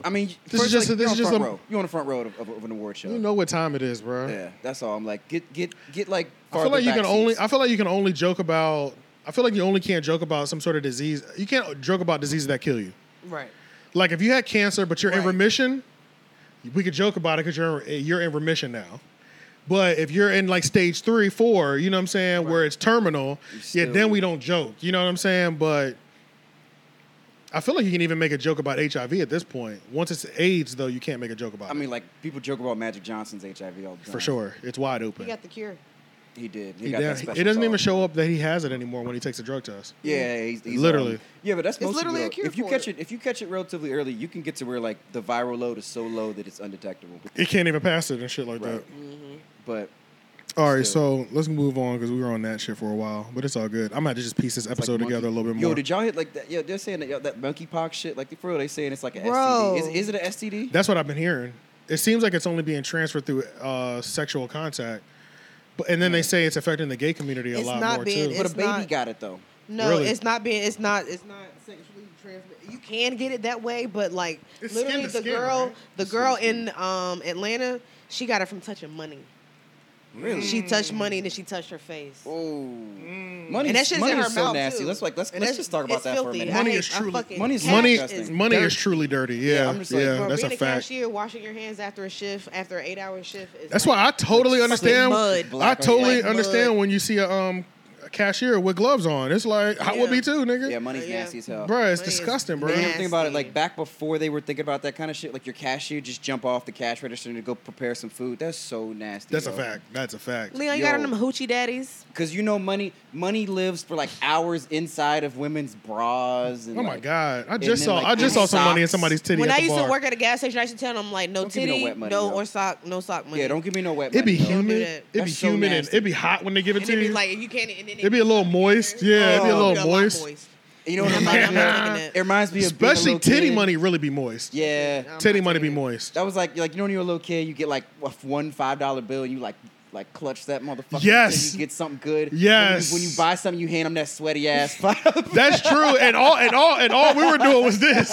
I mean,
This
first,
is just-
like,
this
you're
is
on
just
front
a-
row. You're on the front row of, of, of an award show.
You know what time it is, bro.
Yeah, that's all. I'm like, get get get like.
I feel
farther
like you
back
can only.
seats.
I feel like you can only joke about. I feel like you only can't joke about some sort of disease. You can't joke about diseases that kill you.
Right.
Like if you had cancer but you're in
Right.
remission, we could joke about it because you're you're in remission now. But if you're in like stage three, four, you know what I'm saying, where it's terminal, yeah,
still-
then we don't joke. You know what I'm saying? But I feel like you can even make a joke about HIV at this point. Once it's AIDS, though, you can't make a joke about
I
it.
mean, like people joke about Magic Johnson's HIV all the time.
for sure, it's wide
He
open.
got the cure.
he did. He,
He
got
down-
that special
it doesn't even
sauce.
show up that he has it anymore when he takes a drug test.
Yeah, he's, he's
Literally.
um, yeah, but that's mostly
literally
real.
a cure
If you
for
catch
it.
it, if you catch it relatively early, you can get to where like the viral load is so low that it's undetectable.
It can't even pass it and shit like
Right.
that.
But
All right,
Still.
so let's move on because we were on that shit for a while, but it's all good. I'm gonna have to just piece this
It's
episode
like
together a
monkey-
little bit
Yo,
more.
did y'all hit like that? Yo, they're saying that yo, that monkeypox shit. Like for real, they saying it's like an
Bro.
STD. Is, is it an STD?
That's what I've been hearing. It seems like it's only being transferred through uh, sexual contact, but and then they say it's affecting the gay community a
It's
lot
not
more
being-
too.
but a
it's
baby
not-
got it though.
No,
Really?
it's not being. It's not. It's not sexually transmitted. You can get it that way, but like
It's skin
literally,
to
the
skin,
girl,
right?
the girl in um Atlanta, she got it from touching money. Really? She
Mm.
touched money and then she touched her face.
Oh, money!
Mm. And that shit's
money
in her
is so
mouth,
nasty.
too.
Let's like let's
And
let's
that's-
just talk about
it's
that for a
filthy.
minute.
I
Money
hate-
is
I
truly-
fucking
Money is
hate
Money,
that shit.
disgusting.
money
Dirt.
is truly dirty. Yeah,
Yeah, I'm just like,
yeah,
Bro,
that's
being
a
a,
fact.
cashier, washing your hands after a shift, after an eight-hour shift. Is
That's
like-
why I totally understand.
mud.
I
Black on
totally
white mud.
understand when you see a um a cashier with gloves on. It's like I would
Yeah.
be too, nigga.
Yeah, money's
Yeah.
nasty as hell.
Bruh, it's
Money is
disgusting, bro.
You ever
nasty.
think about it, like back before they were thinking about that kind of shit, like your cashier just jump off the cash register to go prepare some food. That's so nasty.
That's a fact. That's a fact.
Leon, you got on
Yo.
them hoochie daddies.
Because you know, money money lives for like hours inside of women's bras. And,
Oh my
like,
god! I
and
just
then,
saw
like,
I just saw some money in
socks.
somebody's titty.
when
at
I
the
used
bar.
to work at a gas station, I used to tell them like, no
Don't give me no
titty, no,
wet money, though.
or sock, no sock money.
Yeah, don't give me no wet.
It'd be
money, though.
Don't do
humid.
that.
It'd be
That's so
humid and
nasty.
it'd be hot when they give it
And
to
it'd be
you.
like you can't. And then
It'd be a little moist. Yeah, it'd be a
Oh.
little
lot
moist.
You know what
I'm
I'm
not-
talking
I'm not
about?
taking
It reminds me of being a
Especially
little
titty
kid.
money really be moist.
Yeah.
I'm
titty
not
money be
taking it.
moist.
That was like like you know when you're a little kid, you get like a f- one five dollar bill and you like like clutch that motherfucker.
Yes.
until you get something good.
Yes.
When you, when you buy something, you hand them that sweaty ass five. dollar-
That's true. And all and all and all we were doing was this.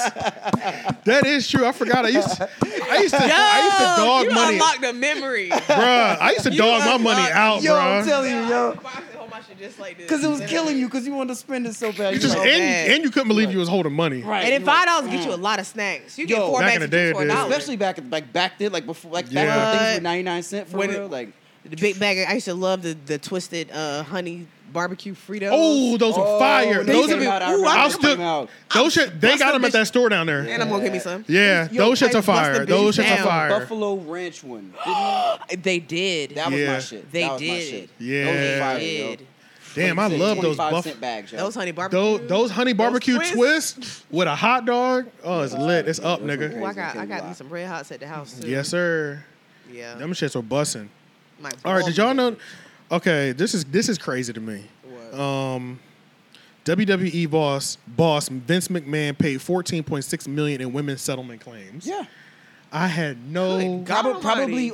That is true. I forgot. I used to, I used to I used to dog
you
money,
unlocked a memory.
bruh. I used to dog my money
unlocked-
out,
yo,
bruh.
I'm telling you, yo, because
Because
it was killing you because you wanted to spend it so bad.
you
You're
just
like, "Oh,
and,
it- bad.
and you couldn't believe you was holding money.
right.
And then
you're
five
like,
dollars get you a lot of snacks. You get
Yo,
four
back in
bags
the day,
for
it
a
did.
dollar.
especially back like back then, like before, like back
Yeah.
when things
But-
were ninety nine cent for
When it-
real. like
the big bag. I used to love the the twisted uh, honey barbecue Fritos.
Oh, those were fire.
when
Those
they
are
came out,
ooh,
I remember
I'll
I'll
them
still
coming out.
those shit. They got them at that store down there.
and I'm gonna give me some.
Yeah,
Yo,
those shits
Tyson
are fire.
Buster
Those
Beat
shits are
down.
fire.
Buffalo Ranch one.
They did.
That was
Yeah.
my shit.
They
that was My
did.
shit.
Yeah.
Those
They
were fire,
did.
yo.
Damn, I love those
25
buff.
cent bags. yo.
Those honey barbecue.
Those, those honey barbecue
twists.
twists with a hot dog. Oh, it's lit. It's up,
Ooh,
nigga.
I
Crazy,
got
tell
I
you
got
why.
me some red hots at the house too.
Yes, sir.
Yeah.
Them shits are bussin'.
My
All right,
balls
did y'all
were-
know? Okay, this is this is crazy to me.
What?
Um, WWE boss boss Vince McMahon paid 14.6 million in women's settlement claims.
Yeah.
I had no.
Good God.
Probably,
Almighty.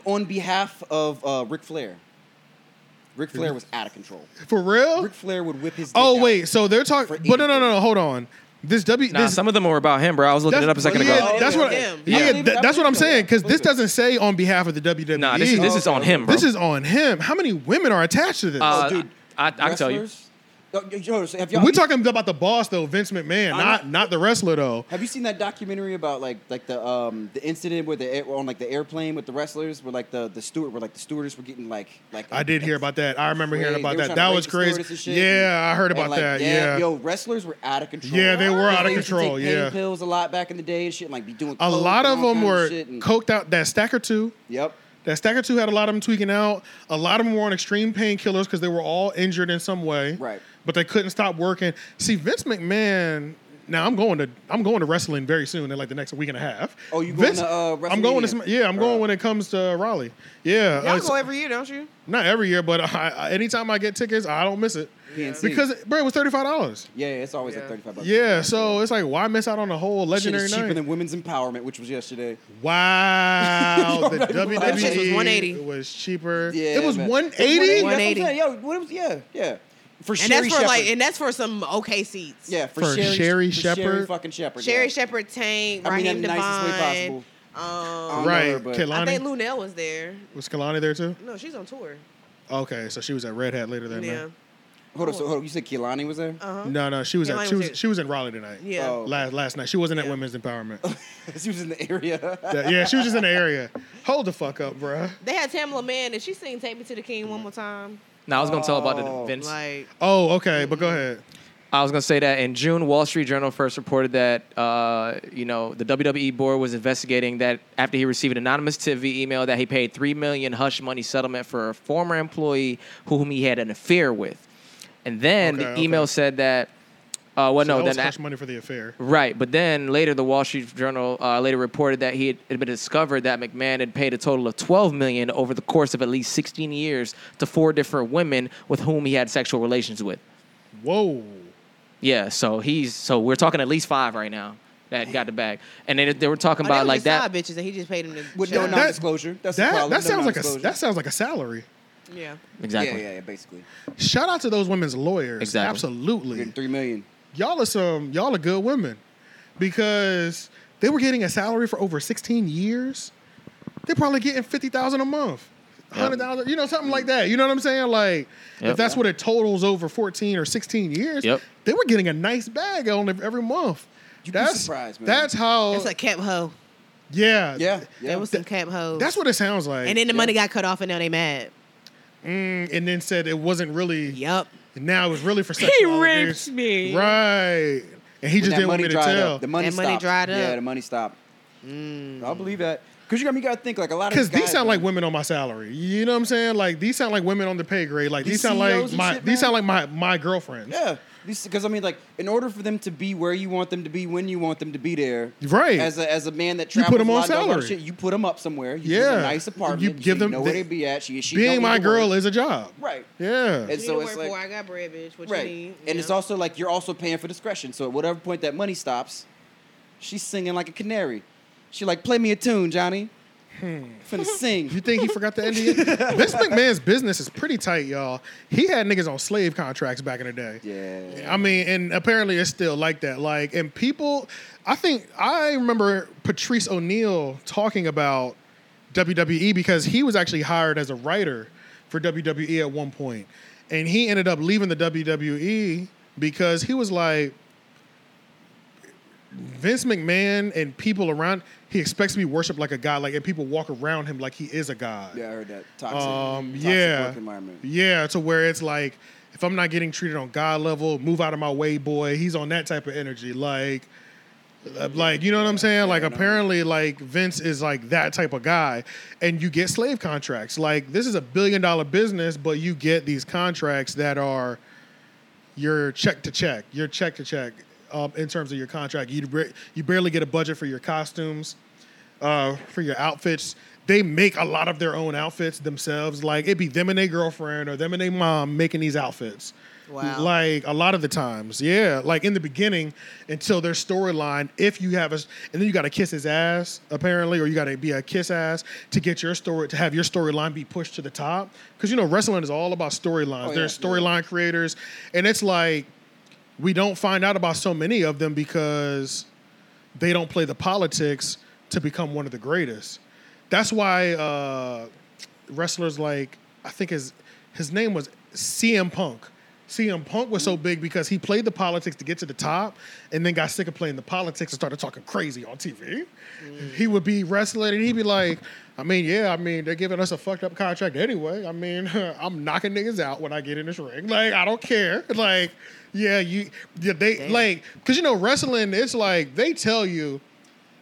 probably on behalf of uh, Ric Flair. Ric Flair was out of control.
For real?
Ric Flair would whip his.
Oh
dick
wait,
out.
so they're talking.
For
But no, no,
anything.
no, no. Hold on. This W.
Nah,
this,
some of them were about him, bro. I was looking it up a second
yeah,
ago.
Oh,
That's
yeah,
what.
him.
Yeah,
I
th-
believe it, I
that's what
believe
I'm
it.
saying because this
Believe it.
doesn't say on behalf of the E. WWE.
Nah, this is this is on him, bro.
This is on him. How many women are attached to this?
Uh,
Oh, dude,
I- I can tell you.
wrestlers- Yo, yo, yo, so have y'all,
We're talking about the boss though, Vince McMahon, not
I'm not-
not the wrestler though.
Have you seen that documentary about like like the um the incident where the air- on like the airplane with the wrestlers where like the the steward where like the stewardess were getting like like
I did hear about that. I remember hearing
They
about
were
that.
trying to
That
rape
was
the
crazy.
stewardess and shit.
Yeah, I heard
And,
about
like,
that.
damn,
Yeah.
Yo, wrestlers were out of control.
Yeah, they were out of
used to
control,
Take
yeah.
pain pills a lot back in the day and shit, and like be doing.
a
coke
lot
and
of
all
them
kinds
were
shit and-
coked out. That stacker two.
Yep.
That stacker two had a lot of them tweaking out. A lot of them were on extreme painkillers because they were all injured in some way.
Right.
But they couldn't stop working. See, Vince McMahon. Now I'm going to I'm going to wrestling very soon in like the next week and a half.
Oh, you
Vince-
going to, uh,
I'm going to
WrestleMania?
some, yeah I'm going
Uh,
when it comes to Raleigh. Yeah,
Y'all
uh,
go every year, don't you?
not every year, but I, I, anytime I get tickets, I don't miss it
PNC.
because bro, it was thirty five dollars.
Yeah, it's always
Yeah.
like thirty five bucks.
Yeah, so it's like why miss out on the whole
Shit
legendary
is cheaper
night?
than women's empowerment, which was yesterday.
wow, the
That
WWE
shit was 180.
was cheaper.
Yeah,
it was
man.
one eighty.
That's what I'm
180.
saying, Yo, what was yeah, yeah. For
And
Sherry
that's for
Shepherd.
like, and that's for some okay seats.
yeah, for,
For
Sherry,
Sherry
for
Shepherd?
Sherry fucking Shepherd.
Sherry
yeah.
Shepherd, Tank,
I mean,
Raheem
in the nicest way
Devine.
possible.
Um,
don't know
Right,
her, but-
I think
Kelani
Lunel was there.
was Kelani there too.
No, she's on tour.
Okay, so she was at Red Hat later that
Yeah.
night.
Hold up, so hold up. You said Kehlani was there?
Uh huh.
No, no, she was
Kelani
at she
was
was
there.
she was in Raleigh tonight.
Yeah.
Oh.
Last last night she wasn't at
Yeah.
Women's Empowerment.
she was in the area.
That- yeah, she was just in the area. Hold the fuck up, bruh.
They had Tamla Mann, and she sing "Take Me to the King" one more time.
Nah, I was gonna tell about the
Oh,
Vince.
Like,
Oh, okay, but go ahead.
I was gonna say that in June, Wall Street Journal first reported that uh, you know the WWE board was investigating that after he received an anonymous tip via email that he paid three million hush money settlement for a former employee whom he had an affair with, and then the
Okay,
email
okay.
said that uh, well
So
no
that was
then a-
hush money for the affair.
Right, but then later, the Wall Street Journal uh, later reported that he had, it had been discovered that McMahon had paid a total of twelve million over the course of at least sixteen years to four different women with whom he had sexual relations with.
Whoa.
Yeah, so he's so we're talking at least five right now that got the bag, and they, they were talking
oh, they
about
was
like
just
that.
side bitches, and he just paid them to.
With
shut
no
up.
That-
non-disclosure. That's the
That
problem.
that
no
sounds like a
non-disclosure.
that sounds like a salary.
Yeah.
Exactly.
Yeah, yeah, yeah. Basically,
Shout out to those women's lawyers.
Exactly.
You're
Absolutely.
getting three million.
Y'all are some y'all are good women because they were getting a salary for over 16 years. They're probably getting 50,000 a month. 100,000, you know, something like that. You know what I'm saying? Like if
Yep.
that's what it totals over 14 or 16 years,
Yep.
they were getting a nice bag on ev- every month.
You'd be
that's
surprised, man.
that's how
It's like camp ho.
yeah.
Yeah, yeah.
There was some camp hoes.
That's what it sounds like.
And then the money got cut off, and now they mad.
Mm, and then said it wasn't really
Yup.
And now it was really for sexual allegations.
raped me.
Right. And he
When
just
that
didn't want
money
me to
dried
tell.
Up, the money
That money
stopped.
dried
Yeah,
up. Mm.
the money stopped. I'll believe that. Cause you got me. Got to think like a lot of
Because these
guys,
sound like
man,
women on my salary. You know what I'm saying? Like these sound like women on the pay grade. Like these,
These
sound
CEOs
like
and
my
shit,
these
man.
sound like my my girlfriends.
Yeah, because I mean, like, in order for them to be where you want them to be when you want them to be there,
Right.
As a, as a man that
You
travels
put 'em
a
on
lot, does a lot of
salary.
shit, you put them up somewhere. You give 'em
Yeah.
a nice
You
apartment.
give
so you
them
know
the-
where they be at. She, she
Being
don't
my
need to work.
girl is a job.
right.
Yeah.
It's-
You need
So
to work
like-
for. it, I got bread, bitch. What
right,
you need?
and
you
it's
know?
also like you're also paying for discretion. So at whatever point that money stops, she's singing like a canary. She like, play me a tune, Johnny. Finna sing.
Hmm. You think he forgot the NDA? Vince McMahon's business is pretty tight, y'all. He had niggas on slave contracts back in the day.
Yeah.
I mean, and apparently it's still like that. Like, and people, I think I remember Patrice O'Neill talking about WWE because he was actually hired as a writer for WWE at one point, and he ended up leaving the WWE because he was like. Vince McMahon and people around, he expects to be worshipped like a god, like and people walk around him like he is a god.
Yeah, I heard that. Toxic,
Um,
toxic
yeah,
work environment.
yeah, to where it's like, if I'm not getting treated on God level, move out of my way, boy. He's on that type of energy, like, uh, like you know what I'm saying? like, apparently, like Vince is like that type of guy, and you get slave contracts. Like, this is a billion dollar business, but you get these contracts that are your check to check, your check to check. Um, in terms of your contract, you bar- you barely get a budget for your costumes uh, for your outfits. They make a lot of their own outfits themselves. Like it'd be them and their girlfriend or them and their mom making these outfits.
Wow.
Like a lot of the times, yeah. Like in the beginning, until their storyline, if you have a, and then you got to kiss his ass apparently, or you got to be a kiss ass to get your story to have your storyline be pushed to the top. Because you know wrestling is all about storylines.
Oh,
There's
yeah, yeah.
storyline creators, and it's like we don't find out about so many of them because they don't play the politics to become one of the greatest. That's why uh, wrestlers like I think his his name was CM Punk. CM Punk was so big because he played the politics to get to the top, and then got sick of playing the politics and started talking crazy on TV. He would be wrestling and he'd be like, "I mean, yeah, I mean, they're giving us a fucked up contract anyway. I mean, I'm knocking niggas out when I get in this ring. Like, I don't care. Like, yeah, you, yeah, they like, because you know, wrestling, it's like they tell you."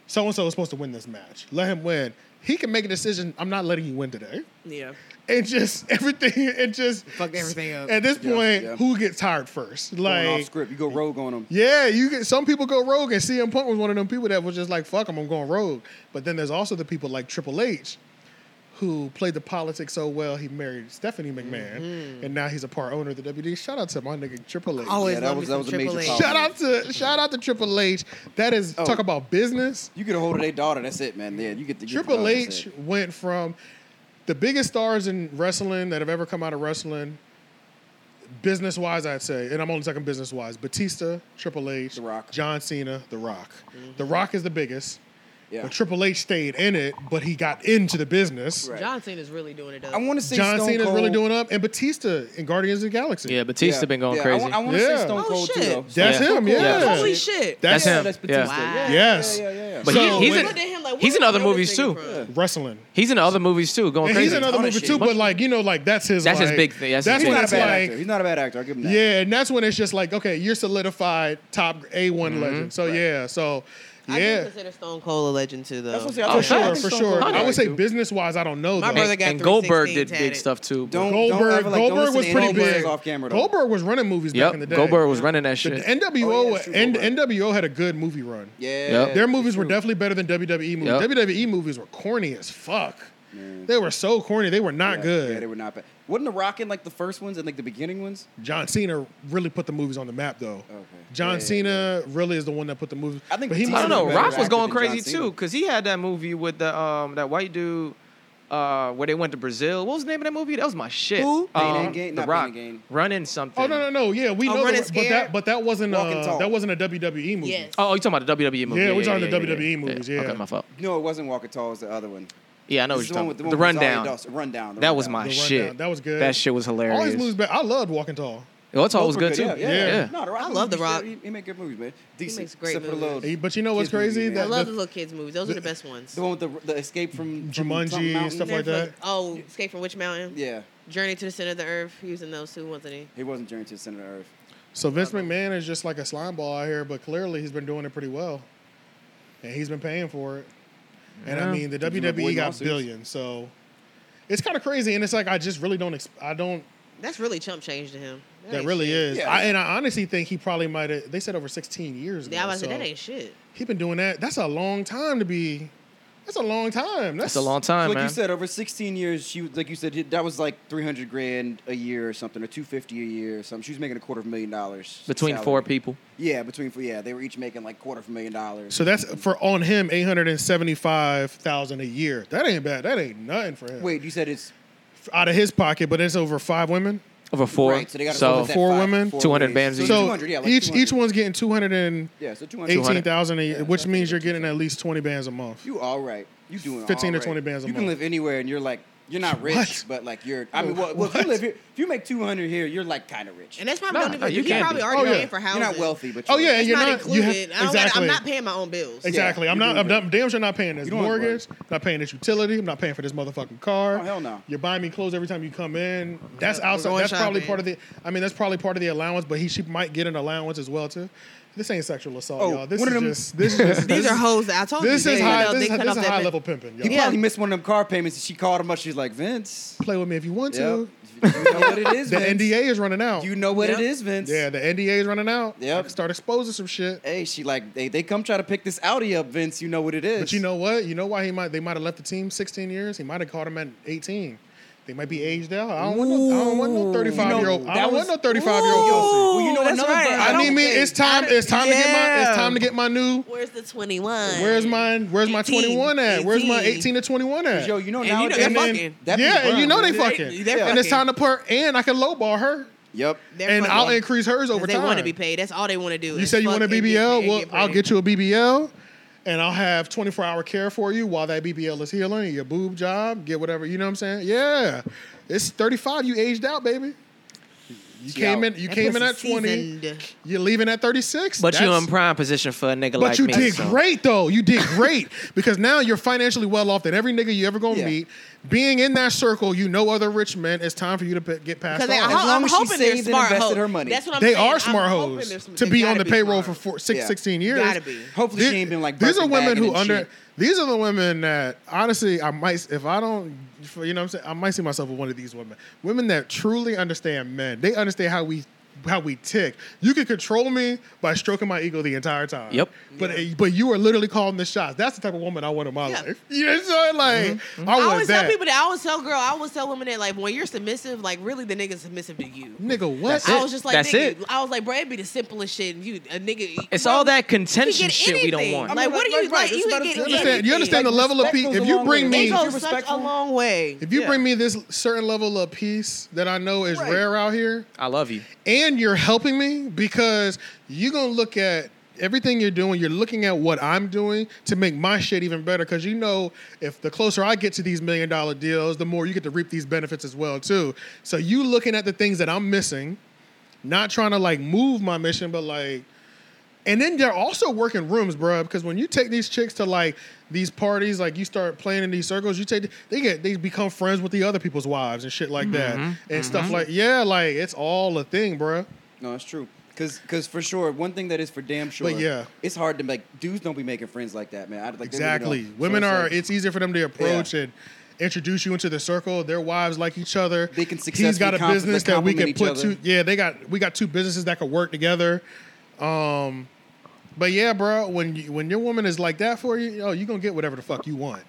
so and so is supposed to win this match. Let him win. He can make a decision. I'm not letting you win today.
Yeah.
And just everything. It just
Fuck everything up.
At this
Yeah,
point,
yeah.
who gets tired first?
Going off
Like,
script, you go rogue on them.
yeah, you get some people go rogue, and CM Punk was one of them people that was just like, "Fuck 'em, I'm going rogue." But then there's also the people like Triple H, who played the politics so well. He married Stephanie McMahon,
Mm-hmm.
and now he's a part owner of the WD. Shout out to my nigga Triple H.
Always
Yeah, that
love me
was-
some
that was a
Triple
major
H.
problem.
Shout out to shout out to Triple H. That is
Oh.
talk about business.
You get a hold of their daughter. That's it, man. Yeah, you get the you get the
Triple
daughter, that's
H
it.
went from the biggest stars in wrestling that have ever come out of wrestling, business wise, I'd say, and I'm only talking business wise Batista, Triple H,
The Rock. Mm-hmm.
John Cena, The Rock. The Rock is the biggest.
Yeah.
But Triple H stayed in it, but he got into the business.
Right.
John Cena's really doing it. Up.
I want to say
John
Stone
Cena's
Cold,
really doing up, and Batista in Guardians of the Galaxy.
Yeah, Batista been going crazy.
I, want to
Yeah.
say Stone
Oh,
Cold too.
shit.
Though.
That's
Yeah.
him,
Cold,
yeah.
Holy shit.
That's
Yeah,
him.
That's
yeah.
Batista. Yeah,
Wow.
yeah,
Yes.
Yeah, yeah, yeah.
But
So
he, he's
when-
in he's in other movies too.
Wrestling.
He's in other movies too, going
And
crazy.
he's another
Ton of
movie
shit.
too, but like, you know, like that's his
That's his
like-
big thing. That's his
That's
big
when
He's not
it's
a bad
like
actor. He's not a bad actor. I'll give him that.
Yeah, and that's when it's just like, okay, you're solidified top A one
Mm-hmm.
legend. So yeah, so
I do
yeah,
consider Stone Cold a legend too, though.
That's what I'm saying.
for
I think- I
sure,
think
for
Stone
sure.
Cold-
I would say business wise, I don't know.
My
though.
brother
and,
got
and Goldberg
316
did big
tatted.
stuff too.
Don't-
Goldberg,
ever, like, don't
Goldberg
listen
was
to
pretty
Andy Goldberg
big.
off camera, though.
Goldberg was running movies back in the
Yep,
day.
Goldberg was running that
The
shit.
NWO
Oh, yeah, that's true,
and
Goldberg.
NWO had a good movie run.
Yeah.
Yep.
Their
that's
movies were
true.
definitely better than WWE movies.
Yep.
WWE movies were corny as fuck. They were so corny. They were not
Yeah,
good.
Yeah, they were not bad. Wasn't The Rock in like the first ones and like the beginning ones?
John Cena really put the movies on the map, though. John
Yeah, yeah,
Cena really is the one that put the movies.
I think
but he
Batista
I
might-
don't know.
He's a better
Rock was
actor
going
than John
crazy
Cena.
too because he had that movie with the um that white dude uh, where they went to Brazil. What was the name of that movie? That was my shit.
Who?
Um,
Pain and Gain?
The
Not Pain
Rock.
and Gain.
Running something.
Oh no no no! Yeah, we
Oh,
know,
Running
the, but
Scared?
that but that wasn't
Walk and
uh,
Talk.
that wasn't a WWE movie.
Yes.
Oh, you talking about the WWE movie?
Yeah, we're talking the WWE
yeah.
movies, yeah.
Okay, my fault.
No, it wasn't Walk and Tall. It was the other one.
Yeah, I know what
This is
you're
one
talking
with- the
about.
one
The
with Rosario
rundown.
Dawson. Rundown. the
That was
Rundown.
my
The
shit.
Rundown. That was good.
That shit was hilarious.
All these movies, back. I loved Walking Tall.
It was always
Those were
good too.
Yeah, yeah.
Yeah.
No, the Rock
I love The
movies,
Rock.
He, he make good movies, man. Decent,
makes great
except for the
movies.
little-
Hey, But you know what's
Kids movie,
crazy?
man.
that
I love
the-
the little kids movies. Those are the best ones.
the one with the, the escape from from
Jumanji
Something
and
Mountain.
stuff like that.
Oh, Escape from Witch Mountain.
Yeah,
Journey to the Center of the Earth. He was in those two, wasn't he?
he wasn't Journey to the Center of Earth.
So Vince McMahon is just like a slime ball out here, but clearly he's been doing it pretty well, and he's been paying for it. And
Yeah.
I mean, the
Did you avoid
WWE got
lawsuits?
billions, so it's kind of crazy. And it's like I just really don't. Ex- I don't.
That's really chump change to him.
That
ain't
really
shit.
is.
Yeah.
I, and I honestly think he probably might have. They said over 16 years.
Yeah, I
now,
was
so
like, that ain't shit.
He been doing that. That's a long time to be. That's a long time. That's,
That's a long
So
time,
like
man.
you said, over 16 years, she was like you said that was like 300 grand a year or something, or 250 a year or something. She was making a quarter of a million dollars
Between
salary.
four people.
Yeah, between four. Yeah, they were each making like quarter of a million dollars.
So that's for on him 875,000 a year. That ain't bad. That ain't nothing for him.
wait, you said it's
Out of his pocket, but it's over five women.
Over four.
right, so they got
so four women,
200 bands each.
So
200, yeah, like
each
200.
each one's getting 200 and
Yeah, so 200.
18,000 a year,
Yeah,
which
that's
means
good.
you're getting at least 20 bands a month.
You all right? You doing
15 to
all right.
20 bands a
You can
month.
live anywhere, and you're like you're not rich, but like you're. I mean, well, well, if you
What?
live here, if you make 200 here, you're like kind of rich.
And that's probably
Nah,
not
nah,
even.
you
You
can't
probably
be.
already
Oh, yeah.
paying for
you're
housing.
not wealthy, but
Oh
you're
yeah, and
rich.
It's
you're
not,
not you
included.
have-
I don't gotta,
exactly.
I'm not paying my own bills.
Exactly. I'm
you're
not.
doing
I'm
good.
not, damn sure not paying this
You're doing good.
mortgage. Not paying this utility. I'm not paying for this motherfucking car.
Oh, hell no.
You're buying me clothes every time you come in. That's
We're
outside.
going
That's probably
shopping.
part of the. I mean, that's probably part of the allowance. But he she might get an allowance as well too. This ain't sexual assault,
Oh,
y'all. This
one
is
of them-
just. This is just.
These
this,
are hoes that I told
This
you.
is
they cut
high.
out-
This,
they
is
cut
this
off
is
that
high
bit.
level pimping. Y'all.
You probably missed one of them car payments, and she called him up. She's like, Vince.
Play with me if you want
Yep.
to.
You know what it is,
The
Vince.
NDA is running out.
You know what
Yep.
it is, Vince.
yeah, the NDA is running out.
Yep.
I can start exposing some shit.
Hey, she like they, they come try to pick this Audi up, Vince. You know what it is.
But you know what? You know why he might they might have left the team 16 years. He might have caught him at 18. They might be aged out. I don't want no. I don't want no 35 year old. I
that
don't want
was-
no 35 year old.
Well, you know
that's
another
right.
brand-
I
I
don't
need me.
think-
It's time.
I-
It's time to get my.
Yeah.
It's time to get my new.
Where's the 21?
Where's my Where's my
18,
21 at? Where's my
18?
18 to 21 at?
Yo, you know
And you know
nowadays.
they're
And then-
fucking.
That be
yeah, and you
burn,
know they
dude.
fucking.
They- they're
And it's
fucking.
time to per. And I can lowball her,
Yep.
They're
and
fucking-
I'll increase hers
'cause
over
They
time.
want to be paid. That's all they want to do.
You
is
say you
fuck
want a
and get paid
BBL?
and
Well, I'll
paid.
get you a BBL, and I'll have 24 hour care for you while that BBL is healing. and Your boob job, get whatever. You know what I'm saying? Yeah, it's 35. You aged out, baby. You
She
came
out.
in. You
That
came in
pussy
at 20.
seasoned.
You're leaving at 36.
But you're
That's-
in prime position for a nigga
But
like
you
me.
did
so.
great though. You did great because now you're financially well off than every nigga you ever gonna
Yeah.
meet. Being in that circle, you know other rich men. It's time for you to p- get past.
Because they,
on.
I'm,
As long
I'm
as she
hoping they're
saved and
smart
invested
hoes.
her money.
That's what I'm
They
saying.
are
I'm
smart
hoping
hoes
there's some-
to
they
be on
gotta
the payroll
smart.
for four, six,
Yeah.
16 years.
Gotta be.
Hopefully
Thi-
she ain't been like.
these are
Birkin
women
bagging
who
and
under
shit.
these are the women that honestly I might if I don't you know what I'm saying I might see myself with one of these women women that truly understand men they understand how we how we tick you can control me by stroking my ego the entire time
Yep.
but eh, but you are literally calling the shots that's the type of woman I want in my
Yeah. Mm-hmm.
life you know what I'm saying? like I
I
want
always
that
tell people that. I always tell girl. I always tell women that like when you're submissive, like really the nigga's submissive to you.
nigga what
That's
I
it.
was just like,
That's
nigga,
it.
I was like, bro, it'd be the simplest shit. And you, a nigga,
It's
bro,
all that
you could
contention
get
shit we don't
anything.
want.
I mean,
Like, what do
right,
you
right,
like?
right.
You
It's
can
about
get
to-
You understand, you
anything.
understand the level of
respect
peace
goes
if
a
you
long
bring
way.
It
me
If you're
goes such a
respectful-
long way.
if you
Yeah.
bring me this certain level of peace that I know is
Right.
rare out here
I love you.
and you're helping me because you're gonna look at everything you're doing you're looking at what i'm doing to make my shit even better because you know if the closer i get to these million dollar deals the more you get to reap these benefits as well too so you looking at the things that i'm missing not trying to like move my mission but like and then they're also working rooms, bruh, because when you take these chicks to like these parties, like you start playing in these circles, you take they get they become friends with the other people's wives and shit like that and stuff like yeah, like it's all a thing, bruh.
No, that's true. Cause, Cause, for sure, one thing that is for damn sure.
yeah.
it's hard to like. Dudes don't be making friends like that, man. I, like, they really
Exactly.
don't. So
Women
it's
are
like-
it's easier for them to approach
Yeah.
and introduce you into the circle. Their wives like each other.
They can
He's got
successfully
a
complement-
business that we can
complement each
put
other.
two yeah, they got we got two businesses that could work together. Um but yeah, bro, when you, when your woman is like that for you, oh, you're going to get whatever the fuck you want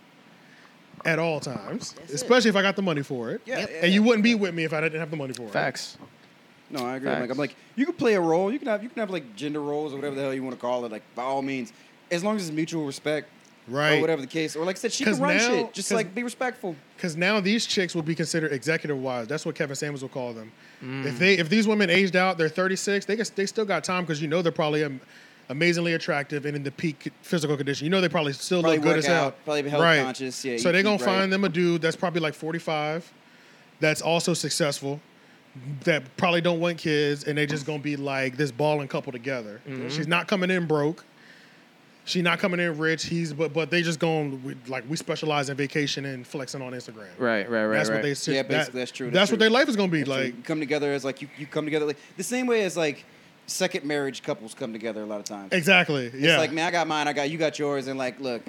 at all times,
That's it.
especially if I got the money for it.
Yeah,
and
yeah,
you
yeah.
wouldn't be with me if I didn't have the money for it.
Facts.
No, I agree. Like, I'm
Facts.
like, you can play a role. You can have you can have like gender roles or whatever the hell you want to call it. Like by all means, as long as it's mutual respect. or
Right.
whatever the case. Or like I said, she can
'Cause
run
now-
shit. Just
'cause-
like be respectful.
Because now these chicks will be considered executive wives. That's what Kevin Samuels will call them.
Mm.
If they if these women aged out, they're 36, they guess they still got time because you know they're probably am- amazingly attractive and in the peak physical condition. You know they probably still
Probably
look good
work
as
out,
hell.
probably be health conscious. Yeah,
so
you-
they're gonna
right.
find them a dude that's probably like 45, that's also successful, that probably don't want kids, and they just gonna be like this balling couple together.
Mm-hmm.
She's not coming in broke. She's not coming in rich. He's but but they just going we- like we specialize in vacation and flexing on Instagram.
Right, right, right,
That's
right.
what they sit-
Yeah,
that-
basically, that's true,
That's,
that's
what
true.
their life is gonna be
So
like.
you come together as like you, you come together like the same way as like second marriage couples come together a lot of times.
Exactly. yeah.
It's like, man, I got mine, I got you, got yours, and like, look,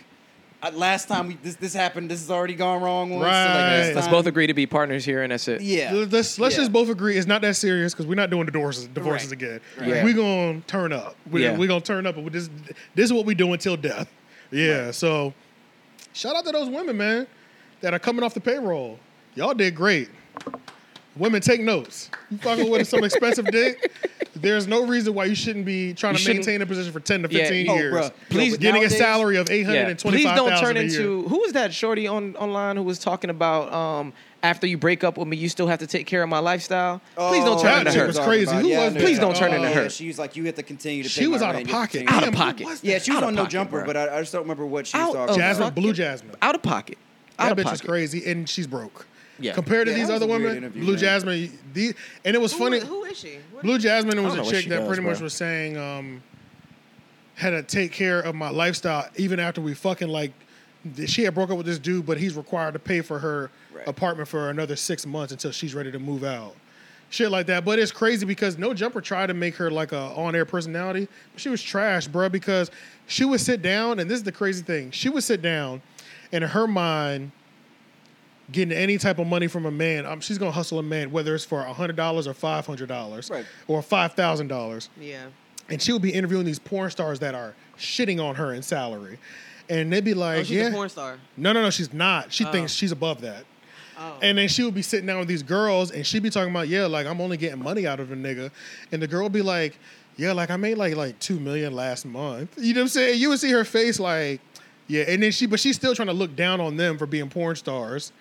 I, last time we this this happened, this has already gone wrong once. so, like,
Right.
next
Let's
Let's
time-
both agree to be partners here, and that's it.
Yeah,
Let's let's
Yeah.
just both agree it's not that serious because we're not doing divorces divorces
Right.
again.
Right.
Yeah.
We're gonna turn up. We're,
Yeah.
we're gonna turn up. and This this is what we do until death. Yeah. So shout out to those women, man, that are coming off the payroll. Y'all did great. Women take notes. You fucking with some expensive dick. There's no reason why you shouldn't be trying
You
to
shouldn't-
maintain a position for ten to
Yeah.
fifteen
Oh,
years.
bruh.
Please-
Please, getting
nowadays-
a salary of eight hundred
Yeah.
and twenty
Please
five
don't
thousand
turn
a year.
into who was that shorty on online who was talking about um after you break up with me, you still have to take care of my lifestyle. Please don't
That
Oh,
turn into
chick
her.
was crazy. Who
I
was
knew
that?
Please
that.
don't turn into
Oh,
her.
yeah, She was like, you have to continue to.
She
pay my
was out
rent,
of
you have to
pocket.
continue-
Out of
Damn, who
pocket.
was that?
Yeah, she was
Out of
on no
pocket,
jumper,
bruh.
but I, I just don't remember what she
Out
was
of
talking
Jasmine,
about.
Blue Jasmine.
Out of pocket. Out
That
of
bitch is
pocket.
crazy, and she's broke.
Yeah.
Compared to
Yeah,
these
that was
other
a weird
women,
interview,
Blue
man.
Jasmine, the, and it was
Who-
funny.
Who is she? What-
Blue Jasmine
I
was
don't
a
know what
chick
she
that
does,
pretty much
bro.
was saying, um, had to take care of my lifestyle even after we fucking like. th- She had broke up with this dude, but he's required to pay for her
Right.
apartment for another six months until she's ready to move out. Shit like that. But it's crazy because No Jumper tried to make her like a on-air personality, but she was trash, bro, because she would sit down, and this is the crazy thing. She would sit down, and in her mind, getting any type of money from a man, um, she's gonna hustle a man, whether it's for hundred dollars or five hundred dollars,
Right.
or five thousand dollars,
Yeah.
and she'll be interviewing these porn stars that are shitting on her in salary, and they'd be like,
Oh, she's
yeah,
a porn star.
no, no, no, she's not. She
Oh.
thinks she's above that.
Oh.
And then she would be sitting down with these girls, and she'd be talking about, yeah, like I'm only getting money out of a nigga, and the girl would be like, yeah, like I made like like two million last month. You know what I'm saying? You would see her face like, yeah, and then she, but she's still trying to look down on them for being porn stars,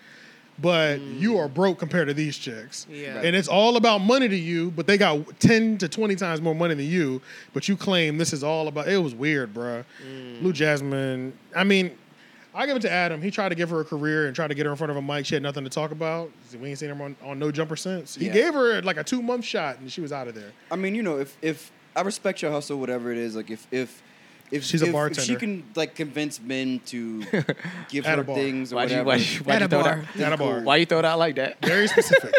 but you are broke compared to these chicks,
Mm. Yeah.
And it's all about money to you, but they got ten to twenty times more money than you, but you claim this is all about. It was weird, bruh.
Mm.
Lou Jasmine, I mean. I give it to Adam. He tried to give her a career and tried to get her in front of a mic. She had nothing to talk about. We ain't seen her on, on No Jumper since. He
Yeah.
gave her like a two month shot and she was out of there.
I mean, you know, if if I respect your hustle, whatever it is, like if if if
She's a
if- if she
bartender.
can like convince men to give
At a
her
bar.
things or
Why'd you,
whatever.
why'd you, why'd
At
you
a
throw
bar.
that?
At a bar.
Why you throw it out like that?
Very specific.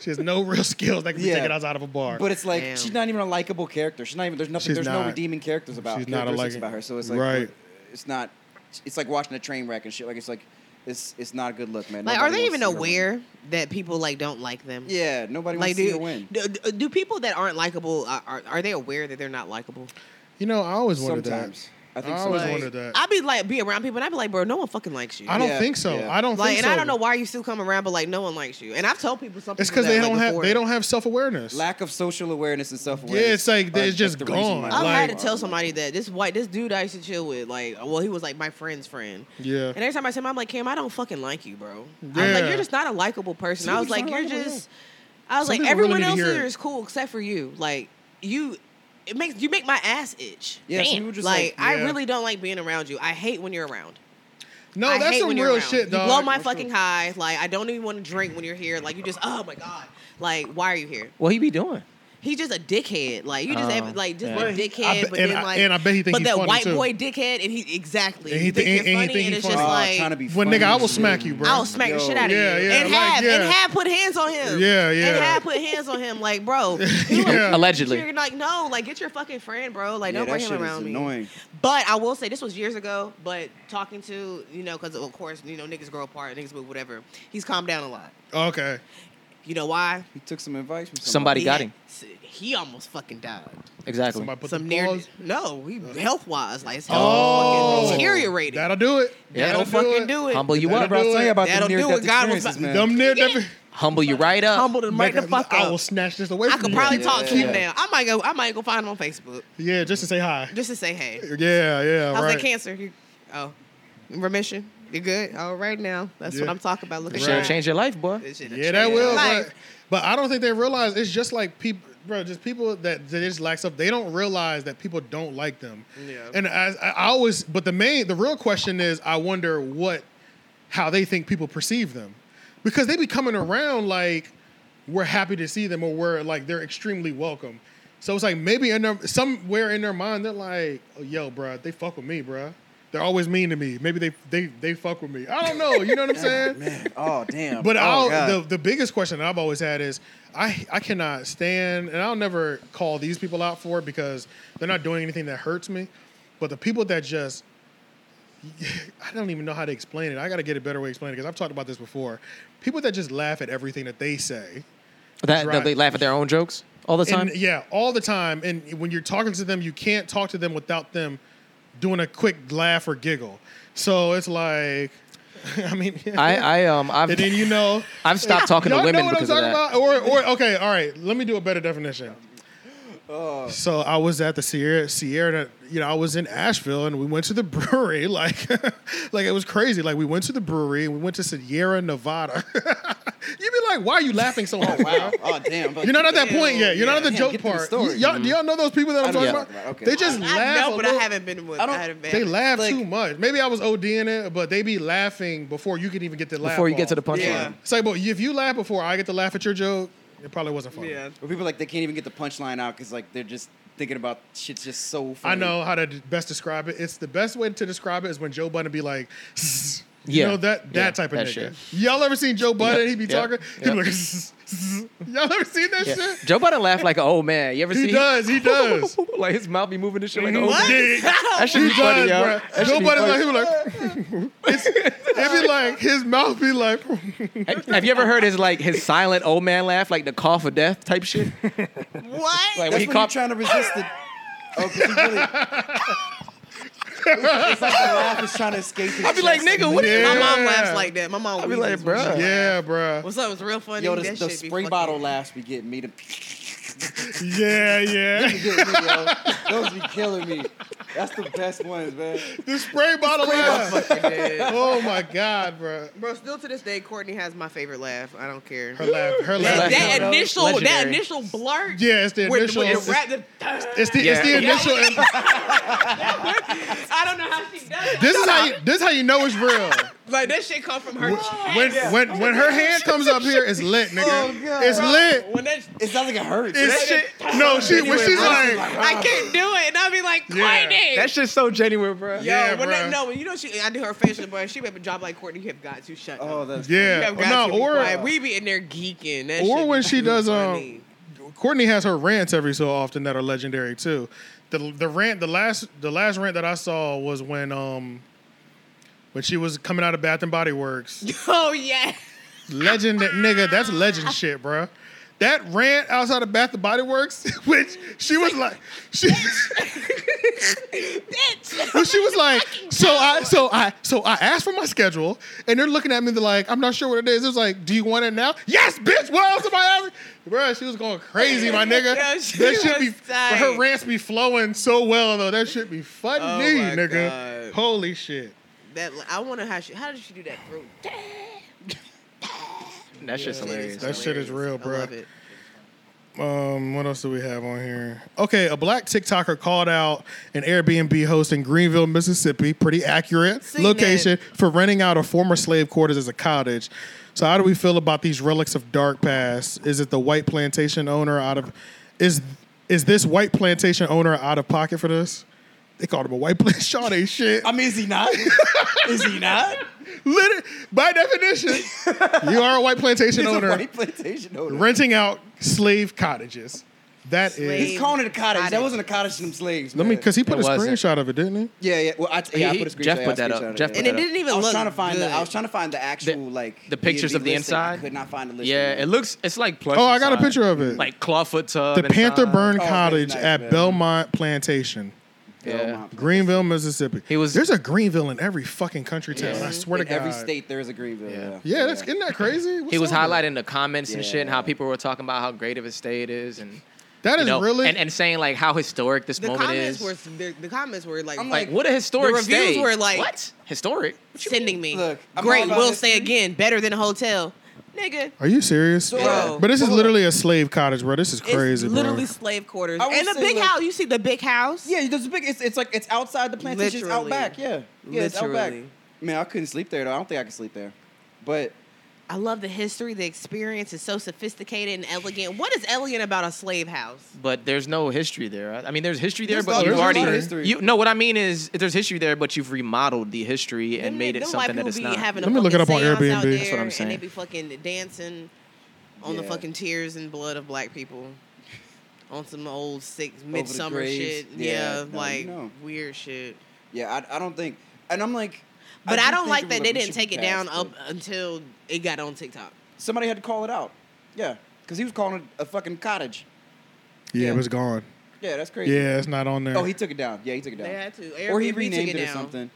she has no real skills that can be
Yeah.
taken outside of a bar.
But it's like
Damn.
she's not even a likable character. She's not even there's nothing
She's
there's no
not.
redeeming characters about
She's not a
characteristics
like-
about her. So it's like
Right.
it's not it's like watching a train wreck and shit. Like it's like it's it's not a good look, man.
Like, are
Nobody
they
wants
even
to see her win.
aware that people like don't like them?
Yeah, nobody
Like,
wants to see her
do,
win.
do, do people that aren't likable are, are are they aware that they're not likable?
you know, I always wondered
Sometimes.
that.
I think
always
sometimes.
wondered that. I,
I be like be around people and I be like, bro, no one fucking likes you.
don't
Yeah,
think so.
yeah.
uh, I don't
like,
think
and
so.
I don't know why you still come around, but like no one likes you. And I've told people something.
It's because they don't have they don't have self awareness.
Lack of social awareness and self awareness.
Yeah, it's like, it's just gone.
I've had to
like-
tell somebody that this white this dude I used to chill with, like, well, he was like my friend's friend.
Yeah.
And every time I see him, I'm like, Cam, I don't fucking like you, bro. I was like,
Yeah.
you're just not a likable person.
Some
I was
people
like,
just
you're
aren't likable,
just. I was
Some
like,
people really
everyone
need to
else
hear
here
it.
is cool except for you. Like you, it makes you make my ass itch.
Yeah, so you were just
Like,
like,
I
yeah.
really don't like being around you. I hate when you're around.
no,
I
that's
hate
some
when you're
real
around.
shit,
You
dog.
blow my fucking high. Like I don't even want to drink when you're here. Like you just, oh my god. Like why are you here?
What he be doing?
He's just a dickhead. Like you just
Oh,
ever- like just
yeah.
a
I
dickhead.
bet-
but
and
then
I-
like,
and I bet he think
but
he's
that
funny,
white
too.
boy dickhead, and he exactly.
And
And
he
he,
thi-
thinks
and- and
you're
he
funny,
think
and
he
it's
funny.
just
Oh,
like
trying to be
Well, nigga, I will
funny.
smack you, bro.
I'll smack the
Yo.
shit out
Yeah,
of you.
yeah,
and
like,
have
yeah.
and have put hands on him.
Yeah,
And
yeah.
have put hands on him. Like, bro. you
Yeah.
are-
Allegedly.
You're like, no, like get your fucking friend, bro. Like,
Yeah,
don't
that
bring him
shit is
around me.
annoying.
But I will say this was years ago. But talking to you know, because of course you know niggas grow apart, niggas move, whatever. He's calmed down a lot.
Okay.
You know why?
He took some advice from
Somebody
He
got
had-
him.
He almost fucking died.
Exactly.
Somebody put
Some
the
near
pause.
no, he health wise, like his health
Oh,
fucking deteriorated.
That'll do it.
Yeah.
That'll
That'll fucking do it.
Humble you
That'll
up.
do
I'll tell you about
That'll
the near
do
death
it. God was about-
experiences, man.
Them near
Yeah.
defi-
Humble you right up.
Humbled him right the
Nigga,
fuck
I
up.
will snatch this away
I
from
could
you.
probably talk to him
Yeah.
now. I might go. I might go find him on Facebook
Yeah, just to say hi.
just to say hey.
Yeah, yeah,
How's
right.
that cancer? You- Oh, remission. You good? All right now. That's what
Yeah.
I'm talking about. Look at
Right.
Should've
that.
changed your life, boy.
This shit a
Yeah, that will.
Like-
But, but I don't think they realize it's just like people, bro. Just people that that just lack stuff. They don't realize that people don't like them.
Yeah.
And I, I I always, but the main, the real question is, I wonder what, how they think people perceive them, because they be coming around like we're happy to see them or we're like they're extremely welcome. So it's like maybe in their, somewhere in their mind they're like, oh, yo, bro, they fuck with me, bro. They're always mean to me. Maybe they they they fuck with me. I don't know. You know what I'm saying?
Oh damn!
But
oh, God.
I'll, the the biggest question that I've always had is I I cannot stand, and I'll never call these people out for it because they're not doing anything that hurts me. But the people that just I don't even know how to explain it. I got to get a better way to explain it because I've talked about this before. People that just laugh at everything that they say.
That, that
Right.
they laugh at their own jokes all the time.
And, yeah, all the time. And when you're talking to them, you can't talk to them without them doing a quick laugh or giggle. So it's like, I mean,
I, I um I've
and then you know,
I've stopped talking to
Y'all
women
know what
because
I'm
of
talking
that.
about? Or, or okay, all right. Let me do a better definition. So I was at the Sierra Sierra, you know, I was in Asheville and we went to the brewery. Like, like it was crazy. Like we went to the brewery and we went to Sierra Nevada. You'd be like, why are you laughing so hard? Wow.
oh damn!
You're not at that point yet. You're not at the
Damn,
joke
get to the
part.
story.
Y- y'all, do y'all know those people that I'm
I know
talking
what
about?
you're talking about. Okay.
They just
I
laugh.
know,
a
but
little-
I haven't been with.
I
I,
don't-
haven't been.
They laugh
Like-
too much. Maybe I was ODing it, but they be laughing before you could even get the laugh.
before you get to the
off.
punchline.
Yeah.
It's like, but if you laugh before I get to laugh at your joke, it probably wasn't funny.
Yeah.
Where people like they can't even get the punchline out because like they're just thinking about shit's just so funny.
I know how to d- best describe it. It's the best way to describe it is when Joe Budden be like, "Zzz," you
Yeah.
know that that
Yeah,
type of
that
nigga.
shit.
Y'all ever seen Joe Budden? He be
Yep.
talking. He be
Yep.
like, "Zzz, zzz." y'all ever seen that
Yeah.
shit?
Joe Budden laughed like an old man. You ever
He
see?
does. He does.
like his mouth be moving and shit like an old
What?
man. That should be funny, yo.
bruh.
That should
Joe
be
Budden
funny.
like he be like, it's, it be like his mouth be like,
Have- Have you ever heard his like his silent old man laugh, like the cough of death type shit?
What?
Like
That's
when he
when
cough.
you're trying to resist it. Oh, 'cause he really... it's, it's like the laugh is trying to escape. his
I'd be like,
chest.
nigga, what? Are
Yeah.
you?
My mom
Yeah.
laughs like that. My mom.
I'd be like,
wheezes.
bruh.
yeah, bruh.
What's up? It's real funny.
Yo, the,
That
the
shit be
spring
fucking-
bottle laughs be getting me. The
Yeah, yeah.
Yo, those be killing me. That's the best ones, man.
the spray bottle laugh.
Fucking dead.
Oh my god, bruh.
Bro, still to this day, Courtney has my favorite laugh. I don't care.
Her laugh. Her
that
laugh.
that
Legendary.
initial, that
Legendary.
initial blurt.
Yeah, it's the
Where,
initial.
where
It's
the rap, the,
it's the, it's
Yeah.
the initial.
I don't know how she does it.
This is how you, this is how you know it's real.
Like that shit come from her. chest.
When when when her hand comes up here, it's lit, nigga.
Oh, God.
It's lit.
when that,
It sounds like it hurts.
It's shit. No, she when she's like,
I can't do it, and I'll be like, Courtney.
Ah. Yeah.
That shit's so genuine, bro.
Yo,
Yeah,
when
bruh.
that, no, when you know she, I do her facial, but she made a job like Courtney. You have got to shut
oh,
up.
that's
You
yeah,
have
no,
got to. Or
or
we be in there geeking. That
or
shit
when
be
she does, um,
funny.
Courtney has her rants every so often that are legendary too. The the rant the last the last rant that I saw was when um when she was coming out of Bath and Body Works.
Oh yeah.
Legend, nigga,
Ah.
that's legend shit, bruh. That rant outside of Bath and Body Works, which she was like, she, Well, she was like, so I, so I, so I asked for my schedule, and they're looking at me they're like, I'm not sure what it is. It was like, do you want it now? Yes, bitch. What else am I asking? Bro, she was going crazy, my nigga.
Yo, she
that should
was
be, but
tight.
her rants be flowing so well though. That should be funny,
Oh, my
nigga.
God.
Holy shit.
That I wonder how she. How did she do that throat?
That shit's hilarious.
That shit is real,
I
bro.
love it.
Um, what else do we have on here? Okay, a black TikToker called out an Airbnb host in Greenville, Mississippi, pretty accurate
Seen
location for renting out a former slave quarters as a cottage. So, how do we feel about these relics of dark past? Is it the white plantation owner out of is is this white plantation owner out of pocket for this? They called him a white plantation. Shaw they shit.
I mean, is he not? is he not?
Literally, by definition, you are a white plantation
He's a
owner
white plantation owner.
renting out slave cottages. That is.
Slave
He's calling it a cottage.
Cottage.
That wasn't a cottage to them slaves.
Let me,
man.
because he put
It
a
wasn't.
screenshot of it, didn't he?
Yeah, yeah. Well, I, yeah,
He-
I put a screenshot.
Jeff
yeah,
put
I
that up.
screenshotted
Jeff
it,
And
put
yeah.
it didn't even
I was
look
trying to find
good.
The, I was trying to find the actual like
the pictures
B&B
of the
listing. I
inside?
could not find the listing.
Yeah, it looks. It's like plush.
Oh, I got a
inside.
picture of it.
Like clawfoot tub.
the Panther
inside.
Burn
Oh, that's
Cottage
nice,
at
man.
Belmont Plantation,
Oh,
Oh
Yeah.
Greenville, Mississippi.
He was-
There's a Greenville in every fucking country town. I swear
in
to God.
every state there is a Greenville.
Yeah.
Yeah,
Yeah, that's isn't that crazy? What's
He was
up with
highlighting the comments and shit, and
Yeah.
how people were talking about how great of a state it is, and
That
you
is
know,
really-
and, and saying like how historic this
The
moment
comments
is.
were the, the comments were like,
I'm
like what a historic
The reviews
stay.
were like-
what historic?
sending me.
Look, I'm all
Great,
about
we'll
this
say again, better than a hotel, nigga.
Are you serious?
Bro.
But this is literally a slave cottage, bro. This is crazy,
it's
bro.
literally slave quarters
I would
and the
say,
big
like-
house. You see the big house?
Yeah, there's a big. It's, it's like it's outside the plantation. It's out
Literally.
back. Yeah, yeah, it's out back.
Literally.
Man, I couldn't sleep there. Though. I don't think I could sleep there. But
I love the history. The experience is so sophisticated and elegant. What is elegant about a slave house?
But there's no history there. I- I mean, there's history there,
There's
but
no-
you've
there's a lot
already
of
history.
You, no, what I mean is there's history there, but you've remodeled the history and made it
Them white
something that
people
it's
be
not.
having a
Let me look
fucking
it up on
seance out
Airbnb. That's
what I'm
there, And they
saying.
be fucking dancing on the
Yeah.
fucking tears and blood of black people. On some old six
the
midsummer
graves.
shit.
Yeah,
Yeah,
no,
like
you know.
weird shit.
yeah, I, I don't think. And I'm like,
But
do
I, don't
think
like
it
that
was
they
we
didn't
should
take it
pass,
down up
but
until it got on TikTok.
Somebody had to call it out. Yeah, because he was calling it a fucking cottage.
yeah,
yeah.
it was gone.
Yeah, that's crazy.
Yeah, it's not on there.
Oh, he took it down. Yeah, he took it down.
They had to.
or he
Airbnb took
renamed
it
it, or
down.
something.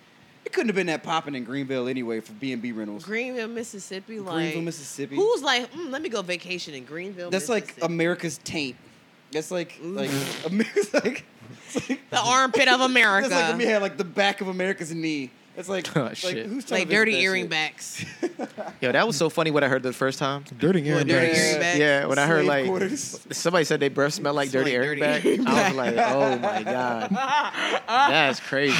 It couldn't have been that popping in Greenville anyway for B and B rentals.
Greenville, Mississippi, like
Greenville, Mississippi.
Who's like, mm, let me go vacation in Greenville?
That's like
Mississippi." Mm.
America's taint. That's like
Ooh.
like America's like. It's like
the armpit of America,
That's like if you had like the back of America's knee. It's like,
Oh,
like
shit.
who's trying
like
to visit
dirty
that
earring
shit?
backs.
Yo, that was so funny when I heard the first time.
dirty air.
dirty
bags.
air. Airbag.
Yeah, when I heard
Slave
like
quarters.
somebody said they breath smelled like
Smell
dirty
like
air
dirty
airbag, I was like, oh my god, that's crazy.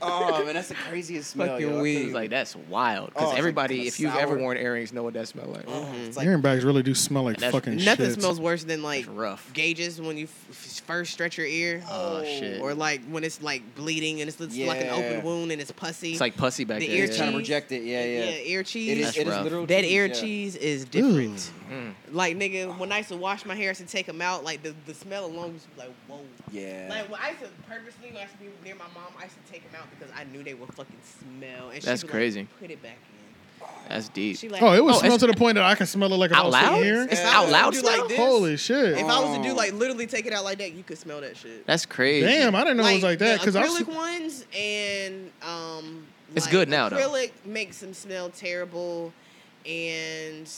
Oh man, that's the craziest smell.
Fucking
yo. I
weed.
couldn't-
Like that's wild.
Oh, it's
Because
like
everybody,
kinda
if you've ever
sour.
worn earrings, know what that smell like.
Mm-hmm.
Oh, it's like
Earring bags really do smell like
That's-
fucking
Nothing
shit.
smells worse than like
It's rough.
gauges when you f- f- first stretch your ear,
Oh shit.
or like when it's like bleeding and it's, it's like an
Yeah.
open wound and it's pussy.
It's like pussy back
The
there.
ear
it's trying
cheese.
to reject it. Yeah, yeah.
yeah, ear cheese.
It is.
That's
It is
rough.
literal.
that
cheese,
ear
yeah. Mm.
cheese is different. Like nigga, when I used to wash my hair, I used to take them out. Like the, the smell alone was like whoa.
Yeah.
Like when I used to purposely when I used to be near my mom, I used to take them out because I knew they would fucking smell. And she'd
That's
be like,
crazy.
Put it back in.
That's deep.
She like,
Oh, it was
Oh,
smell
it's-
to the point that I can smell it like if I
Out
was sitting
loud?
here.
It's
Yeah.
out loud
Do like
still?
this?
Holy shit!
If I was to do
Oh.
like literally take it out like that, you could smell that shit.
That's crazy.
Damn, I didn't know it was like that because
the
I.
acrylic ones and um.
It's
like,
good now, though.
Acrylic makes them smell terrible, and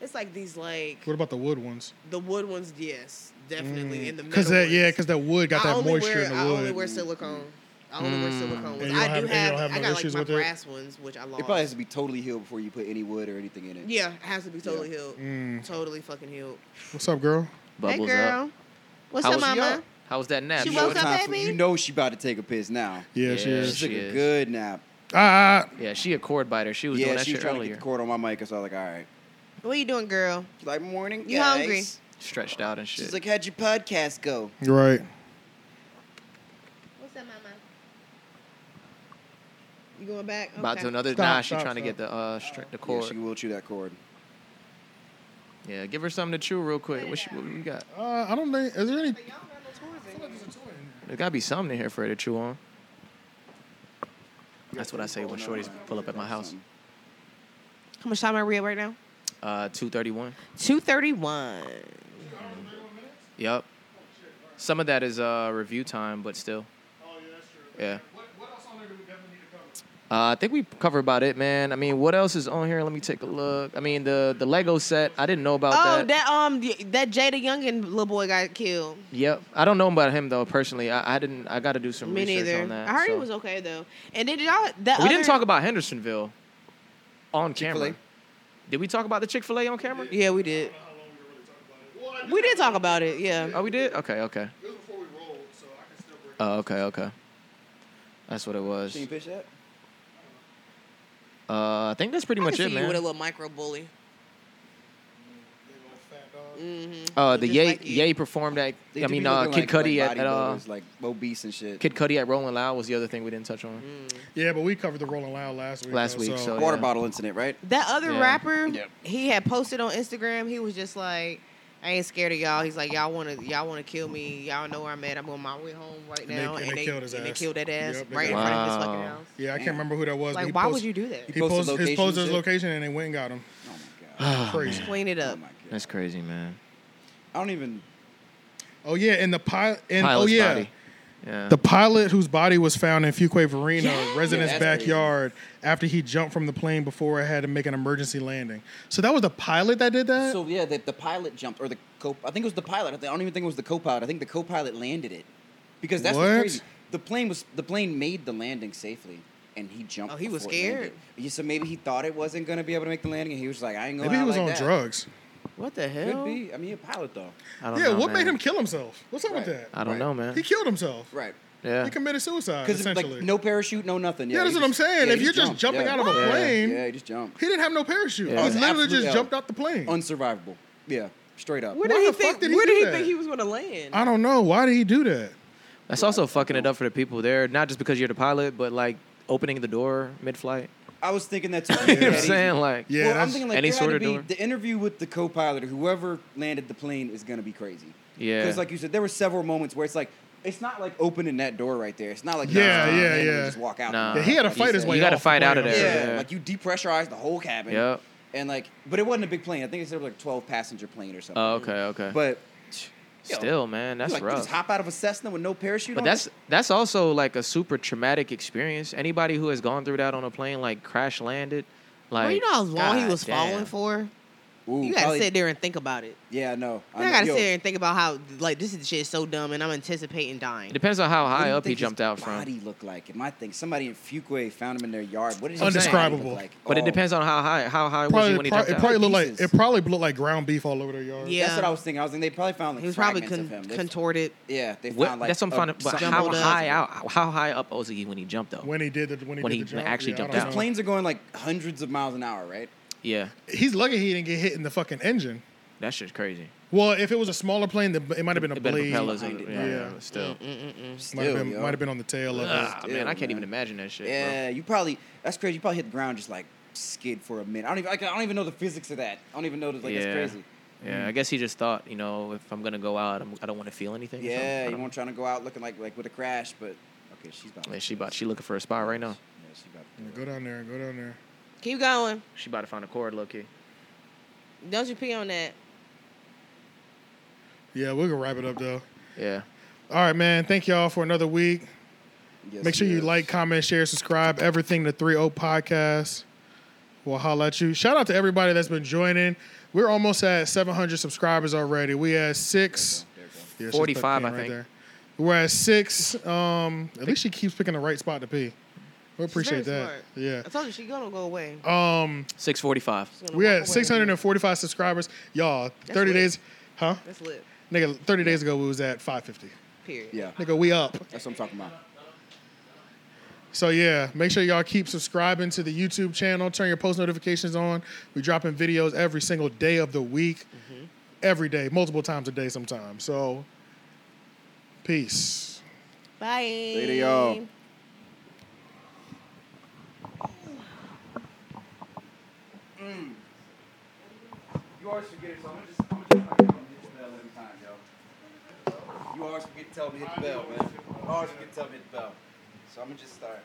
it's like these like
What about the wood ones?
the wood ones. Yes, definitely. And the
Because
metal
that yeah,
ones.
because that wood got
I
that
only
moisture
wear,
in the
I only
wood. Mm.
wear silicone. I only wear silicone ones.
And you don't
I
have-
do
and you
have,
don't have
I
no
got like
issues
my
with it?
brass ones, which I lost.
It probably has to be totally healed before you put any wood or anything in it.
yeah, it has to be totally
Yeah.
healed.
Mm.
Totally fucking healed.
What's up, girl?
Bubbles
hey girl,
up.
what's
How
up,
was-
mama?
How was that nap?
She
You
You
know
woke
sure?
it's
up,
time for-
baby?
You know she about to take a piss now.
Yeah, she
Yeah.
is.
She took
she
a
is.
good nap.
Ah, ah,
Yeah, she a cord biter. She was
yeah,
doing that
she was
shit
trying to
earlier.
get the cord on my mic, so I was like, all right.
What you doing, girl?
She's like, morning,
You
guys."
hungry?
Stretched out and shit.
She's like, how'd your podcast go?
you're right.
What's up, mama?
You going back?
about
Okay.
to another.
Stop,
nah,
stop,
she trying to
stop.
get the uh, str- the
"Oh, Yeah,
cord.
she will chew that cord.
Yeah, give her something to chew real quick. What, she, what we got?
Uh, I don't think. Is there any?
There gotta be something in here for her to chew on. That's what I say when shorties pull up at my house.
How much time I read right now?
Uh, two thirty-one.
Two thirty one.
Yep. Some of that is uh review time, but still. Oh, Yeah. Uh, I think we cover about it, man. I mean, what else is on here? Let me take a look. I mean, the the Lego set. I didn't know about
Oh, that um, y- that Jada Youngin little boy got killed.
Yep. I don't know about him though personally. I, I didn't. I got to do some
Me
research
neither.
on that.
I heard he
so.
was okay though. And did y'all? That
We didn't
other-
talk about Hendersonville on camera. Did we talk about the Chick Fil A on camera?
Yeah, we did. We did talk about it. Yeah.
Oh, we did. Okay. Okay. Oh, okay. Okay. That's what it was.
Can you fish that?
Uh, I think that's pretty
I
much
can
it,
see you with a
man.
little micro bully.
Uh, the
just
Ye
like you.
Ye performed at.
They
I
do
mean,
be
uh,
looking
Kid
like,
Cudi
like
at, at uh,
bodybuilders, like obese and shit.
Kid Cudi at Rolling Loud was the other thing we didn't touch on.
Mm.
Yeah, but we covered the Rolling Loud last week.
Last
though,
week, so-
Water
yeah.
bottle incident, right?
That other
Yeah.
rapper,
Yep.
he had posted on Instagram. He was just like, "I ain't scared of y'all." He's like, "Y'all want to, y'all want to kill me? Y'all know where I'm at. I'm on my way home right
And they-
now."
and
And
they
they
killed his
and they
ass.
killed that ass
Yep, they
right in
killed
front of
him.
his fucking
Wow.
house.
yeah, I can't remember who that was. but he
Like, why would
posted-
you do that?
He
posted
posted his
location
posted his
shit?
location and they went and got him.
Oh my god.
Crazy.
Clean it
Oh
up.
my god.
That's crazy, man.
I don't even.
Oh yeah, and the pilot. And oh
Pilot's
yeah,
body. Yeah.
The pilot whose body was found in Fuquay Varino resident's
Yeah, that's
backyard after he jumped from the plane before it had to make an emergency landing. So that was the pilot that did that?
So yeah, the, the pilot jumped or the co. I think it was the pilot. I don't even think it was the co-pilot. I think the co-pilot landed it, because that's
What?
what's crazy. The plane was the plane made the landing safely, and he jumped.
Oh, he was
before it landed.
scared?
Yeah, so maybe he thought it wasn't gonna be able to make the landing, and he was like, "I ain't going
Maybe he was
like
on
that.
drugs.
What the
Could
hell?
be. I mean, a pilot though.
I don't
Yeah,
know,
what
man.
made him kill himself? What's up with
Right.
that?
I don't
Right.
know, man.
He killed himself.
Right.
Yeah.
He committed suicide,
Because like
Uh, essentially.
no parachute, no nothing.
Yeah, that's
he
what I'm
just-
saying.
yeah,
If
he
you're just
jumped.
jumping
Yeah.
out of a
Yeah.
plane-
yeah, he just jumped.
he didn't have no parachute.
Yeah.
He
Oh, it's
literally just
absolute L.
jumped out the plane.
Unsurvivable. Yeah, straight up.
Where did
Why
he
the fuck
think?
did he
where
do
did he
that?
think he was going to land?
I don't know. Why did he do that?
That's also fucking it up for the people there. Not just because you're the pilot, but like opening the door mid-flight.
I was thinking that too.
You know what
Yeah.
I'm saying? Like,
Yeah,
well, I'm
that's-
thinking like
Any
there had
sort
to
of
be-
door.
the interview with the co-pilot or whoever landed the plane is gonna be crazy.
Yeah.
because like you said, there were several moments where it's like it's not like opening that door right there. It's not
Yeah,
like you just
yeah,
land and
yeah.
Just walk out.
Nah.
Yeah, he had to
Like
fight his
said.
way
You gotta
off the
fight out of
plane,
Yeah,
I'm
there.
sure.
Yeah.
like you depressurized the whole cabin.
Yep.
And like, but it wasn't a big plane. I think it said it was like a 12 passenger plane or something.
oh, okay, okay.
But yo,
still, man, that's
like, you
rough.
just hop out of a Cessna with no parachute.
But
on
that's
it?
that's also like a super traumatic experience. Anybody who has gone through that on a plane, like crash landed, like
Bro, you know how long he
God
was falling
damn.
for?
Ooh,
You got to
probably-
sit there and think about it.
Yeah, I know.
I,
know.
gotta
Yo,
sit there and think about how like this is shit is so dumb, and I'm anticipating dying.
It depends on how
what do
high
you
up he
think his
jumped out
Body
from.
looked like and my thing. Somebody in Fuquay found him in their yard. What did his
I'm
body
saying. Undescribable.
look like?
But it
Oh,
depends on how high how high was
Probably,
he when he
pro-
jumped
it
out.
probably looked like
Pieces.
it probably looked like ground beef all over their yard.
Yeah.
That's what I was thinking. I was thinking they probably found like
he was probably
fragments
con-
of him. They-
contorted.
yeah, they
What-
found like
that's what I'm trying
a-
to. But
something
how
jumbled up.
high out? How high up was he when he jumped though?
When he did the when he
When
did
he
the jump,
actually
yeah,
jumped
I don't
out.
know.
planes are going like hundreds of miles an hour, right?
yeah,
He's lucky he didn't get hit in the fucking engine.
that shit's crazy.
Well, if it was a smaller plane, then it might have been a
It been
blade.
propellers,
behind
and-
it.
yeah,
Yeah.
yeah, still. Mm-hmm.
Might have
Still,
been,
yo.
might have been on the tail of it.
Ah, man, I can't
Still,
even
man.
imagine that shit.
Yeah, you probably that's crazy. You probably hit the ground just like skid for a minute. I don't even like, I don't even know the physics of that. I don't even know this.
bro.
Like it's
yeah.
crazy.
Yeah, I guess he just thought, you know, if I'm gonna go out, I'm, I don't want to feel anything. or something. I
Yeah, you
don't-
weren't trying to go out looking like like with a crash, but okay, she's about. to
Yeah, she
do
about
this.
she looking for a spot right now.
Yeah, she about. to do
Go down there, go down there.
Keep going.
She about to find a cord, low key.
Don't you pee on that?
Yeah, we're gonna wrap it up though.
Yeah.
All right, man. Thank y'all for another week.
it. Yes,
Make sure you
yes.
like, comment, share, subscribe. Everything the Three O Podcast. We'll holla at you. Shout out to everybody that's been joining. We're almost at 700 subscribers already. We at six. Yeah, she's
45,
fucking
I
right
think.
there. We're at six. Um, at least she keeps picking the right spot to pee. We appreciate
very
that.
smart.
Yeah.
I told you she gonna go away.
Um,
Six forty five.
She's gonna
we
walk
had
away.
645 subscribers. Y'all, 30
lit.
days, huh?
That's lit.
Nigga, 30 days ago we was at 550.
Period.
Yeah,
Nigga, we up.
that's what I'm talking about.
So yeah, make sure y'all keep subscribing to the YouTube channel. Turn your post notifications on. We dropping videos every single day of the week, every day, multiple times a day sometimes. So, peace.
Bye.
Later, y'all. You always forget it, so I'm gonna just, I'm gonna just fucking hit the bell every time, yo. You always forget to tell me to hit the bell, man. You always forget to tell me to hit the bell. So I'm gonna just start.